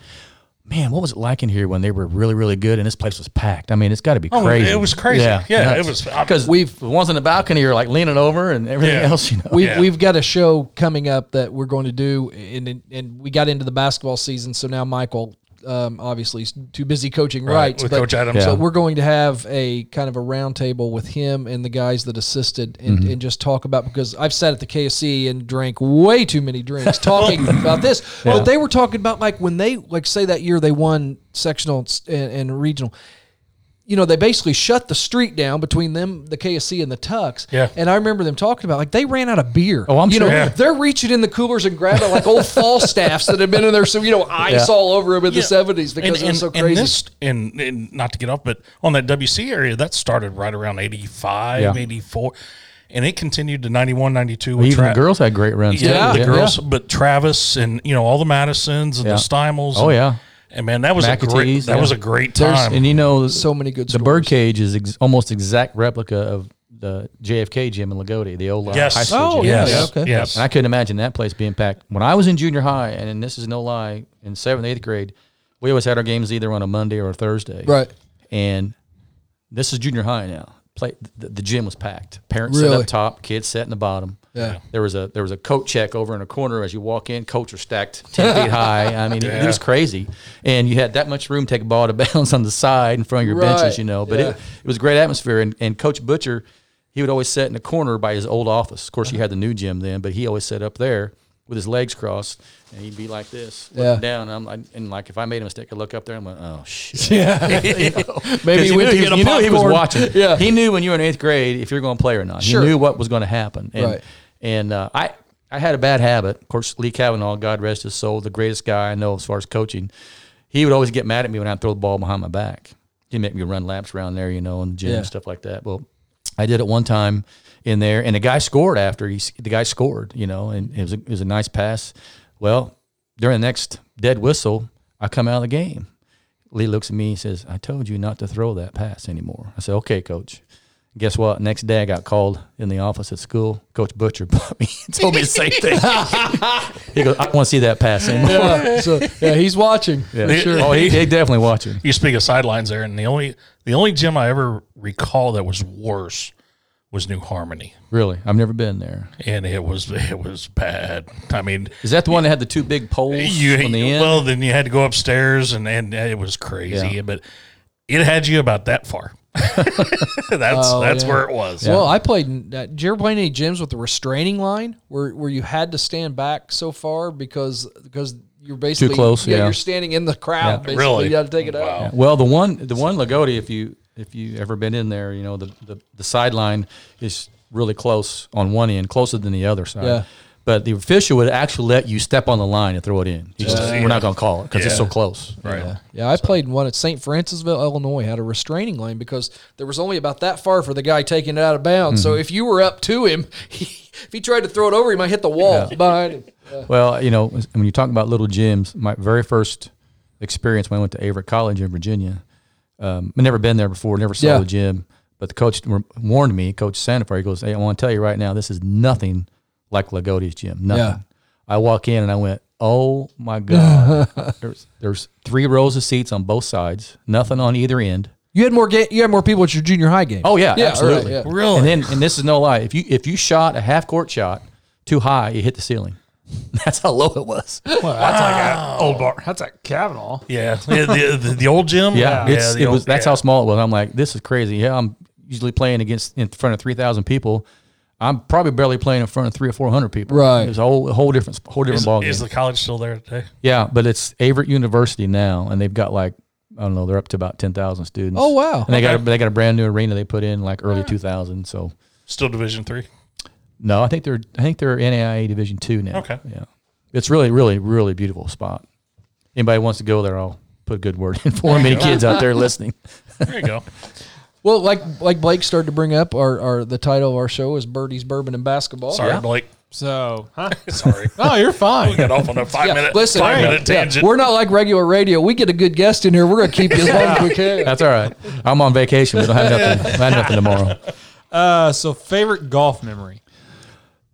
S5: "Man, what was it like in here when they were really, really good and this place was packed? I mean, it's got to be
S4: Oh,
S5: crazy.
S4: it was crazy. Yeah, it was- I-
S5: because we've the ones in the balcony are like leaning over and everything
S4: Yeah.
S5: else. You know,
S1: We've,
S4: Yeah.
S1: we've got a show coming up that we're going to do, and and- and we got into the basketball season, so now Michael, um, obviously, is too busy coaching rights.
S4: with Coach Adams.
S1: So
S4: Yeah.
S1: we're going to have a kind of a roundtable with him and the guys that assisted, and,
S5: Mm-hmm.
S1: and just talk about because I've sat at the KSC and drank way too many drinks talking about this. But they were talking about like when they like say that year they won sectional and, and regional you know, they basically shut the street down between them, the KSC and the Tucks.
S4: Yeah.
S1: And I remember them talking about like they ran out of beer.
S5: Oh, I'm
S1: you
S5: sure.
S1: Know,
S5: Yeah.
S1: They're reaching in the coolers and grabbing like old Falstaffs that had been in there, so you know, ice
S5: Yeah.
S1: all over them in
S4: Yeah.
S1: the seventies because
S4: and,
S1: it was
S4: and-
S1: so
S4: and
S1: crazy.
S4: this, and, and not to get off, but on that WC area, that started right around 85,
S5: Yeah.
S4: 84, and it continued to 91, 92. with
S5: even
S4: Tra-
S5: the girls had great runs.
S4: Yeah,
S1: Yeah.
S5: too.
S4: the girls, but Travis and, you know, all the Madisons and
S5: Yeah.
S4: the Steimels.
S5: Oh,
S4: and-
S5: yeah.
S4: And man, that was a great,
S5: McAtees,
S4: that
S5: yeah.
S4: was a great
S5: There's-
S4: time.
S5: and you know,
S1: so many good
S5: The
S1: stories.
S5: birdcage is ex- almost exact replica of the JFK gym in Lagodi, the old uh,
S4: Yes.
S5: high school
S1: Oh,
S5: gym.
S1: yeah,
S4: yes.
S1: yeah, okay.
S4: Yes.
S5: And I couldn't imagine that place being packed. When I was in junior high, and, this is no lie, in seventh, eighth grade, we always had our games either on a Monday or a Thursday.
S1: Right.
S5: And this is junior high now. Play the, the gym was packed. Parents sat
S1: Really?
S5: up top, kids sat in the bottom.
S1: Yeah.
S5: There was a there was a coat check over in a corner as you walk in. Coats were stacked ten feet high. I mean, it, it was crazy, and you had that much room to take a ball to bounce on the side in front of your
S1: Right.
S5: benches, you know. But
S1: Yeah.
S5: it, it was a great atmosphere, and, and Coach
S1: Uh-huh.
S5: Butcher, he would always sit in the corner by his old office. Of course, you had the new gym then, but he always sat up there with his legs crossed, and he'd be like this,
S1: Yeah.
S5: looking down. And I'm like, and like if I made a mistake, I'd look up there. and I'm like, oh shit.
S1: Yeah. Maybe
S5: 'Cause
S1: he went
S5: knew
S1: to get a
S5: you knew he was
S1: popcorn.
S5: watching.
S1: Yeah.
S5: he knew when you were in eighth grade if you're going to play or not.
S1: Sure.
S5: He knew what was going to happen. And,
S1: Right.
S5: And uh, I, I had a bad habit. Of course, Lee Kavanaugh, God rest his soul, the greatest guy I know as far as coaching. He would always get mad at me when I throw the ball behind my back. He'd make me run laps around there, you know, in the gym
S1: Yeah.
S5: and stuff like that. Well, I did it one time in there, and the guy scored after he. s- The guy scored, you know, and it was a, it was a nice pass. Well, during the next dead whistle, I come out of the game. Lee looks at me and says, I told you not to throw that pass anymore. I said, okay, coach. Guess what? Next day I got called in the office at school. Coach Butcher bought me and told me the same thing. he goes, I don't want to see that pass anymore.
S1: Yeah, so, yeah, he's watching.
S5: Yeah. Oh, he, he definitely watching.
S4: You speak of sidelines there, and the only the only gym I ever recall that was worse was New Harmony,
S5: Really. I've never been there.
S4: and it was it was bad. I mean,
S5: Is that the one that had the two big poles
S4: you
S5: on the end?
S4: well then you had to go upstairs, and and it was crazy,
S5: Yeah.
S4: but it had you about that far. that's
S5: Oh,
S4: that's
S1: yeah.
S4: where it was.
S1: Well, I played. in- Uh, did you ever play in any gyms with the restraining line where where you had to stand back so far because because you're basically
S5: close, yeah.
S1: you're standing in the crowd. Basically,
S4: Really?
S1: you got to take it out.
S4: Wow.
S5: Well, the one the one Lagodi, if you if you ever been in there, you know the the, the sideline is really close on one end, closer than the other side.
S1: Yeah.
S5: But the official would actually let you step on the line and throw it in. He says, We're not going to call it because it's so close.
S4: Right.
S1: Yeah, I played in one at St. Francisville, Illinois, had a restraining lane because there was only about that far for the guy taking it out of bounds.
S4: Mm-hmm.
S1: So if you were up to him, he, if he tried to throw it over, he might hit the wall behind him. Yeah.
S5: Well, you know, when you talk about little gyms, my very first experience when I went to Averett College in Virginia, um, I'd never been there before, never saw
S1: Yeah.
S5: the gym, but the coach war- warned me, Coach Sandifer, he goes, Hey, I want to tell you right now, this is nothing like Lagodi's gym. Nothing.
S1: Yeah.
S5: I walk in and I went, Oh my God. there's, there's three rows of seats on both sides, nothing on either end.
S1: You had more ga- you had more people at your junior high game.
S5: Oh yeah,
S1: Yeah, right,
S5: absolutely.
S1: yeah.
S4: Really?
S5: And then and this is no lie. If you if you shot a half court shot too high, it hit the ceiling. That's how low it was.
S3: That's like a old bar. That's like Kavanaugh.
S4: Oh, Yeah, yeah the, the, the old gym.
S5: Yeah, it's,
S4: the
S5: it
S4: old-
S5: was. That's
S4: yeah.
S5: how small it was. I'm like, this is crazy. Yeah, I'm usually playing against in front of three thousand people. I'm probably barely playing in front of three or four hundred people.
S1: Right.
S5: It was a whole, a whole different whole different
S4: Is,
S5: ballgame.
S4: is the college still there today?
S5: yeah, but it's Averett University now, and they've got like I don't know, they're up to about ten thousand students.
S1: Oh, wow.
S5: And they got a, they got a brand new arena they put in like early two thousand. So
S4: Still Division Three.
S5: no, I think they're I think they're NAIA Division two now.
S4: Okay.
S5: Yeah, it's really really really beautiful spot. Anybody wants to go there, I'll put a good word in for them. Any kids out there listening?
S4: There you go.
S1: Well, like like Blake started to bring up, our, our the title of our show is Birdies, Bourbon, and Basketball.
S4: Sorry, Blake.
S3: So, huh?
S4: Sorry.
S3: Oh, you're
S4: We
S3: fine.
S4: got off on a five
S1: Yeah,
S4: minute
S1: listen,
S4: five
S1: yeah,
S4: minute
S1: yeah,
S4: tangent.
S1: we're not like regular radio. We get a good guest in here. We're gonna keep you as long as we can.
S5: That's all right. I'm on vacation. We don't have nothing. I have nothing tomorrow.
S3: Uh, so favorite golf memory.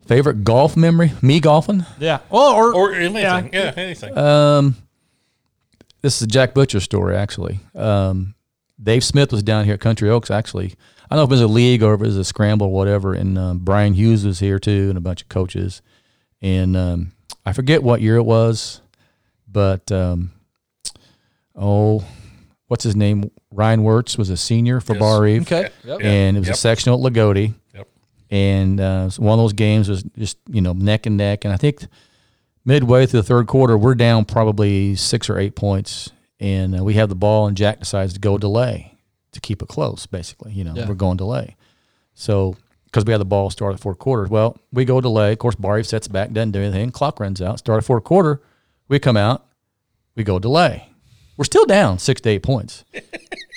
S5: Favorite golf memory? Me golfing.
S3: Yeah. Well, or,
S4: or anything. Yeah, anything.
S5: This is a Jack Butcher story, actually. Um, Dave Smith was down here at Country Oaks, actually. I don't know if it was a league or if it was a scramble or whatever. And um, Brian Hughes was here too, and a bunch of coaches. And um, I forget what year it was, but um, oh, what's his name? Ryan Wirtz was a senior for Bar Eve.
S1: Okay. Yep.
S5: and it was
S4: Yep.
S5: a sectional at Lagodi.
S4: Yep.
S5: And uh, it was one of those games was just you know neck and neck, and I think midway through the third quarter we're down probably six or eight points, and uh, we have the ball, and Jack decides to go delay to keep it close. Basically, you know
S1: Yeah.
S5: we're going delay, so because we had the ball start of the fourth quarter. Well, we go delay. Of course, Barry sets back, doesn't do anything. Clock runs out. Start of fourth quarter, we come out, we go delay. We're still down six to eight points.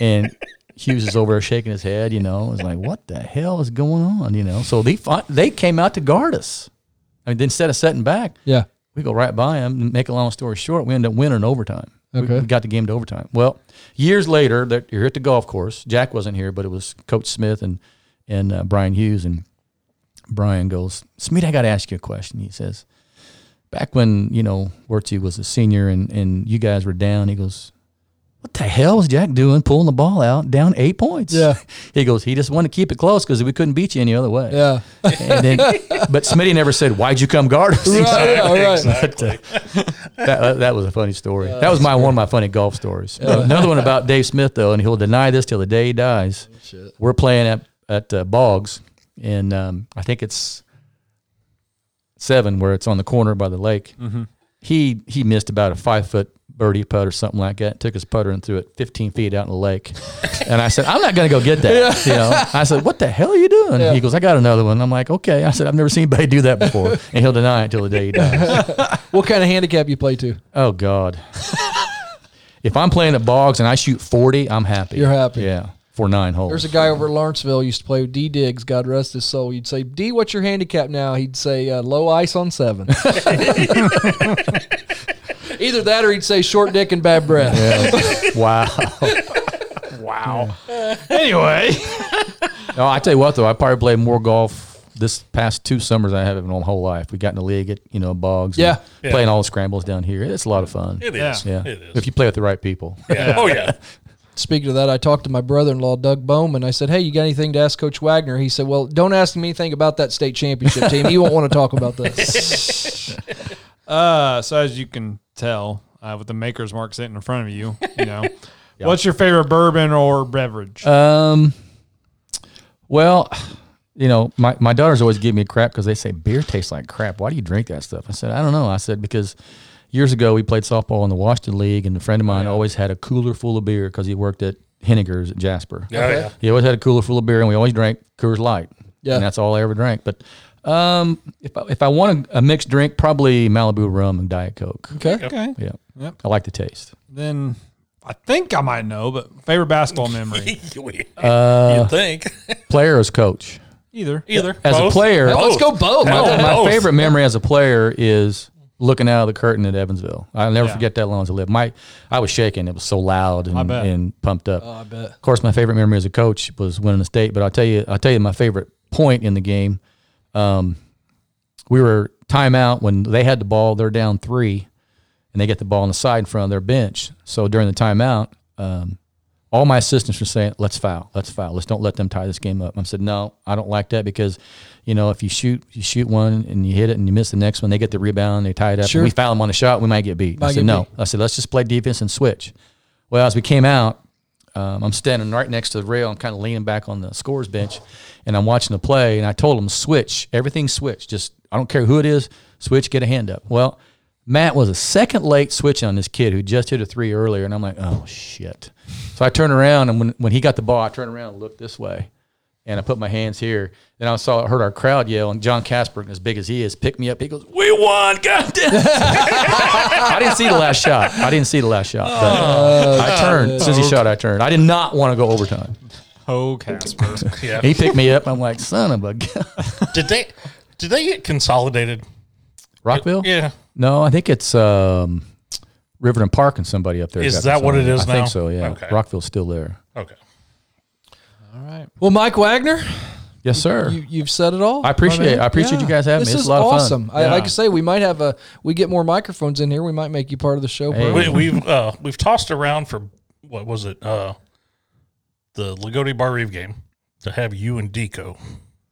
S5: And Hughes is over there shaking his head, you know, is like, what the hell is going on, you know? So they fi- they came out to guard us. I mean, instead of setting back,
S1: Yeah.
S5: we go right by them. And make a long story short, we end up winning overtime. We-
S1: Okay.
S5: We, got the game to overtime. Well, years later, that you're at the golf course. Jack wasn't here, but it was Coach Smith and and uh, Brian Hughes. And Brian goes, Smith, I got to ask you a question. He says, back when you know Wurtsy was a senior and and you guys were down, he goes. What the hell was Jack doing pulling the ball out down eight points?
S1: Yeah.
S5: He goes, he just wanted to keep it close because we couldn't beat you any other way.
S1: Yeah.
S5: And then, but Smitty never said, "Why'd you come guard us?"
S1: Right, yeah, right.
S5: that, that, that was a funny story. that was my one of my funny golf stories. But Another one about Dave Smith though, and he'll deny this till the day he dies. We're playing at at uh, Boggs, and um, I think it's seven where it's on the corner by the lake. He he missed about a five foot birdie putt or something like that. Took his putter and threw it 15 feet out in the lake. and I said, I'm not going to go get that. You know, I said, what the hell are you doing? He goes, I got another one. I'm like, okay. I said, I've never seen anybody do that before. and he'll deny it till the day he dies.
S1: What kind of handicap you play to?
S5: Oh God. if I'm playing at Boggs and I shoot 40, I'm happy.
S1: You're happy.
S5: Yeah. For nine holes.
S1: There's a guy over at Lawrenceville used to play with D Diggs, God rest his soul. You'd say, D, what's your handicap now? He'd say, uh, low ice on seven. Either that or he'd say, short dick and bad breath.
S5: wow.
S3: Wow. anyway,
S5: No, I tell you what though, I probably played more golf this past two summers than I have in my whole life. We got in the league at you know Boggs. and
S1: Yeah.
S4: Yeah.
S5: playing all the scrambles down here. It's a lot of fun.
S4: It
S3: Yeah.
S4: is.
S5: yeah,
S4: It is.
S5: if you play with the right people.
S4: Yeah. Oh yeah.
S1: Speaking of that, I talked to my brother in law, Doug Bowman. I said, Hey, you got anything to ask Coach Wagner? He said, Well, don't ask him anything about that state championship team. He won't want to talk about this.
S3: uh, so as you can tell, uh, with the maker's mark sitting in front of you, you know, what's your favorite bourbon or beverage?
S5: Um, well, you know, my, my daughters always give me crap because they say beer tastes like crap. Why do you drink that stuff? I said, I don't know. I said, because years ago we played softball in the Washington League, and a friend of mine always had a cooler full of beer because he worked at Henniger's at Jasper.
S4: Oh, yeah.
S5: He always had a cooler full of beer, and we always drank Coors Light.
S1: Yeah.
S5: and that's all I ever drank. But um, if I, if I want a, a mixed drink, probably Malibu rum and Diet Coke.
S1: Okay.
S3: okay.
S5: Yeah,
S3: Yep.
S5: I like the taste.
S3: Then I think I might know, but favorite basketball memory?
S4: you think
S5: Player as coach.
S3: Either.
S4: either
S5: As a
S4: Both?
S5: player,
S1: Hell, let's go both.
S5: My,
S3: Oh,
S4: Hell,
S5: my
S4: both.
S5: favorite memory as a player is looking out of the curtain at Evansville. I'll never
S3: Yeah.
S5: forget that long as I live. My, I was shaking. It was so loud and,
S3: bet.
S5: and pumped up.
S1: I bet.
S5: Of course, my favorite memory as a coach was winning the state. But I'll tell you, I'll tell you my favorite point in the game. Um, we were timeout when they had the ball. They're down three, and they get the ball on the side in front of their bench. So during the timeout, um, all my assistants were saying, "Let's foul, let's foul, let's don't let them tie this game up." I said, "No, I don't like that because, you know, if you shoot, you shoot one and you hit it and you miss the next one, they get the rebound, they tie it up.
S1: Sure.
S5: And we foul them on a shot, we might get beat." I
S1: Might
S5: said,
S1: get
S5: "No."
S1: beat.
S5: I said, "Let's just play defense and switch." Well, as we came out, um, I'm standing right next to the rail. I'm kind of leaning back on the scores bench, and I'm watching the play. And I told him switch everything, switch. Just I don't care who it is, switch. Get a hand up. Well, Matt was a second late switch on this kid who just hit a three earlier, and I'm like, oh shit. So I turn around, and when when he got the ball, I turned around and looked this way, and I put my hands here. Then I saw heard our crowd yell, and John Casper, as big as he is, picked me up. He goes,
S4: we won. God damn.
S5: I didn't see the last shot. I didn't see the last shot. but I turned. Since he shot, I turned. I did not want to go overtime.
S3: Oh, Casper.
S4: Yeah.
S5: He picked me up. I'm like, son of a gun.
S4: Did they? Did they get consolidated?
S5: Rockville?
S4: Yeah.
S5: No, I think it's um, Riverton Park and somebody up there.
S4: Is
S5: got
S4: that what it
S5: consolidated.
S4: is now?
S5: I think so, yeah.
S4: Okay.
S5: Rockville's still there.
S4: Okay.
S3: All right.
S1: Well, Mike Wagner,
S5: Yes, sir.
S1: you, you've said it all.
S5: I appreciate I appreciate
S1: Yeah.
S5: you guys having
S1: this
S5: me. It's
S1: is
S5: a lot
S1: awesome.
S5: of fun.
S1: I,
S3: Yeah.
S1: Like I say, we might have a, we get more microphones in here. We might make you part of the show.
S5: Hey.
S1: bro.
S4: We, we've uh, we've tossed around for what was it? Uh, the Lagodi Bar Reeve game to have you and Deco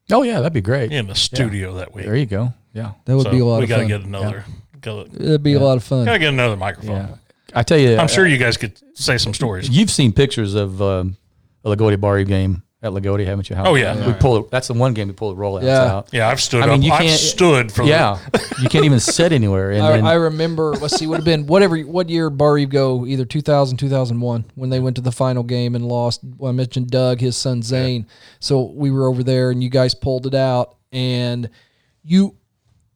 S5: Oh, yeah, that'd be great.
S4: in the studio that week.
S5: There you go. Yeah.
S1: That would
S4: So
S1: be a lot
S4: we
S1: of
S4: gotta
S1: fun.
S4: get another. Gotta,
S1: It'd be a lot of fun.
S4: gotta get another microphone.
S5: Yeah. I tell you, uh,
S4: I'm sure you guys could say some stories.
S5: You've seen pictures of um, a Lagodi Barrio game at Lagodi, haven't you? How-
S4: Oh, yeah.
S5: we pull the, that's the one game we pull the rollouts
S1: Yeah.
S5: out.
S4: Yeah, I've stood
S5: I mean, you
S4: up. I've
S5: can't-
S4: stood for
S5: Yeah, you can't even sit anywhere. And
S1: I,
S5: then,
S1: I remember, let's see, would have been whatever, what year Bar Eve go, either 2000, 2001, when they went to the final game and lost. Well, I mentioned Doug, his son Zane. So we were over there and you guys pulled it out. And you,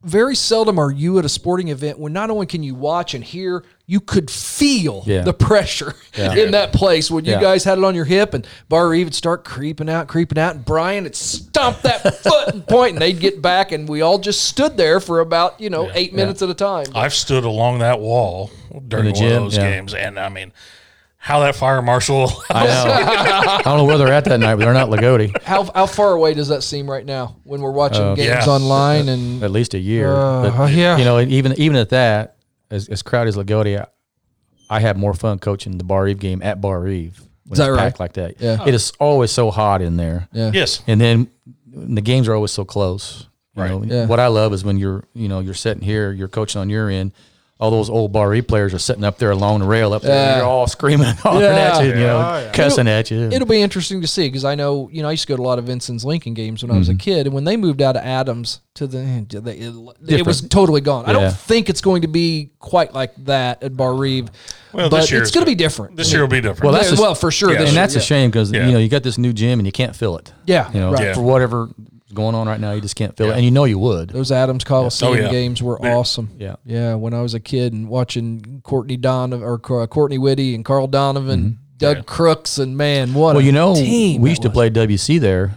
S1: very seldom are you at a sporting event when not only can you watch and hear, you could feel
S5: Yeah.
S1: the pressure in that place when you
S5: Yeah.
S1: guys had it on your hip and Bar Eve would start creeping out, creeping out, and Brian would stomp that foot and point, and they'd get back, and we all just stood there for about you know eight minutes at a time.
S4: I've stood along that wall during
S5: In the
S4: one
S5: gym,
S4: of those
S5: yeah.
S4: games, and I mean, how that fire marshal
S5: I know. I don't know where they're at that night, but they're not Lagodi.
S1: How how far away does that seem right now when we're watching
S5: Uh,
S1: games
S4: yeah.
S1: online and
S5: At least a year.
S1: Uh,
S5: But,
S1: yeah.
S5: You know, and even even at that, as, as crowded as Lagodi, I, I had more fun coaching the Bar Eve game at Bar Eve. When
S1: Is that
S5: it's
S1: right?
S5: packed Like that.
S1: Yeah.
S5: It is always so hot in there. Yeah.
S4: yes,
S5: and then the games are always so close. You know,
S1: Yeah.
S5: What I love is when you're, you know, you're sitting here, you're coaching on your end. all those old bar E players are sitting up there along the rail up there. and They're all screaming and hollering
S1: Yeah.
S5: at you, you know,
S3: Yeah, yeah.
S5: cussing at you.
S1: It'll be interesting to see because I know you know I used to go to a lot of Vincent's Lincoln games when I was
S5: Mm-hmm.
S1: a kid, and when they moved out of Adams to the eh, it, it was
S5: Different.
S1: totally gone. I
S5: Yeah.
S1: don't think it's going to be quite like that at Bar Reeve,
S4: Well,
S1: but
S4: this year
S1: it's
S4: is
S1: going to be
S4: good.
S1: different.
S4: This year will be different.
S5: Well,
S1: Yeah,
S5: that's a-
S1: well for sure.
S4: yeah,
S1: this
S5: and
S1: year,
S5: that's a
S1: yeah.
S5: shame because
S4: Yeah.
S5: you know you got this new gym and you can't fill it.
S1: Yeah,
S5: you know
S1: right.
S5: for whatever's going on right now, you just can't fill it, and you know you would.
S1: Those Adams Coliseum
S4: Oh, yeah.
S1: games were
S4: Yeah.
S1: awesome.
S5: Yeah.
S1: yeah. When I was a kid and watching Courtney Donovan or Co- Courtney Whitty and Carl Donovan, Doug Crooks, and man, what
S5: Mm-hmm. Well,
S1: a
S5: you know,
S1: team
S5: we
S1: that
S5: used to
S1: was.
S5: play WC there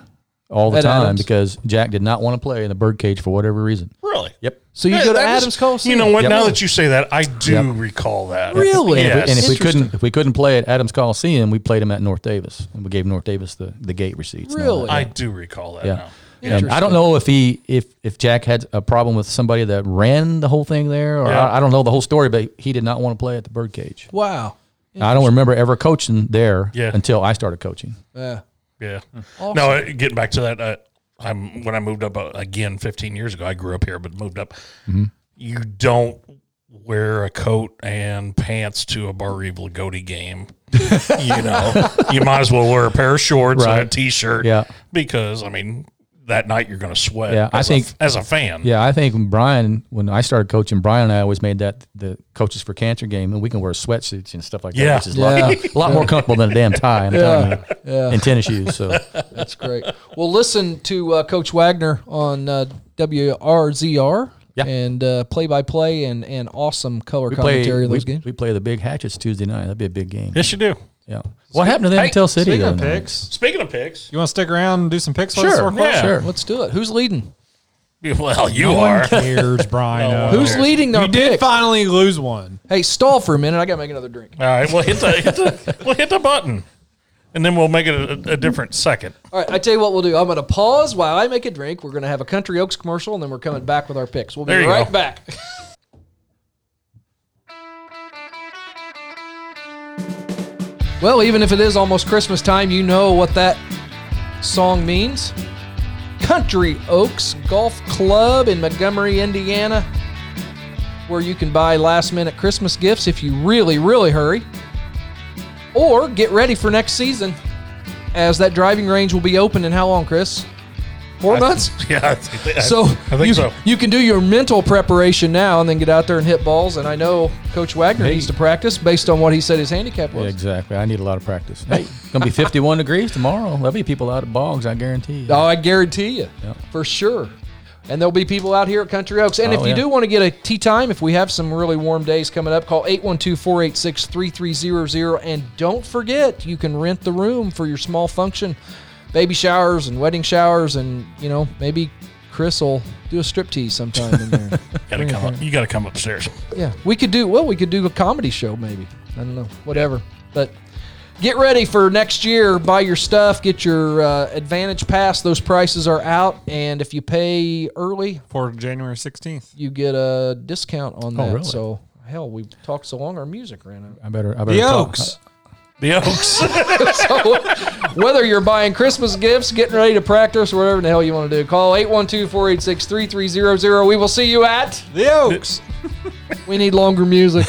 S5: all the
S1: At
S5: time
S1: Adams.
S5: because Jack did not want to play in the birdcage for whatever reason.
S4: really?
S5: Yep.
S1: So you
S4: Yeah,
S1: go to
S4: that was-
S1: Adams Coliseum.
S4: You know what?
S5: Yep.
S4: Now that you say that, I do
S5: Yep.
S4: recall that.
S1: Really?
S5: And,
S4: Yes.
S5: if, we, and if we
S1: Interesting.
S5: couldn't, if we couldn't play at Adams Coliseum, we played him at North Davis, and we gave North Davis the, the gate receipts. and all
S1: Really?
S5: that.
S4: I do recall that
S5: Yeah.
S4: now.
S5: And I don't know if he if if Jack had a problem with somebody that ran the whole thing there, or
S4: Yeah.
S5: I, I don't know the whole story, but he did not want to play at the birdcage.
S1: Wow.
S5: I don't remember ever coaching there
S4: Yeah.
S5: until I started coaching.
S1: Yeah.
S4: Yeah.
S5: Hmm.
S4: No, uh, getting back to that, uh, I'm when I moved up uh, again 15 years ago. I grew up here, but moved up.
S5: Mm-hmm.
S4: You don't wear a coat and pants to a Bar Evil Goaty game. you know, you might as well wear a pair of shorts and a
S5: Right.
S4: t-shirt.
S5: Yeah.
S4: because I mean that night you're going to sweat.
S5: Yeah, I
S4: as a-
S5: think-
S4: as a fan.
S5: Yeah, I think when Brian, when I started coaching, Brian and I always made that the coaches for cancer game, and we can wear sweatsuits and stuff like
S4: Yeah.
S5: that, which is a, lot, a lot more comfortable than a damn tie. I'm telling you, and tennis shoes. So
S1: That's great. Well, listen to uh, Coach Wagner on uh, WRZR
S5: Yeah.
S1: and uh, play-by-play and, and awesome color
S5: play,
S1: commentary of
S5: we,
S1: those games.
S5: we play the big hatchets Tuesday night. That'd be a big game.
S4: Yes, you do.
S5: Yeah. What happened to them
S4: Hey,
S5: in Tell City?
S3: Speaking
S5: the
S3: of
S5: other night?
S3: picks,
S4: Speaking of picks,
S3: you want to stick around and do some picks? for us,
S5: Sure,
S3: real quick?
S4: yeah.
S5: sure.
S1: Let's do it. Who's leading?
S4: well, you
S3: No
S4: are.
S3: one cares, Brian.
S4: No
S3: Uh,
S4: one
S1: Who's leading our
S3: You did
S1: pick?
S3: finally lose one.
S1: Hey, stall for a minute. I got to make another drink.
S4: All right, well hit the, hit the we'll hit the button, and then we'll make it a, a different second.
S1: All right, I tell you what we'll do. I'm going to pause while I make a drink. We're going to have a Country Oaks commercial, and then we're coming back with our picks. We'll be
S4: There you
S1: right
S4: go.
S1: back. well, even if it is almost Christmas time, you know what that song means. Country Oaks Golf Club in Montgomery, Indiana, where you can buy last minute Christmas gifts if you really, really hurry, or get ready for next season as that driving range will be open in how long, Chris? Four months?
S4: Yeah, I think, I-
S1: So,
S4: I think
S1: you,
S4: so.
S1: you can do your mental preparation now and then get out there and hit balls. And I know Coach Wagner needs to practice based on what he said his handicap
S5: Yeah,
S1: was.
S5: exactly. I need a lot of practice. Hey, it's gonna be 51 degrees tomorrow. There'll be people out at bogs. I guarantee you.
S1: Oh, I guarantee you, for sure. And there'll be people out here at Country Oaks. And
S5: Oh,
S1: if you
S5: yeah.
S1: do want to get a tea time, if we have some really warm days coming up, call 812 486 3300. And don't forget, you can rent the room for your small function baby showers and wedding showers. And, you know, maybe Chris will do a strip tease sometime in there.
S4: gotta come up, you got to come upstairs.
S1: Yeah, we could do well. We could do a comedy show, maybe. I don't know, whatever. But get ready for next year. Buy your stuff. Get your uh, Advantage Pass. Those prices are out, and if you pay early,
S3: For January 16th.
S1: you get a discount on that.
S5: really?
S1: So hell, we talked so long, our music ran out.
S5: I better. I better.
S3: The
S5: talk.
S3: Oaks.
S4: The Oaks.
S1: So whether you're buying Christmas gifts, getting ready to practice, or whatever the hell you want to do, call 812-486-3300. We will see you at.
S3: The Oaks.
S1: We need longer music.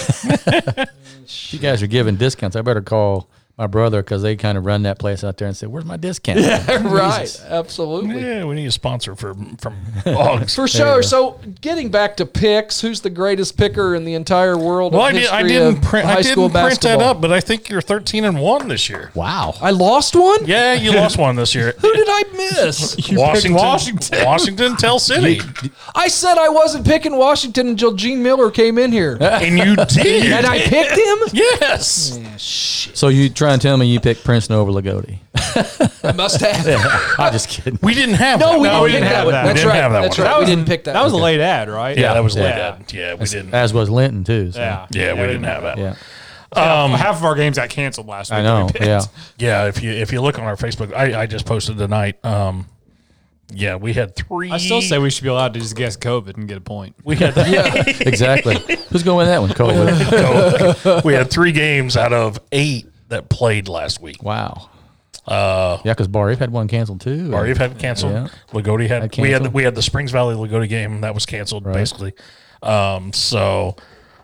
S5: You guys are giving discounts. I better call my brother because they kind of run that place out there and say, "Where's my discount?"
S1: right. Absolutely.
S4: yeah, we need a sponsor for from Boggs.
S1: For sure. So, getting back to picks, who's the greatest picker in the entire world?
S4: well,
S1: of
S4: I, did,
S1: history
S4: I didn't
S1: of
S4: print.
S1: high
S4: I
S1: school
S4: didn't print that
S1: basketball?
S4: up, but I think you're 13 and one this year.
S5: Wow.
S1: I lost one.
S4: Yeah, you lost one this year.
S1: Who did I miss?
S3: You picked
S4: Washington, Washington, Tell City,
S1: I said I wasn't picking Washington until Gene Miller came in here,
S4: and you did.
S1: and I picked him.
S4: yes,
S5: So you try and tell me you picked Princeton over Lagodi?
S1: I must have.
S5: I'm just kidding.
S4: we didn't have.
S1: No,
S4: that.
S1: we, didn't,
S3: we didn't
S1: pick that
S3: have
S1: one.
S3: that. We
S1: That's
S4: didn't
S1: right.
S4: have that
S1: That's
S4: one.
S1: right. we didn't pick that.
S3: That was
S1: one.
S3: a late ad, right?
S4: Yeah, that was late.
S3: Yeah.
S4: ad. Yeah, we didn't.
S5: As was Linton too. So.
S3: Yeah.
S4: Yeah, we
S3: we
S4: didn't have that.
S5: Yeah.
S3: Half of our games got canceled last week.
S5: I know.
S3: that we
S5: Yeah.
S3: picked.
S4: Yeah, if you if you look on our Facebook, I, I just posted tonight. Um, yeah, we had three.
S3: I still say we should be allowed to just guess COVID and get a point.
S4: we had
S5: Exactly. Who's going with that one? COVID.
S4: we had three games out of eight that played last week.
S5: wow. Uh, yeah, because Bar, you've had one canceled too.
S4: Or you've had canceled.
S5: Yeah.
S4: Lagodi had
S5: Had
S4: we had
S5: canceled.
S4: we had the Springs Valley Lagodi game that was canceled basically. Um, so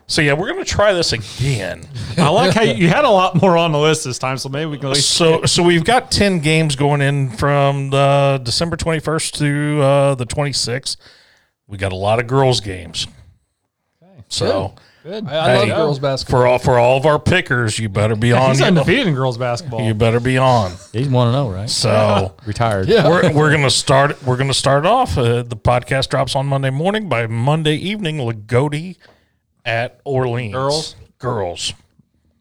S4: So yeah, we're gonna try this again.
S3: I like how you had a lot more on the list this time, so maybe we can at least
S4: So so we've got ten games going in from the December twenty first to uh, the twenty sixth. We got a lot of girls games. So
S1: Good. I, I
S4: Hey,
S1: love girls basketball.
S4: for all for all of our pickers, you better be on.
S3: he's
S4: You,
S3: undefeated in girls basketball.
S4: you better be on.
S5: He's one to know, right?
S4: So
S5: Retired.
S1: Yeah.
S4: we're, we're gonna start. We're gonna start off. Uh, the podcast drops on Monday morning. By Monday evening, Lagodi at Orleans.
S3: Girls?
S4: girls.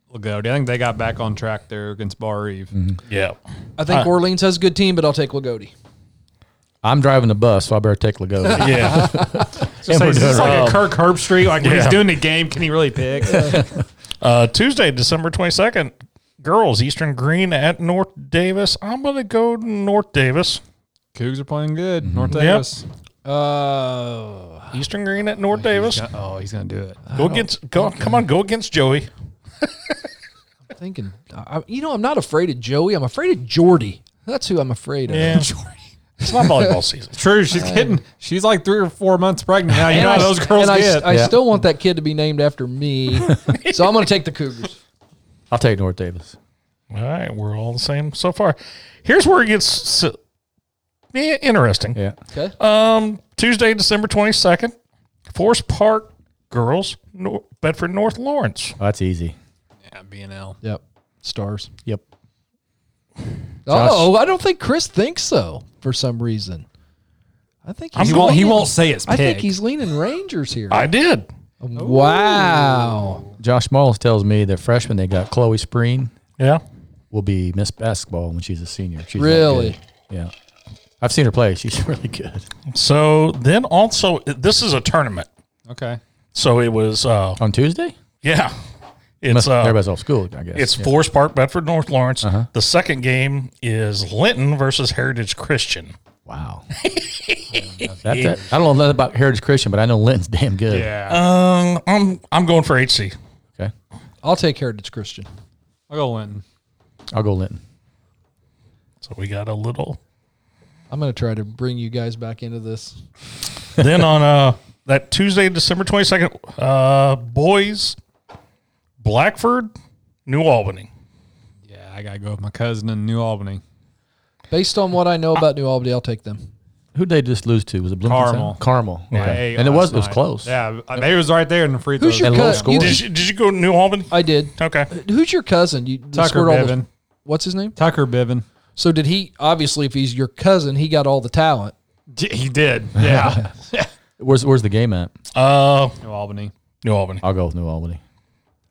S3: We'll go. I think they got back on track there against Bar Eve.
S4: Yeah.
S1: I
S4: Uh,
S1: think Orleans has a good team, but I'll take Lagodi.
S5: I'm driving the bus, so I better take Lagoda.
S4: Yeah.
S3: So
S5: we're
S3: is this
S5: done.
S3: like a Kirk Herbstreit? Like when he's
S4: Yeah.
S3: doing the game, can he really pick?
S4: uh, Tuesday, December twenty second. Girls, Eastern Green at North Davis. I'm gonna go North Davis.
S3: Cougs are playing good. North Davis.
S4: Davis.
S1: Uh,
S4: Eastern Green at North Davis.
S3: Oh, he's gonna do it.
S4: Go against. Go. Come on. Go against Joey.
S1: I'm thinking, I, I- you know, I'm not afraid of Joey. I'm afraid of Jordy. That's who I'm afraid of.
S4: It's not volleyball season.
S3: True. She's getting. She's like three or four months pregnant now. You know
S1: I,
S3: how those girls
S1: and I,
S3: get.
S1: I
S5: Yeah.
S1: still want that kid to be named after me, so I'm going to take the Cougars.
S5: I'll take North Davis.
S4: All right, we're all the same so far. Here's where it gets s- yeah, interesting.
S5: Yeah.
S1: Okay,
S4: Um, Tuesday, December 22nd, Forest Park Girls, Nor- Bedford North Lawrence.
S5: Oh, that's easy.
S3: yeah, B and L.
S1: yep, stars.
S5: Yep.
S1: Oh, I don't think Chris thinks so for some reason. I think he's
S3: He won't. He
S1: leaning-
S3: won't say it's.
S1: I
S3: Picked.
S1: think he's leaning Rangers here. Um,
S4: I did.
S1: wow.
S5: Josh Marlis tells me that freshman they got Chloe Spreen
S4: Yeah.
S5: will be Miss Basketball when she's a senior. She's that
S1: Really?
S5: good. Yeah. I've seen her play. She's really good.
S4: So then also, this is a tournament.
S3: Okay.
S4: So it was, uh,
S5: On Tuesday?
S4: yeah. It's
S5: Must-
S4: uh,
S5: everybody's off school, I guess.
S4: it's
S5: Yeah. Uh-huh.
S4: Forest Park, Bedford North Lawrence. The second game is Linton versus Heritage Christian.
S5: Wow. That's it. I don't know nothing about Heritage Christian, but I know Linton's damn good.
S3: Yeah.
S4: Um, I'm I'm going for HC.
S5: Okay.
S1: I'll take Heritage Christian.
S3: I'll go Linton.
S5: I'll go Linton.
S4: So we got a little
S1: I'm going to try to bring you guys back into this.
S4: then on uh that Tuesday, December twenty second, uh boys, Blackford, New Albany.
S3: Yeah, I gotta go with my cousin in New Albany.
S1: Based on what I know about New Albany, I'll take them.
S5: Who'd they just lose to? Was it Bloomington?
S3: Carmel.
S5: Carmel.
S4: Yeah.
S5: Okay.
S3: Hey,
S5: and it
S3: last
S5: was it was
S3: night.
S5: close.
S3: Yeah, I- they was right there in the free throw.
S1: Who's your
S5: And low
S1: cousin?
S5: score.
S1: You-
S4: Did you, did you go to New Albany?
S1: I did.
S4: Okay.
S1: Who's your cousin? You that
S3: Tucker
S1: scored all the-
S3: Bevin.
S1: what's his name?
S3: Tucker Bivin.
S1: So did he? Obviously, if he's your cousin, he got all the talent.
S3: He did. Yeah.
S5: Where's where's the game at?
S4: Uh
S3: New Albany.
S4: New Albany.
S5: I'll go with New Albany.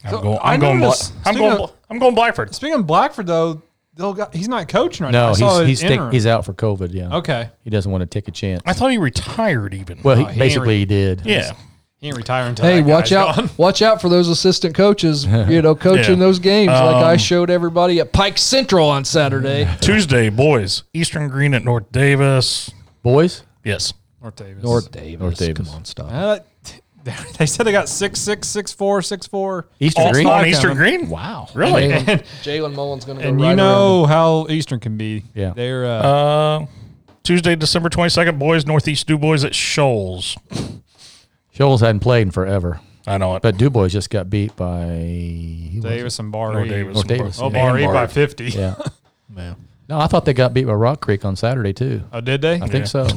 S4: I'm
S3: So,
S4: going
S3: I
S4: I'm going, Bla-
S3: noticed-
S4: I'm
S3: speaking
S4: going
S3: of-
S4: Bla- I'm going Blackford.
S3: Speaking of Blackford, though, they'll got, he's not coaching right now. I
S5: No,
S3: saw
S5: he's
S3: his
S5: he's stick,
S3: interim.
S5: he's out for COVID. Yeah.
S3: okay.
S5: He doesn't want to take a chance.
S4: I thought he retired even.
S5: well, he,
S3: he ain't
S5: basically
S3: re-
S5: he did.
S4: yeah.
S3: He ain't retiring until
S1: Hey,
S3: that
S1: watch
S3: guy's
S1: out!
S3: gone.
S1: Watch out for those assistant coaches. You know, coaching
S4: Yeah.
S1: those games like I
S4: Um,
S1: showed everybody at Pike Central on Saturday.
S4: Tuesday, boys, Eastern Green at North Davis.
S5: Boys?
S4: Yes.
S3: North Davis.
S1: North Davis.
S5: North Davis.
S1: Come on, stop.
S3: Uh, they said they got six six six four six four.
S5: Eastern
S4: Also
S5: Green?
S4: on Eastern Green?
S5: Wow.
S4: Really?
S1: Jalen Jalen Mullen's going to go
S3: And
S1: right
S3: you
S1: around
S3: know how Eastern can be.
S5: Yeah.
S3: They're uh,
S4: Uh Tuesday, December twenty second, boys, Northeast Du Bois at Shoals.
S5: Shoals hadn't played in forever.
S4: I know it.
S5: But Du Bois just got beat by who was it?
S3: Davis and Bar
S4: North
S3: Eve.
S4: Davis.
S5: North Davis,
S3: Oh,
S5: yeah.
S3: Bar
S4: And
S3: Eve by
S4: Bar-
S3: fifty.
S5: Yeah. No, I thought they got beat by Rock Creek on Saturday too.
S3: Oh, did they?
S5: I think so.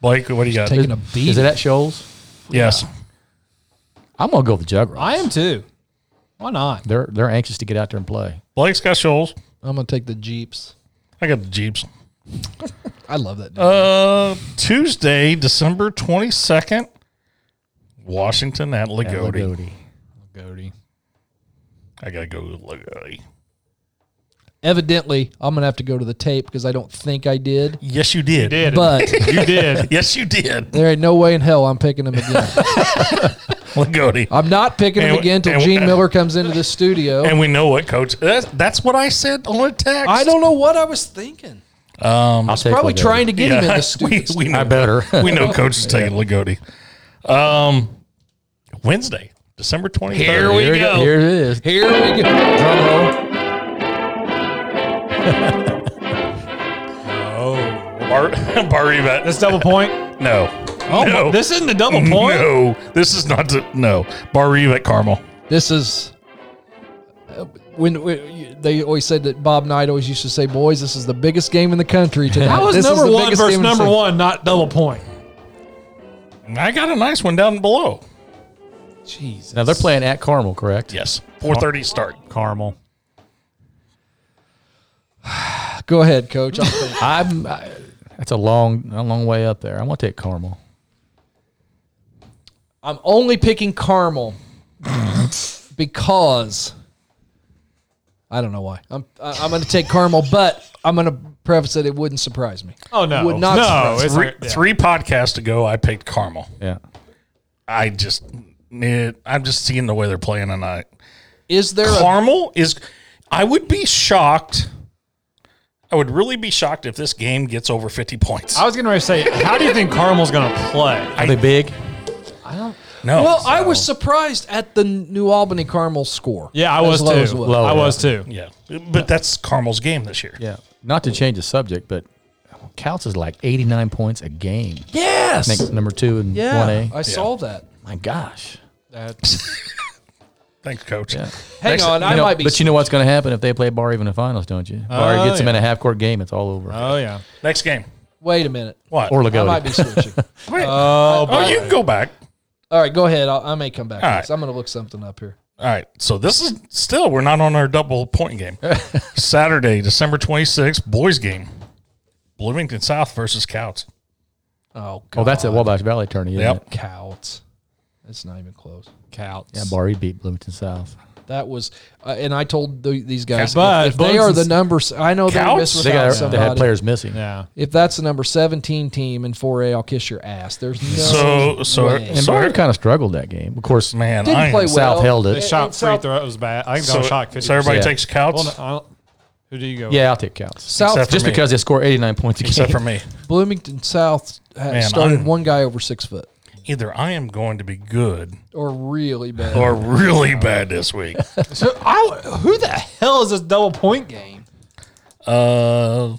S4: Blake, what do you got?
S1: Taking a beat.
S5: Is it at Shoals?
S4: Yes.
S5: I'm gonna go with the Juggernaut.
S3: I am too. Why not?
S5: They're they're anxious to get out there and play.
S4: Blake's got Shoals.
S1: I'm going to take the Jeeps.
S4: I got the Jeeps.
S1: I love that. Dude.
S4: Uh, Tuesday, December 22nd, Washington at Lagodi.
S5: Lagodi.
S3: Goody.
S4: I got to go with Lagodi.
S1: Evidently, I'm going to have to go to the tape because I don't think I did.
S4: Yes, you did.
S3: Did
S1: But
S3: you did?
S4: Yes, you did.
S1: there ain't no way in hell I'm picking them again.
S4: Lagodi.
S1: I'm not picking them
S4: And-
S1: again until
S4: and-
S1: Gene Miller comes into the studio.
S4: And we know what, Coach. That's, that's what I said on a text.
S1: I don't know what I was thinking.
S5: I'll take
S1: Probably
S5: Lagodi.
S1: trying to get him in the
S4: we,
S1: studio.
S4: we know,
S5: I better.
S4: we know Coach is taking Lagodi. Um, Wednesday, December 23rd.
S5: Here it- Here it is.
S1: Here we go.
S5: Drum roll.
S4: Bar, Bar Eve at-
S3: That's double point.
S4: No.
S1: Oh,
S4: No.
S3: This isn't a double point.
S4: No, this is not. the- no, Bar Eve at Carmel.
S1: This is uh, when, when you- they always said that Bob Knight always used to say, "Boys, this is the biggest game in the country today."
S3: That was
S1: This is
S3: number
S1: the
S3: one
S1: biggest
S3: versus
S1: game in the
S3: number
S1: cen-
S3: one, not double point.
S4: I got a nice one down below.
S1: Jeez.
S5: Now they're playing at Carmel, correct?
S4: Yes, four thirty start.
S6: Carmel.
S1: Go ahead, Coach. I'll think.
S5: I'm. I, that's a long, a long way up there. I'm gonna take Carmel.
S1: I'm only picking Carmel because I don't know why. I'm I- I'm going to take Carmel, but I'm going to preface that it wouldn't surprise me.
S3: Oh no,
S1: Would not
S3: no,
S1: surprise
S3: it's
S4: Three,
S3: not- yeah.
S4: three podcasts ago, I picked Carmel.
S5: Yeah.
S4: I just, it, I'm just seeing the way they're playing tonight.
S1: Is there a
S4: Carmel is. I would be shocked. I would really be shocked if this game gets over fifty points.
S3: I was getting ready to say, how do you think Carmel's going to play?
S5: Are they big?
S4: no,
S1: Well, I was surprised at the New Albany Carmel score.
S3: Yeah, I
S1: As
S3: was
S1: low as
S3: too.
S1: well.
S5: Low,
S3: I
S5: yeah.
S3: was too.
S4: yeah, but that's Carmel's game this year.
S5: Yeah. Not to change the subject, but Counts is like 89 points a game.
S1: Yes.
S5: I think number two and
S1: yeah.
S5: one A.
S1: I saw that.
S5: My gosh.
S4: Thanks, coach.
S1: Hang
S5: Next-
S1: on,
S5: you
S1: I
S5: know-
S1: might be.
S5: But you know what's going to happen if they play Bar even in the finals, don't you? Bar E
S3: Oh,
S5: gets them
S3: yeah.
S5: in a half court game, it's all over.
S3: Oh yeah.
S4: Next game.
S1: wait a minute.
S4: What?
S5: or
S1: Uh, I might
S5: Lagodi.
S1: be switching.
S4: Wait.
S1: Uh,
S3: Oh,
S4: oh, you can go back.
S1: All right, go ahead. I'll, I may come back. to
S4: All
S1: this.
S4: right.
S1: I'm going to look something up here.
S4: All right. So this is still we're not on our double point game. Saturday, December 26th, boys game. Bloomington South versus Couts.
S1: Oh God.
S5: Oh, that's at Wabash Valley tourney, isn't
S4: Yep.
S5: it?
S1: Counts. That's not even close.
S3: Couts.
S5: Yeah, Bar Eve beat Bloomington South.
S1: That was, uh, and I told the, these guys,
S3: But
S1: if, if they are the
S3: Bunsen's-
S1: numbers. I know they
S4: Counts?
S1: miss
S5: They,
S1: without
S5: got, they had
S1: somebody.
S5: players missing.
S3: Yeah.
S1: If that's the number seventeen team in four A, I'll kiss your ass. There's no.
S4: So so
S1: way.
S5: And
S4: so
S5: Bar kind of struggled that game. Of course,
S4: man,
S1: Didn't
S4: I am-
S1: play well.
S5: South held
S3: They
S5: it.
S1: and
S3: shot free
S1: South-
S3: throw. It was bad. I think that
S4: So,
S3: was shot. 50%.
S4: so everybody
S5: Yeah.
S4: takes
S3: Well, no,
S4: Couts
S3: I don't- who do you go?
S5: Yeah, I'll take Counts.
S1: South
S4: except for
S5: Just
S4: me.
S5: because they scored 89 points a game.
S4: except for me.
S1: Bloomington South had
S4: Man,
S1: started
S4: I'm-
S1: one guy over six foot,
S4: Either I am going to be good
S1: or really bad.
S4: or really bad this week.
S3: with? So I, who the hell is this double point game?
S4: Uh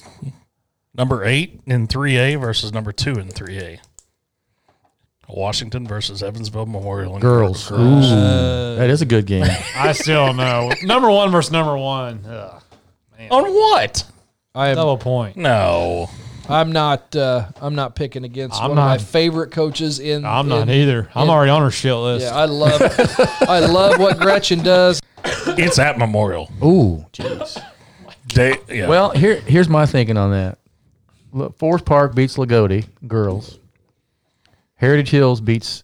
S4: number 8 in 3A versus number 2 in 3A. Washington versus Evansville Memorial and
S5: Girls. Ooh, that is a good game.
S3: I still know. number one versus number one. Ugh.
S4: On what?
S1: I'm,
S3: Double point.
S4: No.
S1: I'm not. Uh, I'm not picking against
S3: I'm
S1: one of my
S3: not-
S1: favorite coaches in.
S3: I'm not
S1: in-
S3: either. I'm
S1: in-
S3: already on her shit list.
S1: Yeah, I love. I love what Gretchen does.
S4: It's at Memorial.
S5: Ooh, jeez.
S4: They, yeah.
S5: Well, here here's my thinking on that. Look, Forest Park beats Lagodi girls. Heritage Hills beats.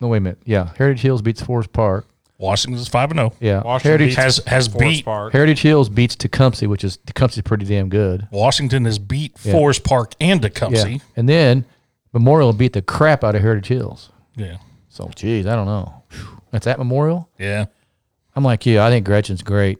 S5: No wait a minute. Yeah, Heritage Hills beats Forest Park.
S4: Washington's five and zero.
S5: Yeah,
S3: Washington
S5: Heritage
S3: beats
S4: has has
S3: Forest
S4: beat
S3: Park.
S5: Heritage Hills beats Tecumseh, which is Tecumseh's pretty damn good.
S4: Washington has beat Forest Park and
S5: Yeah,
S4: Tecumseh.
S5: and then Memorial beat the crap out of Heritage Hills.
S4: Yeah,
S5: So, geez, I don't know. Whew. That's at Memorial.
S4: yeah.
S5: I'm like you. I think Gretchen's great.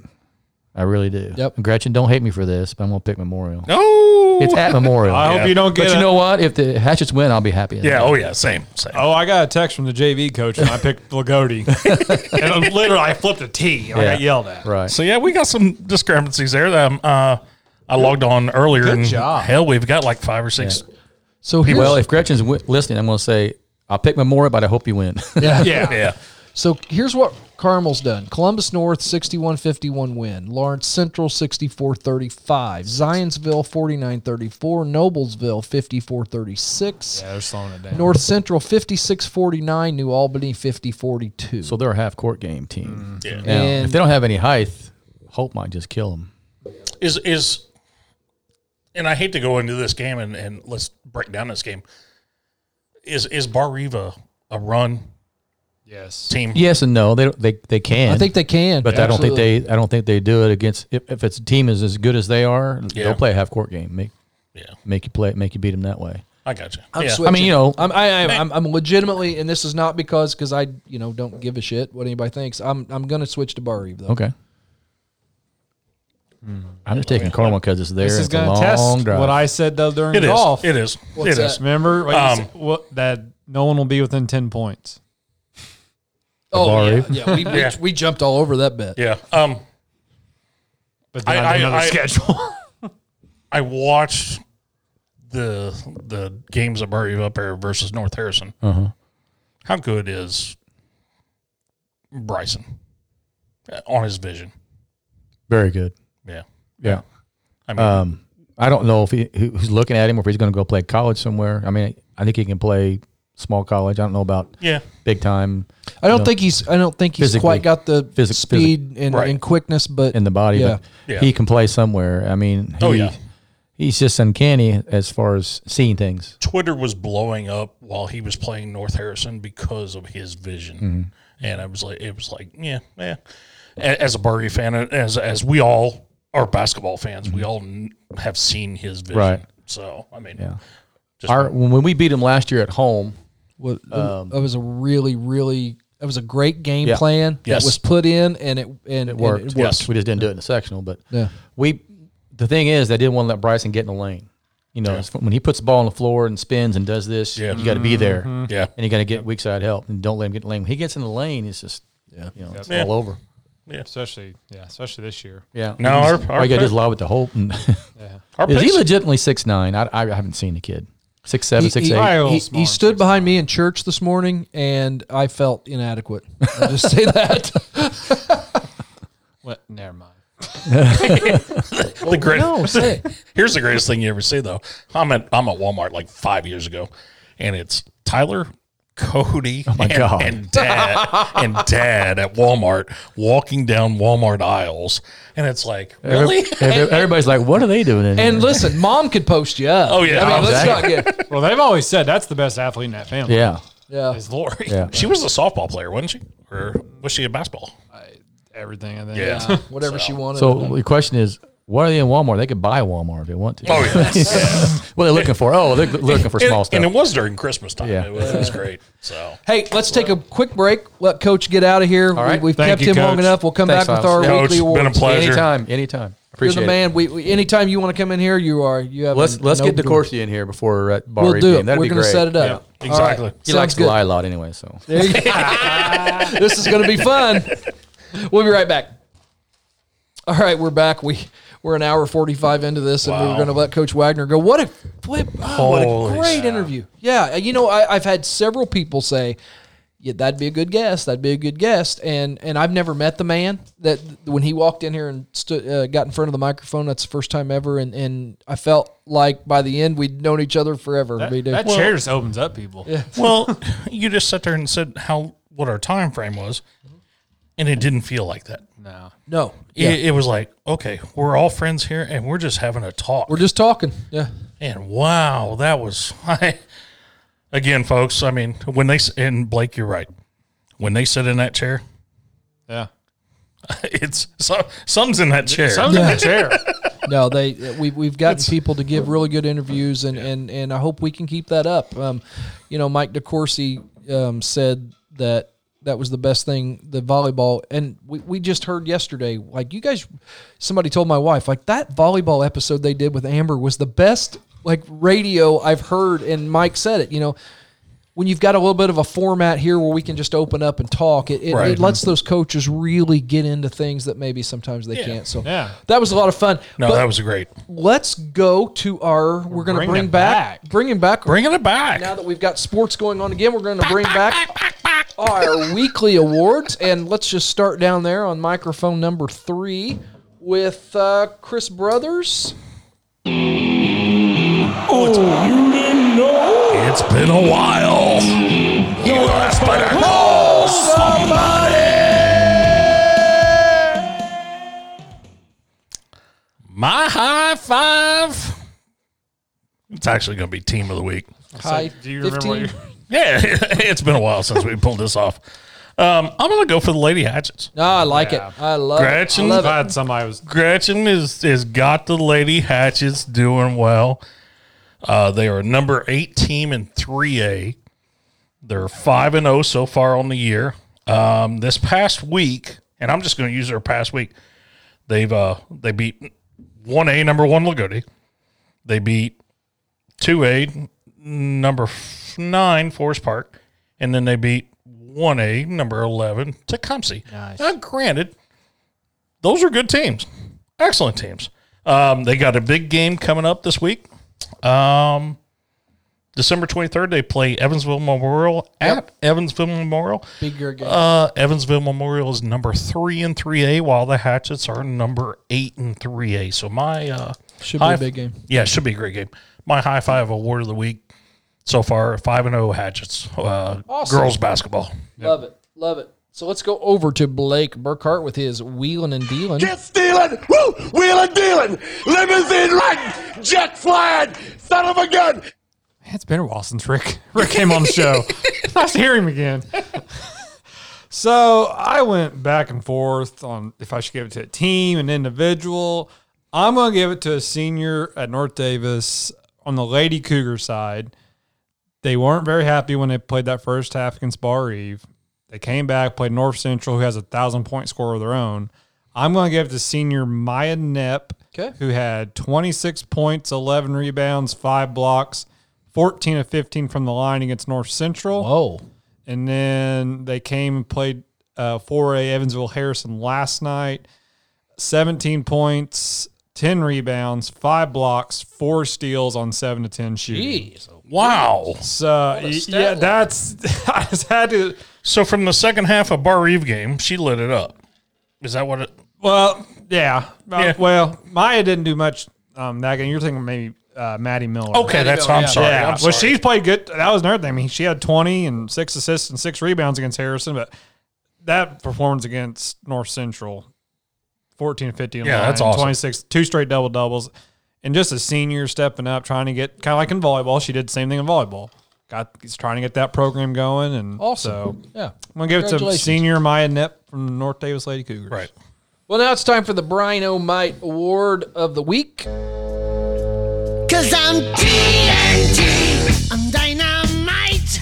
S5: I really do.
S1: Yep.
S5: Gretchen, don't hate me for this, but I'm gonna pick Memorial.
S4: Oh,
S5: It's at Memorial.
S3: I hope
S4: Yeah.
S3: you don't get.
S5: But you
S3: a-
S5: know what? If the Hatchets win, I'll be happy.
S4: yeah. Oh, yeah. Same, same.
S3: Oh, I got a text from the JV coach, and I picked Lagodi, and I literally I flipped a T. And I got
S5: Yeah.
S3: yelled at.
S5: Right.
S4: So yeah, we got some discrepancies there. That um, uh, I logged on earlier. Good and
S3: job.
S4: Hell, we've got like five or six.
S1: So here's,
S5: Well, if Gretchen's w- listening, I'm going to say I'll pick Memorial, but I hope you win.
S4: Yeah, yeah.
S1: So here's what Carmel's done. Columbus North 61-51 win. Lawrence Central 64-35. Zionsville 49-34. Noblesville 54-36.
S3: Yeah, they're slowing it down.
S1: North Central 56-49. New Albany 50-42.
S5: so they're a half court game team.
S4: Yeah.
S5: Now,
S1: And-
S5: if they don't have any height, Hope might just kill them.
S4: Is is, and I hate to go into this game and and let's break down this game. Is is Barreva a run
S3: Yes.
S4: team?
S5: Yes and no. They don't- they they can.
S1: I think they can.
S5: but I don't think they I don't think they do it against if, if it's a team is as good as they are,
S4: Yeah.
S5: they'll play a half court game. Make
S4: Yeah.
S5: make you play make you beat them that way.
S4: I got you.
S1: I'm
S4: yeah.
S1: switching.
S5: I mean, you know-
S1: I'm I, am I'm, I'm legitimately, and this is not because because I you know don't give a shit what anybody thinks. I'm I'm gonna switch to Bar Eve though.
S5: Okay. I'm just taking Carmel because it's there.
S3: This is
S5: it's a
S3: going
S5: long
S3: to test
S5: drive.
S3: what I said though during
S4: It is.
S3: golf.
S4: It is.
S1: What's
S4: it is.
S1: that?
S3: Remember what you
S4: Um,
S3: said- what, that no one will be within ten points.
S1: Oh
S5: Bar
S1: yeah,
S5: Eve.
S1: yeah. We, we,
S4: Yeah.
S1: we jumped all over that bet.
S4: Yeah. Um.
S3: But
S4: I-
S3: then I, did
S4: I-
S3: another
S4: I-
S3: schedule.
S4: I watched the the games at Murray up there versus North Harrison. How good is Bryson Uh, on his vision?
S5: Very good.
S4: Yeah,
S5: Yeah.
S4: I mean,
S5: Um, I don't know if he, who- who's looking at him or if he's going to go play college somewhere. I mean, I think he can play small college. I don't know about
S4: yeah,
S5: big time
S1: I don't think he's. I don't think he's
S5: Physically.
S1: quite got the
S5: Physic-
S1: speed and,
S4: right.
S1: and quickness, but
S5: in the body,
S1: Yeah.
S5: but
S4: Yeah.
S5: he can play somewhere. I mean, he,
S4: Oh, yeah.
S5: he's just uncanny as far as seeing things.
S4: Twitter was blowing up while he was playing North Harrison because of his vision,
S5: Mm-hmm.
S4: and I was like, it was like, yeah, yeah. A- As a Murray fan, as as we all are basketball fans, we all kn- have seen his vision.
S5: Mm-hmm. Right.
S4: So I mean,
S5: Yeah.
S4: just
S5: Our, when we beat him last year at home,
S1: Well, that was a really, really. That was a great game
S5: um, Yeah.
S1: plan
S4: Yes.
S1: that was put in, and it and
S5: it worked.
S1: And it
S4: Yes.
S5: We just didn't do it in the sectional, but
S1: Yeah.
S5: we. The thing is, they didn't want to let Bryson get in the lane. You know, it's- when he puts the ball on the floor and spins and does this,
S4: Yeah.
S5: you got to be there,
S4: yeah,
S5: and you got to get weak side help, and don't let him get in the lane. When he gets in the lane, it's just, yeah. you know, it's
S4: Yeah.
S5: all over.
S3: Especially, yeah, especially this year.
S5: Yeah.
S4: No, our-
S5: all you got to do
S4: our-
S5: is lob it to Holt. And
S4: Our
S5: is he
S4: picks-
S5: legitimately six nine? I, I haven't seen the kid. Six seven,
S1: He,
S5: six
S1: he,
S5: eight.
S3: Right.
S1: he-
S3: Small
S1: he
S3: and
S1: stood
S3: six
S1: behind me in church this morning, and I felt inadequate. I'll just say that.
S3: What? Never mind.
S4: the great,
S1: no, say it.
S4: Here's the greatest thing you ever see though. I'm at I'm at Walmart like five years ago, and it's Tyler, Cody,
S5: Oh my
S4: and,
S5: God.
S4: and Dad and Dad at Walmart walking down Walmart aisles, and it's like really.
S5: Every- Everybody's like, what are they doing in
S1: And
S5: here?
S1: listen, mom could post you up.
S4: Oh, yeah.
S1: I mean, let's
S5: Exactly.
S1: not get
S3: Well, they've always said that's the best athlete in that family.
S5: Yeah.
S1: yeah.
S3: Is Lori.
S5: Yeah.
S4: She was a softball player, wasn't she? Or was she a basketball?
S3: Everything. I think.
S4: Yeah.
S1: Whatever she wanted.
S5: So the question is, what are they in Walmart? They could buy Walmart if they want to.
S4: Oh yeah.
S5: What are they looking for? Oh, they're looking for small
S4: and,
S5: stuff.
S4: and it was during Christmas time.
S5: Yeah.
S4: It, was, it was great. So
S1: hey, let's take a quick break. Let Coach get out of here. All
S5: right.
S1: We, have
S3: Thank
S1: kept
S3: you,
S1: him long
S3: Coach.
S1: enough. We'll come
S5: Thanks,
S1: back with our
S5: Alex.
S4: Coach,
S1: weekly
S4: been a
S1: awards.
S4: pleasure.
S5: anytime, anytime. Appreciate
S1: You're the
S5: it.
S1: man. We, we anytime you want to come in here, you are. You have.
S5: Let's let's
S1: no
S5: get
S1: door.
S5: DeCourcy in here before we're at bar
S1: We'll do
S5: game.
S1: it.
S5: That'd
S1: We're
S5: be
S1: going to
S5: great.
S1: set it
S4: yeah,
S1: up.
S4: exactly.
S5: He
S1: Sounds
S5: likes
S1: good.
S5: to lie a lot anyway, so
S1: this is going to be fun. We'll be right back. All right, we're back. We we're an hour forty five into this, and we're
S4: Wow.
S1: going to let Coach Wagner go. What a flip! Oh, what a
S4: Holy
S1: great
S4: cow.
S1: interview. Yeah, you know, I, I've had several people say. Yeah, that'd be a good guest. That'd be a good guest, and and I've never met the man. That when he walked in here and stood, uh, got in front of the microphone, that's the first time ever, and and I felt like by the end we'd known each other forever.
S3: That,
S1: we do.
S3: that chair just opens up people. Yeah.
S4: well, you just sat there and said how what our time frame was, and it didn't feel like that.
S3: No.
S1: no,
S4: It, it was like, okay, we're all friends here, and we're just having a talk.
S1: we're just talking. Yeah,
S4: and wow, that was. I, again, folks. I mean, when they s- and Blake, you're right. When they sit in that chair,
S3: Yeah.
S4: it's so, some's in that chair.
S3: Someone's in the chair.
S1: no, they uh, we we've gotten people to give really good interviews, and and and I hope we can keep that up. Um, you know, Mike DeCourcy um, said that that was the best thing the volleyball and we, we just heard yesterday like you guys somebody told my wife like that volleyball episode they did with amber was the best like radio i've heard and mike said it you know when you've got a little bit of a format here where we can just open up and talk it, it, it
S4: Right.
S1: lets those coaches really get into things that maybe sometimes they can't so
S3: Yeah.
S1: that was a lot of fun
S4: no,
S1: But-
S4: that was great.
S1: let's go to our we're going to
S3: bringing
S1: bring
S3: it
S1: back,
S3: back.
S1: bring him back
S4: Bringing it back.
S1: now that we've got sports going on again we're going to bring back our weekly awards and let's just start down there on microphone number three with uh, chris brothers
S4: It's been a while. You asked, but I know somebody. My high five. It's actually going to be team of the week.
S1: high
S3: do you remember
S1: 15
S3: what you
S4: Yeah, it's been a while since we pulled this off. Um, I'm going to go for the Lady Hatchets.
S1: No, Ah, i like
S3: Yeah.
S1: it i love
S4: Gretchen
S1: it i love it
S3: Glad somebody was.
S4: Gretchen is has got the Lady Hatchets doing well. Uh, they are number eight team in three A. They're five and zero so far on the year. Um, this past week, and I'm just going to use their past week. They've uh, they beat one A number one Lagodi. They beat two A number f- nine Forest Park, and then they beat one A number eleven Tecumseh. Now, granted, those are good teams, excellent teams. Um, they got a big game coming up this week Um, December 23rd, they play Evansville Memorial at Evansville Memorial.
S1: Bigger game.
S4: Uh, Evansville Memorial is number three and 3A, while the Hatchets are number eight and 3A. So my. Uh,
S1: Should be
S4: high
S1: a
S4: f-
S1: big game.
S4: Yeah, it should be a great game. My high five award of the week so far 5 and 0 Hatchets, uh,
S1: Awesome.
S4: girls basketball.
S1: Love it. Love it. So let's go over to Blake Burkhart with his wheeling and dealing.
S6: Get stealing, woo, wheeling, dealing, limousine riding, jet flying, son of a gun.
S3: It's been a while since Rick Rick came on the show. nice to hear him again. so I went back and forth on if I should give it to a team, an individual. I'm going to give it to a senior at North Davis on the Lady Cougar side. They weren't very happy when they played that first half against Bar Eve. They came back, played North Central, who has a thousand point score of their own. I'm going to give it to senior Maya Nepp,
S1: Okay.
S3: who had 26 points, 11 rebounds, five blocks, 14 of 15 from the line against North Central.
S1: Whoa.
S3: And then they came and played uh, 4A Evansville Harrison last night. 17 points, 10 rebounds, five blocks, four steals on 7 to 10 shooting.
S1: Jeez.
S4: Wow.
S3: So, y-
S1: stat
S3: yeah,
S1: line.
S3: that's. I just had to.
S4: So from the second half of Bar Eve game, she lit it up. Is that what it?
S3: Well, yeah. Uh,
S4: Yeah.
S3: well, Maya didn't do much um, that game. You're thinking maybe uh, Maddie Miller.
S4: Okay, that's I'm
S1: yeah.
S4: sorry.
S3: Yeah,
S4: I'm
S3: well,
S4: sorry.
S3: she's played good. That was another thing. I mean, she had 20 and six assists and six rebounds against Harrison, but that performance against North Central, 14 and 15. on the
S4: Yeah, that's
S3: line,
S4: awesome.
S3: 26, two straight double doubles, and just a senior stepping up, trying to get kind of like in volleyball. She did the same thing in volleyball. Got she's trying to get that program going, and also
S1: Awesome. Yeah.
S3: I'm gonna give it to
S1: Congratulations.
S3: senior Maya Nip from North Davis Lady Cougars.
S4: right.
S1: Well, now it's time for the Brian O'Mite Award of the Week.
S7: Cause I'm TNT. I'm dynamite.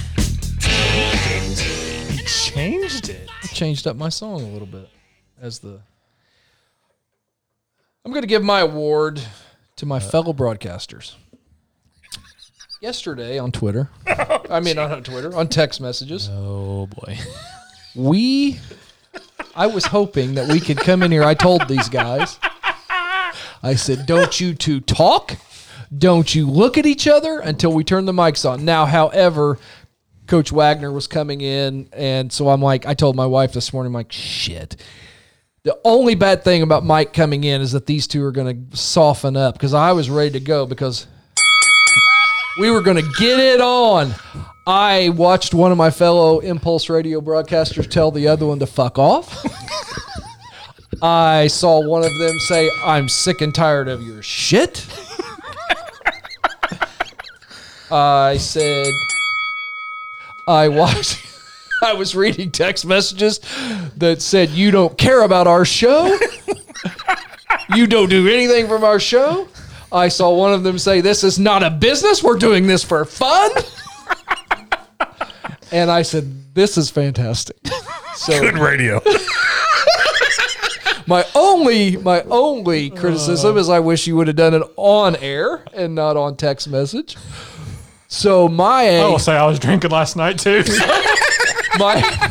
S4: Changed it.
S1: Changed up my song a little bit as the. I'm going to give my award to
S5: Uh,
S1: my fellow broadcasters. Yesterday on Twitter, I mean, not on Twitter, on text messages.
S5: Oh boy.
S1: we i was hoping that we could come in here i told these guys i said don't you two talk don't you look at each other until we turn the mics on now however coach wagner was coming in and so i'm like i told my wife this morning I'm like shit the only bad thing about mike coming in is that these two are going to soften up because i was ready to go because we were going to get it on. I watched one of my fellow Impulse Radio broadcasters tell the other one to fuck off. I saw one of them say, I'm sick and tired of your shit. I said, I watched, I was reading text messages that said, You don't care about our show. You don't do anything from our show. I saw one of them say, This is not a business. We're doing this for fun. and I said, This is fantastic. So
S4: Good radio.
S1: my only my only criticism is I wish you would have done it on air and not on text message. So my
S3: I will say I was drinking last night too.
S1: my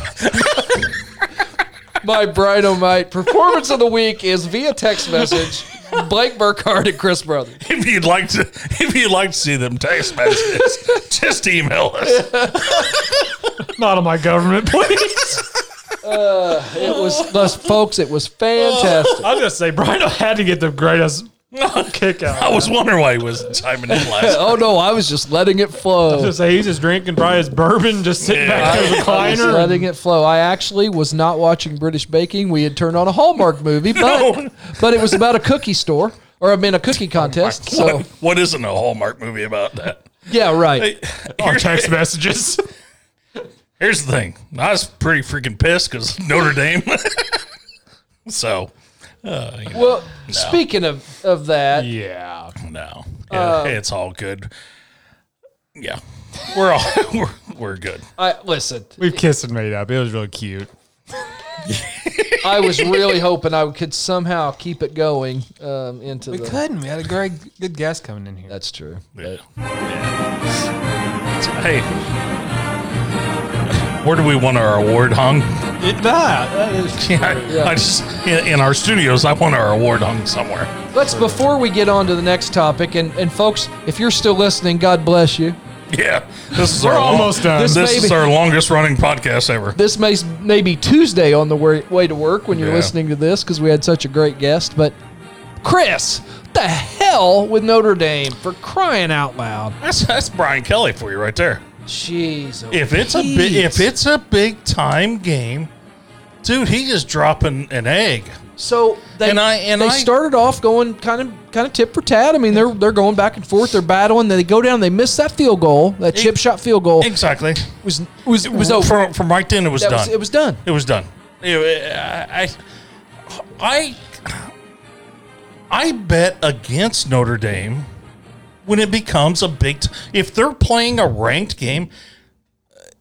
S1: my bride o' mite performance of the week is via text message. Blake Burkhardt and Chris Brothers.
S4: if you'd like to, if you'd like to see them text messages, just email us.
S3: Not on my government, please.
S1: It was, thus, folks, it was fantastic.
S3: I was gonna say Brian had to get the greatest kick out.
S4: I was wondering why he was timing in last.
S1: Oh no, I was just letting it flow.
S3: Just say he's just drinking probably his bourbon, just sitting back in his
S1: Just
S3: recliner.
S1: letting it flow. I actually was not watching British Baking. We had turned on a Hallmark movie, but but it was about a cookie store or I mean a cookie contest. So
S4: What, what isn't a Hallmark movie about that?
S1: yeah, right.
S3: Our text messages.
S4: Here's the thing. I was pretty freaking pissed because Notre Dame. so, uh, you know,
S1: Well, speaking of of that,
S3: Yeah.
S4: no, yeah, it's all good. Yeah, we're all we're, we're good.
S1: I listen.
S3: We've kissed and made up. It was really cute.
S1: I was really hoping I could somehow keep it going um, into the.
S3: couldn't. We had a great good guest coming in here.
S1: That's true.
S4: Yeah. Hey, where do we want our award hung?
S3: It, nah, that is
S4: Yeah, I, I just in, in our studios. I want our award hung somewhere.
S1: Let's before we get on to the next topic, and, and folks, if you're still listening, God bless you.
S4: Yeah, this is
S3: We're
S4: our long-
S3: almost done.
S4: This,
S1: This may
S4: is
S1: be-
S4: our longest running podcast ever.
S1: This may maybe Tuesday on the way, way to work when you're
S4: Yeah.
S1: listening to this because we had such a great guest. But Chris, what the hell with Notre Dame for crying out loud?
S4: That's that's Brian Kelly for you right there.
S1: Jeez, oh
S4: If it's a big,
S1: jeez.
S4: if it's a big time game, dude, he is dropping an egg.
S1: so they
S4: And I- and
S1: they
S4: I-
S1: started off going kind of kind of tip for tat. I mean, they're they're going back and forth, they're battling. They go down, they miss that field goal, that chip shot field goal
S4: Exactly.
S1: was was was over.
S4: from from right then it was
S1: That
S4: done.
S1: was- it was done.
S4: It was done. It- uh, I, I I bet against Notre Dame when it becomes a big. T- if they're playing a ranked game,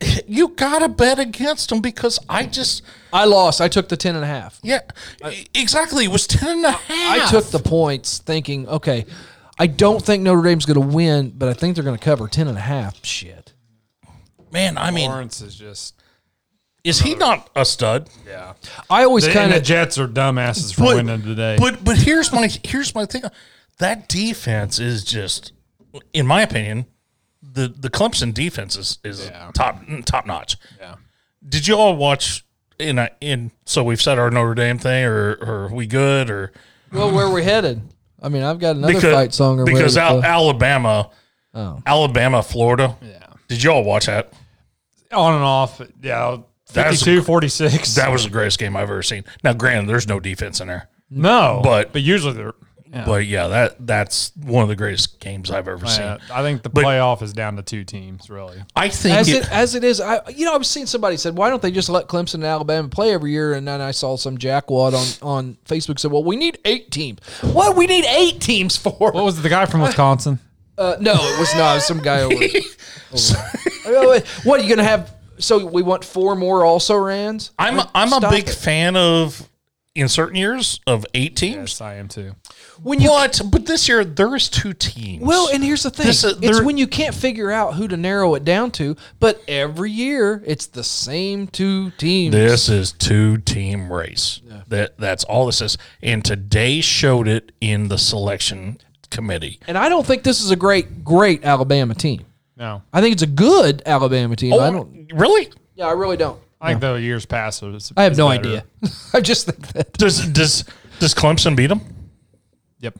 S4: uh, you gotta bet against them because I just
S1: I lost. I took the ten and a half.
S4: yeah exactly. It was ten and a half.
S1: I took the points thinking, okay, I don't think Notre Dame's going to win, but I think they're going to cover 10 and a half. Shit.
S4: man. I mean,
S3: Lawrence is just
S4: Is he not a stud?
S3: yeah.
S1: I always
S3: The, and
S1: kind
S3: the
S1: of
S3: Jets are dumbasses for winning today.
S4: But but here's my here's my thing. That defense is just, in my opinion, the the Clemson defense is, is top top notch.
S3: Yeah.
S4: Did you all watch? In a, in so we've said our Notre Dame thing, or or we good, or
S1: well, where we're headed. I mean, I've got another fight song or
S4: because
S1: whatever. Oh.
S4: Al- Alabama, Alabama, Florida. Yeah. Did you all watch that?
S3: on and off. Yeah,
S4: That's-
S3: 52, 46.
S4: That was the greatest game I've ever seen. Now, granted, there's no defense in there,
S3: no,
S4: But-
S3: but usually they're. Yeah.
S4: but yeah, that that's one of the greatest games I've ever seen.
S3: Yeah, I think the
S4: But-
S3: playoff is down to two teams, really.
S4: I think
S1: as
S4: it-
S1: it as it is, I you know I've seen somebody said why don't they just let Clemson and Alabama play every year? And then I saw some jackwad on on Facebook said, well, we need eight teams. What we need eight teams for?
S3: What was it, the guy from Wisconsin?
S1: Uh, no, it was not. It was some guy over. over. what are you going to have? So we want four more also rans.
S4: I'm
S1: Like,
S4: I'm a
S1: stop
S4: big
S1: it.
S4: fan of in certain years of eight teams.
S3: Yes, I am too.
S1: when you
S4: But but this year there is two teams.
S1: Well, and here's the thing:
S4: This is-
S1: it's
S4: there-
S1: when you can't figure out who to narrow it down to. But every year, it's the same two teams.
S4: this is two team race. That that's all this is. And today showed it in the selection committee.
S1: and I don't think this is a great, great Alabama team.
S3: No,
S1: I think it's a good Alabama team. I don't.
S4: really?
S1: Yeah, I really don't.
S3: I think the years past. is-
S1: I have
S3: is
S1: no
S3: better.
S1: idea. I just think that.
S4: Does does does Clemson beat them?
S3: Yep.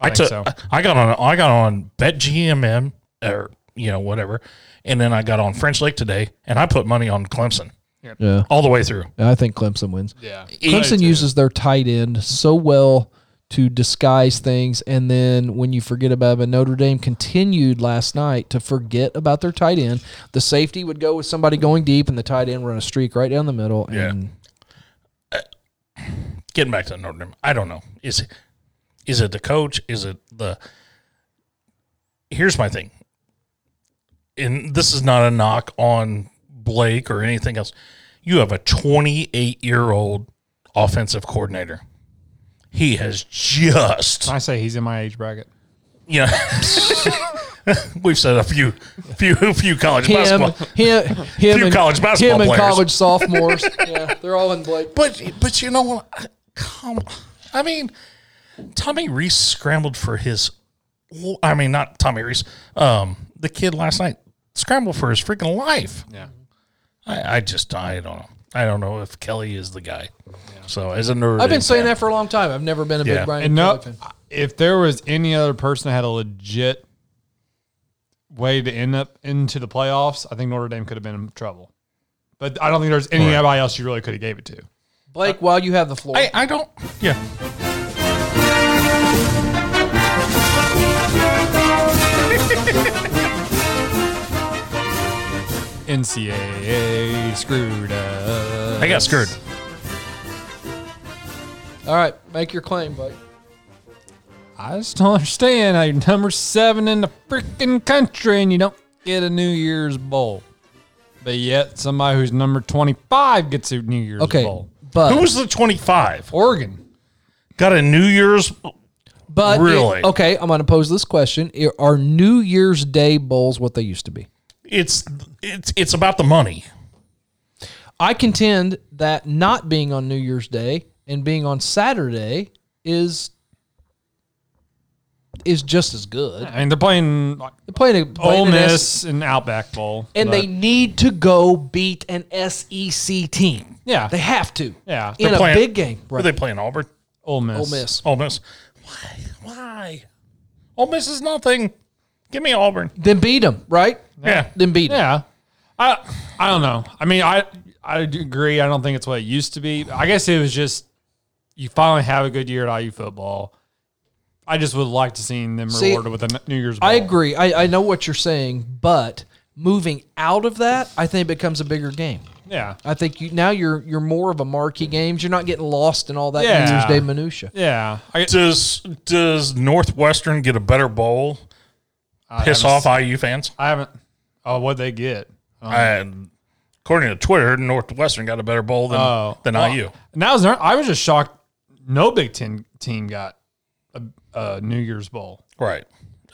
S4: I,
S3: think
S4: took.
S3: so.
S4: I got on. I got on BetGMM or you know whatever, and then I got on French Lake today, and I put money on Clemson.
S1: Yeah.
S4: All the way through.
S1: I think Clemson wins.
S3: Yeah.
S1: Clemson uses their tight end so well to disguise things, and then when you forget about it, Notre Dame continued last night to forget about their tight end. The safety would go with somebody going deep, and the tight end run a streak right down the middle. And
S4: getting back to Notre Dame, I don't know. Is it is it the coach? Is it the Here's my thing. And this is not a knock on Blake or anything else. You have a 28-year-old offensive coordinator. He has just
S3: I say he's in my age bracket.
S4: yeah. We've said a few few few college
S1: him,
S4: basketball.
S1: him, him,
S4: Few
S1: and,
S4: college
S1: him
S4: basketball
S1: and
S4: players.
S1: college sophomores. yeah, they're all in Blake.
S4: But but you know what? I- Come, I mean, Tommy Reese scrambled for his. I mean, not Tommy Reese. Um, the kid last night scrambled for his freaking life.
S3: Yeah.
S4: I, I just I don't know. I don't know if Kelly is the guy. So as a nerd,
S1: I've been saying that for a long time. I've never been a
S4: Yeah.
S1: big Brian
S3: And no,
S1: Kelly fan.
S3: if there was any other person that had a legit way to end up into the playoffs, I think Notre Dame could have been in trouble. But I don't think there's anybody else you really could have gave it to.
S1: Blake, while you have the floor,
S4: I I don't. Yeah.
S3: NCAA screwed up.
S4: I got screwed.
S1: all right, make your claim, Blake.
S3: I just don't understand how you're number seven in the freaking country and you don't get a New Year's Bowl. But yet somebody who's number 25 gets a New Year's
S1: Okay,
S3: Bowl.
S1: but
S4: Who was the twenty five?
S3: Oregon.
S4: Got a New Year's.
S1: But it-
S4: Really?
S1: okay, I'm going to pose this question: I- Are New Year's Day bowls what they used to be?
S4: It's it's it's about the money.
S1: I contend that not being on New Year's Day and being on Saturday is is just as good.
S3: I mean, they're playing like,
S1: They're playing a playing
S3: Ole
S1: an S-
S3: Miss and Outback Bowl,
S1: and
S3: but-
S1: they need to go beat an SEC team.
S3: Yeah.
S1: they have to.
S3: Yeah.
S1: in
S3: They're
S1: a
S4: playing-
S1: big game,
S4: Who Are
S1: right?
S4: they playing Auburn?
S3: Ole Miss.
S1: Ole Miss.
S4: Ole Miss. Why? Why? Ole Miss is nothing. Give me Auburn.
S1: Then beat them, right?
S4: Yeah.
S1: Then beat them.
S3: Yeah, I I don't know. I mean, I I do agree. I don't think it's what it used to be. I guess it was just you finally have a good year at IU football. I just would like to see them
S1: See,
S3: rewarded with a New Year's. Bowl.
S1: I agree. I, I know what you're saying, but moving out of that, I think it becomes a bigger game.
S3: Yeah,
S1: I think you now you're you're more of a marquee games. You're not getting lost in all that
S3: Yeah.
S1: New Year's Day minutia.
S3: yeah. I,
S4: Does Does Northwestern get a better bowl? Piss off IU fans.
S3: I haven't. Oh, what they get?
S4: And according to Twitter, Northwestern got a better bowl than
S3: Oh,
S4: than
S3: well,
S4: IU.
S3: And that was I was just shocked. No Big Ten team got a, a New Year's Bowl.
S4: Right.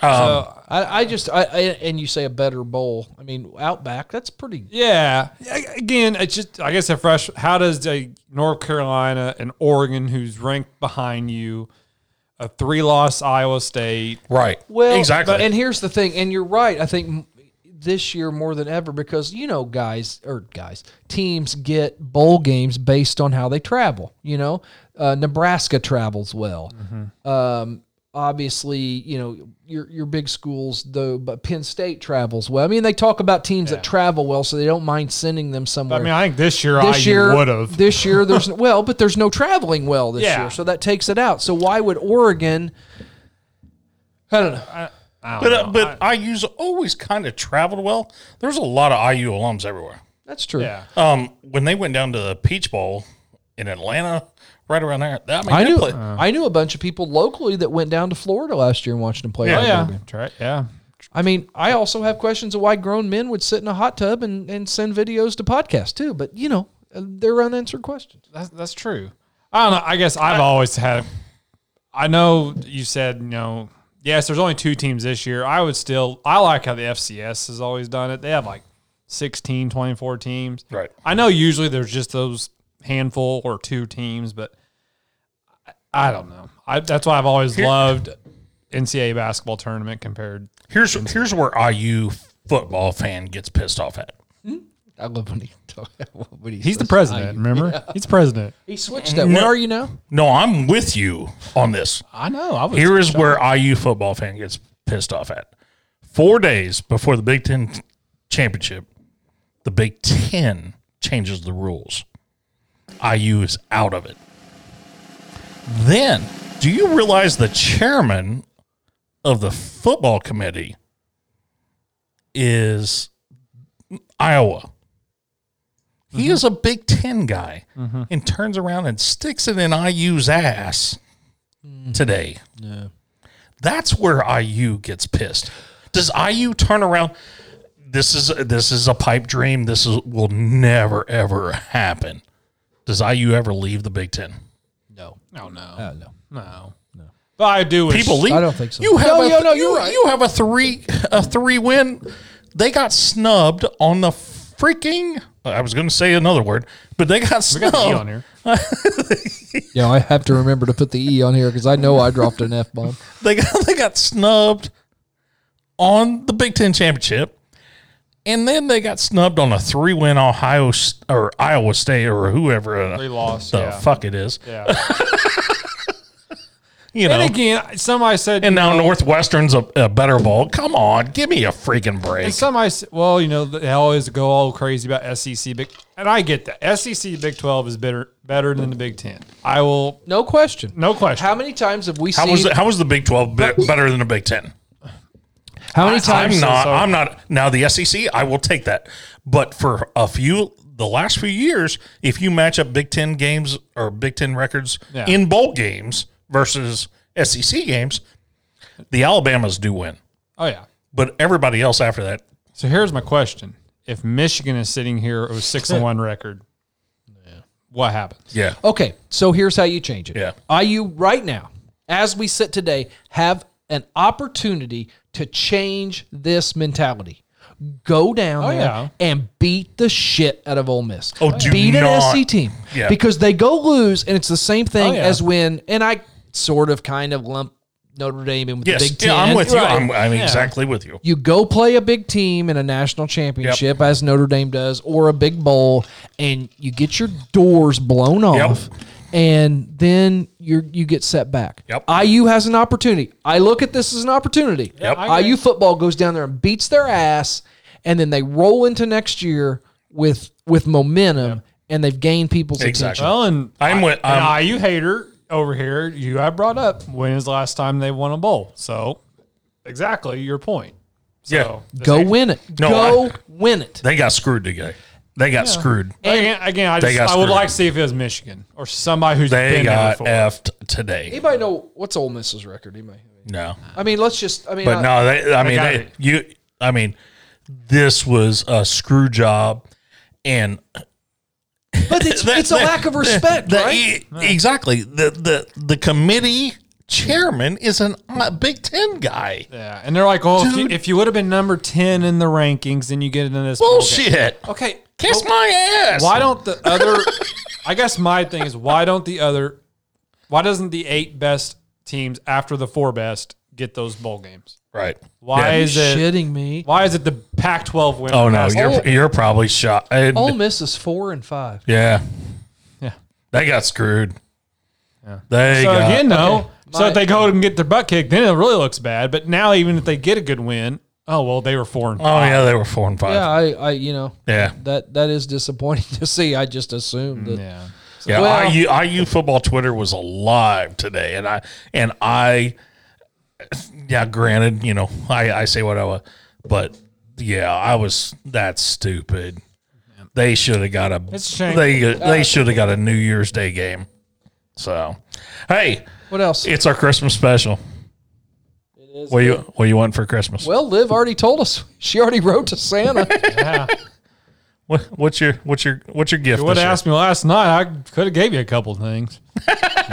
S4: Um,
S1: I, I just I, I and you say a better bowl. I mean Outback. That's pretty.
S3: Yeah. A- Again, it's just I guess a fresh. How does a North Carolina and Oregon, who's ranked behind you, a three-loss Iowa State?
S4: right.
S1: Well,
S4: exactly.
S1: but- and here's the thing, and you're right. I think m- this year more than ever because you know, guys or guys, teams get bowl games based on how they travel. You know, uh, Nebraska travels well.
S3: Mm-hmm.
S1: Um, obviously, you know your your big schools though, but Penn State travels well. I mean, they talk about teams that travel well, so they don't mind sending them somewhere
S3: I mean, I think this year
S1: this
S3: IU
S1: year
S3: would have.
S1: This year there's well, but there's no traveling well this
S3: Yeah.
S1: year, so that takes it out. So why would Oregon? I don't know.
S4: But uh, but IU's always kind of traveled well. There's a lot of IU alums everywhere.
S1: That's true.
S3: Yeah.
S4: Um, when they went down to the Peach Bowl in Atlanta, right around there, that, I mean,
S1: I
S4: that
S1: knew
S4: pla-
S3: Uh.
S1: I knew a bunch of people locally that went down to Florida last year and watched them play.
S3: Oh
S1: rugby.
S3: yeah. Try, yeah.
S1: I mean, I also have questions of why grown men would sit in a hot tub and, and send videos to podcasts too. But you know, uh, they're unanswered questions.
S3: That's that's true. I don't know. I guess I've always had. I know you said you know. Yes, there's only two teams this year. I would still. I like how the FCS has always done it. They have like 16, 24 teams.
S4: Right.
S3: I know usually there's just those handful or two teams, but I, I don't know. I, that's why I've always loved NCAA basketball tournament compared.
S4: here's here's where IU football fan gets pissed off at.
S1: I love when he talk, when he
S3: He's the
S1: says,
S3: president.
S1: "I-
S3: remember, he's president.
S1: He switched that. Where are you now?
S4: No, I'm with you on this.
S3: I know. I was.
S4: Here is where IU football fan gets pissed off at. Four days before the Big Ten championship, the Big Ten changes the rules. IU is out of it. Then, do you realize the chairman of the football committee is Iowa? He is a Big Ten guy and turns around and sticks it in IU's ass today. That's where IU gets pissed. Does IU turn around? This is this is a pipe dream. This is will never ever happen. Does IU ever leave the Big Ten?
S1: No,
S3: No, no,
S1: I don't know.
S3: no, no. But I do. Wish,
S4: People leave.
S1: I don't think so.
S4: You have
S1: No,
S4: a,
S1: yeah, no,
S4: you,
S1: you're right.
S4: you have a three a three win. They got snubbed on the freaking. I was going to say another word, but they got
S3: We got
S4: snubbed.
S3: the E on here.
S1: Yeah, I have to remember to put the E on here because I know I dropped an F bomb.
S4: They got they got snubbed on the Big Ten championship, and then they got snubbed on a three win Ohio S- or Iowa State or whoever uh,
S3: They lost.
S4: the
S3: yeah.
S4: fuck it is.
S3: Yeah.
S4: You know,
S3: And
S4: and,
S3: again, somebody said,
S4: now Northwestern's a, a better ball. Come on, give me a freaking break.
S3: and somebody said, well, you know, they always go all crazy about SEC Big, and I get that. SEC Big Twelve is better better than the Big Ten. I will,
S1: No question.
S3: no question.
S1: How many times have we
S4: How
S1: seen?
S4: was the, how was the Big Twelve be- better than the Big Ten?
S1: how many
S4: I'm,
S1: times?
S4: not. I'm not. Now the SEC, I will take that. But for a few, the last few years, if you match up Big Ten games or Big Ten records
S3: Yeah.
S4: in bowl games versus SEC games, the Alabamas do win.
S3: oh yeah.
S4: But everybody else after that,
S3: So here's my question: If Michigan is sitting here with a six and one record, what happens?
S4: yeah,
S1: Okay, so here's how you change it.
S4: Yeah.
S1: IU right now, as we sit today, have an opportunity to change this mentality. Go down there
S3: yeah.
S1: and beat the shit out of Ole Miss.
S4: Oh, do
S1: beat an
S4: not-
S1: SC team
S4: Yeah. Oh,
S1: because they go lose, and it's the same thing
S3: yeah.
S1: as when. And I sort of, kind of lump Notre Dame and with the
S4: Yes,
S1: Big Ten.
S4: yeah, I'm with you.
S1: Right.
S4: I'm, I'm exactly with you.
S1: you go play a big team in a national championship as Notre Dame does or a big bowl and you get your doors blown off and then you you get set back.
S4: Yep.
S1: IU has an opportunity. I look at this as an opportunity. IU football goes down there and beats their ass and then they roll into next year with with momentum and they've gained people's
S4: Exactly.
S1: attention.
S3: Well, and
S4: I'm with-
S3: an
S4: I'm-
S3: IU hater over here. You I brought up when is the last time they won a bowl? So exactly your point. So,
S4: Yeah.
S3: this
S1: Go
S3: ain't-
S1: win it.
S4: No,
S1: go
S4: I-
S1: win it.
S4: They got screwed today. They got screwed.
S3: Again, again I,
S4: They
S3: just,
S4: got
S3: I would
S4: screwed.
S3: like to see if it was Michigan or somebody who's
S4: They
S3: been there
S4: got
S3: before.
S4: effed today.
S1: Anybody know what's Ole Miss's record? Anybody?
S4: No,
S1: I mean, let's just I mean
S4: but
S1: I-
S4: no, they, I mean
S3: got
S4: they,
S3: it.
S4: you. I mean, this was a screw job, and
S1: But it's, it's a lack of respect,
S4: the-
S1: right?
S4: e- exactly. The the the committee chairman is an a Big Ten guy.
S3: Yeah, and they're like, "Oh, if you,
S4: Dude.
S3: if you would have been number ten in the rankings, then you get into this bowl game."
S4: Bullshit.
S3: Okay, Oh.
S4: Kiss my ass.
S3: why don't the other? I guess my thing is why don't the other? Why doesn't the eight best teams after the four best get those bowl games?
S4: Right.
S3: Why
S4: Yeah.
S3: is it?
S1: Shitting me.
S3: Why is it the Pac-12 winner?
S4: Oh no,
S3: has-
S4: you're you're probably shot. And-
S1: Ole Miss is four and five.
S4: yeah.
S3: Yeah.
S4: They got screwed. They
S3: So
S4: got
S3: again, though, so
S1: My-
S3: if they go and get their butt kicked, then it really looks bad. But now, even if they get a good win, oh well, they were four and
S4: Oh yeah, they were four and five.
S1: Yeah,
S4: Yeah.
S1: I, I, you know,
S4: Yeah.
S1: that that is disappointing to see. I just assumed that.
S3: yeah.
S1: Well-
S4: IU, IU football Twitter was alive today, and I and I, yeah. Granted, you know, I I say what I was, but yeah, I was that's stupid. They should have got a.
S3: It's a shame.
S4: They uh, they should have got a New Year's Day game. So, hey,
S1: What else?
S4: it's our Christmas special. What you what you want for Christmas?
S1: well, Liv already told us. She already wrote to Santa.
S4: What, what's your what's your what's your gift?
S3: You would
S4: this
S3: have
S4: year?
S3: asked me last night. I could have gave you a couple things.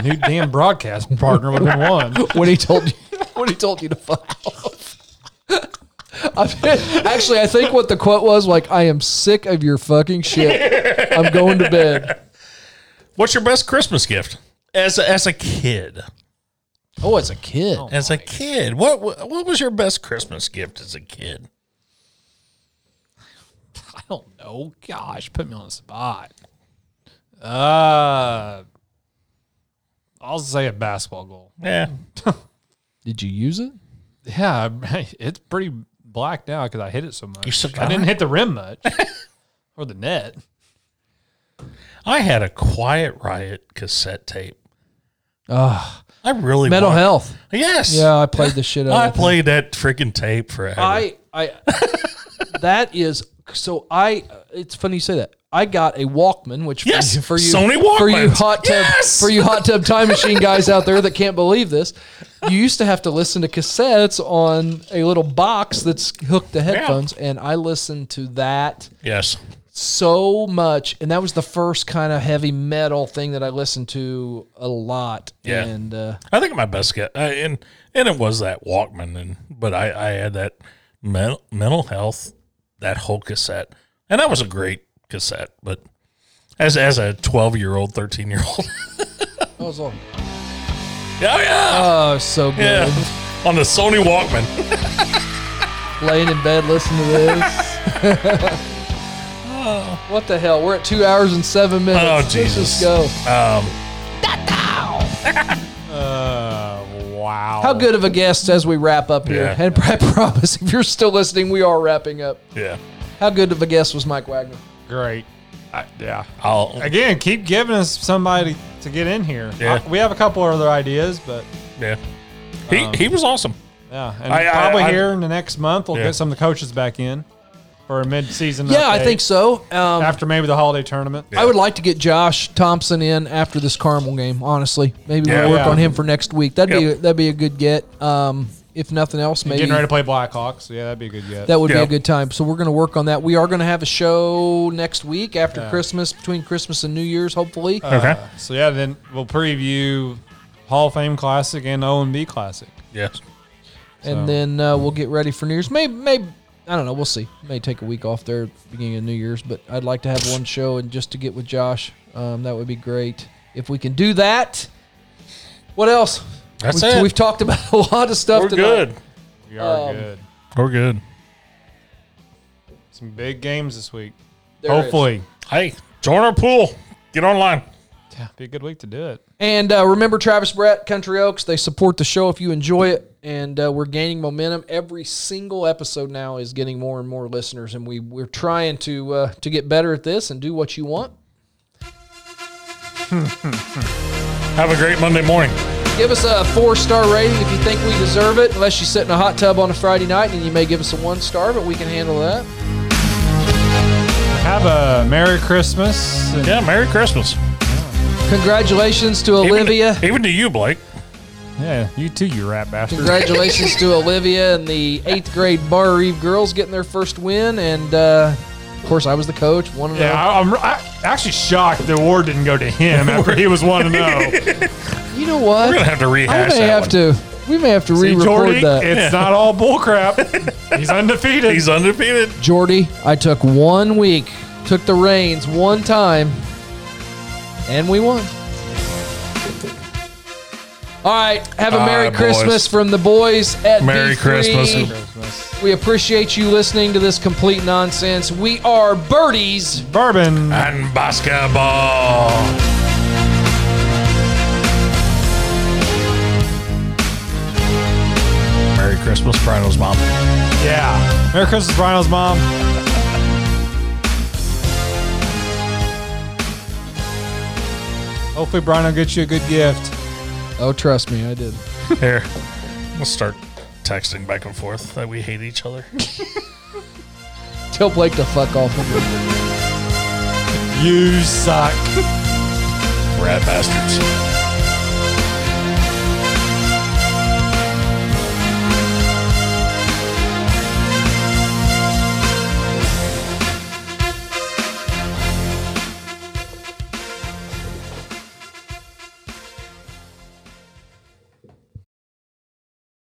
S3: New damn broadcast partner would have been one.
S1: when he told you, when he told you to fuck off. I mean, actually, I think what the quote was like, "I am sick of your fucking shit. I'm going to bed."
S4: What's your best Christmas gift as a, as a kid?
S1: Oh, as a kid,
S4: As a kid, what wa- what was your best Christmas gift as a kid?
S3: I don't know. Gosh, put me on the spot. Uh, I'll say a basketball goal.
S4: Yeah,
S1: did you use it?
S3: Yeah, it's pretty black now because I hit it so much.
S4: You should-
S3: I didn't hit the rim much or the net.
S4: I had a Quiet Riot cassette tape. Ah, I really
S1: Mental
S4: want-
S1: health.
S4: Yes,
S1: Yeah, I played the shit out.
S4: I
S1: of it.
S4: played that freaking tape forever.
S1: I, I, that is so. I. It's funny you say that. I got a Walkman, which for
S4: Yes,
S1: you- for you,
S4: Sony
S1: for you
S4: Walkmans.
S1: hot tub,
S4: Yes!
S1: for you hot tub time machine guys out there that can't believe this. You used to have to listen to cassettes on a little box that's hooked to headphones, and I listened to that
S4: yes,
S1: so much, and that was the first kind of heavy metal thing that I listened to a lot.
S4: Yeah.
S1: and uh,
S4: I think my best gift, uh, and and it was that Walkman, and but I I had that mental mental health that whole cassette, and that was a great cassette, but. As, as a Oh, 12 year old, 13 year old.
S1: that was all.
S4: oh, yeah.
S1: Oh, so good.
S4: Yeah. On the Sony Walkman.
S1: laying in bed listening to this. what the hell? We're at two hours and seven minutes.
S4: Oh,
S1: Let's just
S4: Jesus.
S1: go.
S3: Uh, wow.
S1: How good of a guest as we wrap up here?
S4: Yeah.
S1: And I promise, if you're still listening, we are wrapping up.
S4: Yeah.
S1: How good of a guest was Mike Wagner?
S3: Great. I, yeah.
S4: I'll,
S3: Again, keep giving us somebody to get in here.
S4: Yeah.
S3: I- we have a couple other ideas, but
S4: yeah. He, he was awesome.
S3: yeah, and
S4: I- I-
S3: probably
S4: I-
S3: here in the next month we'll
S4: Yeah.
S3: get some of the coaches back in for a mid-season.
S1: Yeah, I
S3: update
S1: think so. Um,
S3: After maybe the holiday tournament.
S1: I would like to get Josh Thompson in after this Carmel game. Honestly, maybe
S4: Yeah.
S1: we'll work
S3: Yeah.
S1: on him for next week. That'd
S4: Yep.
S1: be that'd be a good get. Um, if nothing else, maybe
S3: Getting ready to play Blackhawks. Yeah, that'd be a good get.
S1: That would be
S4: Yeah.
S1: a good time. So we're going to work on that. We are going to have a show next week after Christmas, between Christmas and New Year's, hopefully.
S4: okay.
S3: so yeah, then we'll preview Hall of Fame Classic and O and B Classic.
S4: Yes.
S1: and then uh, we'll get ready for New Year's. Maybe, maybe I don't know. We'll see. May take a week off there, at the beginning of New Year's. But I'd like to have one show and just to get with Josh. Um, that would be great if we can do that. What else?
S4: That's
S1: We've,
S4: it.
S1: we've talked about a lot of stuff
S4: We're
S1: tonight.
S4: good.
S3: We are
S1: Um,
S3: good.
S4: We're good.
S3: Some big games this week.
S1: There it is.
S3: Hopefully,
S4: Hey, join our pool. Get online.
S3: yeah, be a good week to do it.
S1: And uh, remember, Travis Brett, Country Oaks, they support the show if you enjoy it. And uh, we're gaining momentum. Every single episode now is getting more and more listeners. And we, we're trying to, uh, to get better at this and do what you want.
S4: Have a great Monday morning.
S1: Give us a four star rating if you think we deserve it, unless you sit in a hot tub on a Friday night and you may give us a one star, but we can handle that.
S3: Have a Merry Christmas. and-
S4: Yeah, Merry Christmas.
S1: Congratulations to
S4: Even-
S1: Olivia.
S4: Even, to you, Blake.
S3: yeah, you too, you rat bastard.
S1: Congratulations to Olivia and the eighth grade Bar Reeve girls getting their first win. And uh, of course, I was the coach. One and
S3: Yeah, I, I'm I, actually shocked the award didn't go to him after he was one to know.
S1: oh. You know what?
S4: We're gonna have to
S1: I
S4: rehash
S1: may
S4: that
S1: have
S4: one.
S1: to. We may have to
S3: See,
S1: re-record
S3: Jordy,
S1: that.
S3: it's not all bullcrap. He's undefeated.
S4: He's undefeated.
S1: Jordy, I took one week, took the reins one time, and we won. All right, have a
S4: All
S1: Merry
S4: right, boys.
S1: Christmas from the boys at
S4: Merry
S1: B3.
S4: Christmas.
S1: We appreciate you listening to this complete nonsense. We are birdies.
S3: Bourbon.
S4: And basketball. Merry Christmas, Prino's mom.
S3: Yeah. Merry Christmas, Brian's mom. Hopefully, Brian will get you a good gift.
S1: Oh, trust me, I did.
S4: Here, let's start texting back and forth that we hate each other.
S1: Tell Blake to fuck off.
S3: You suck.
S4: Rat bastards.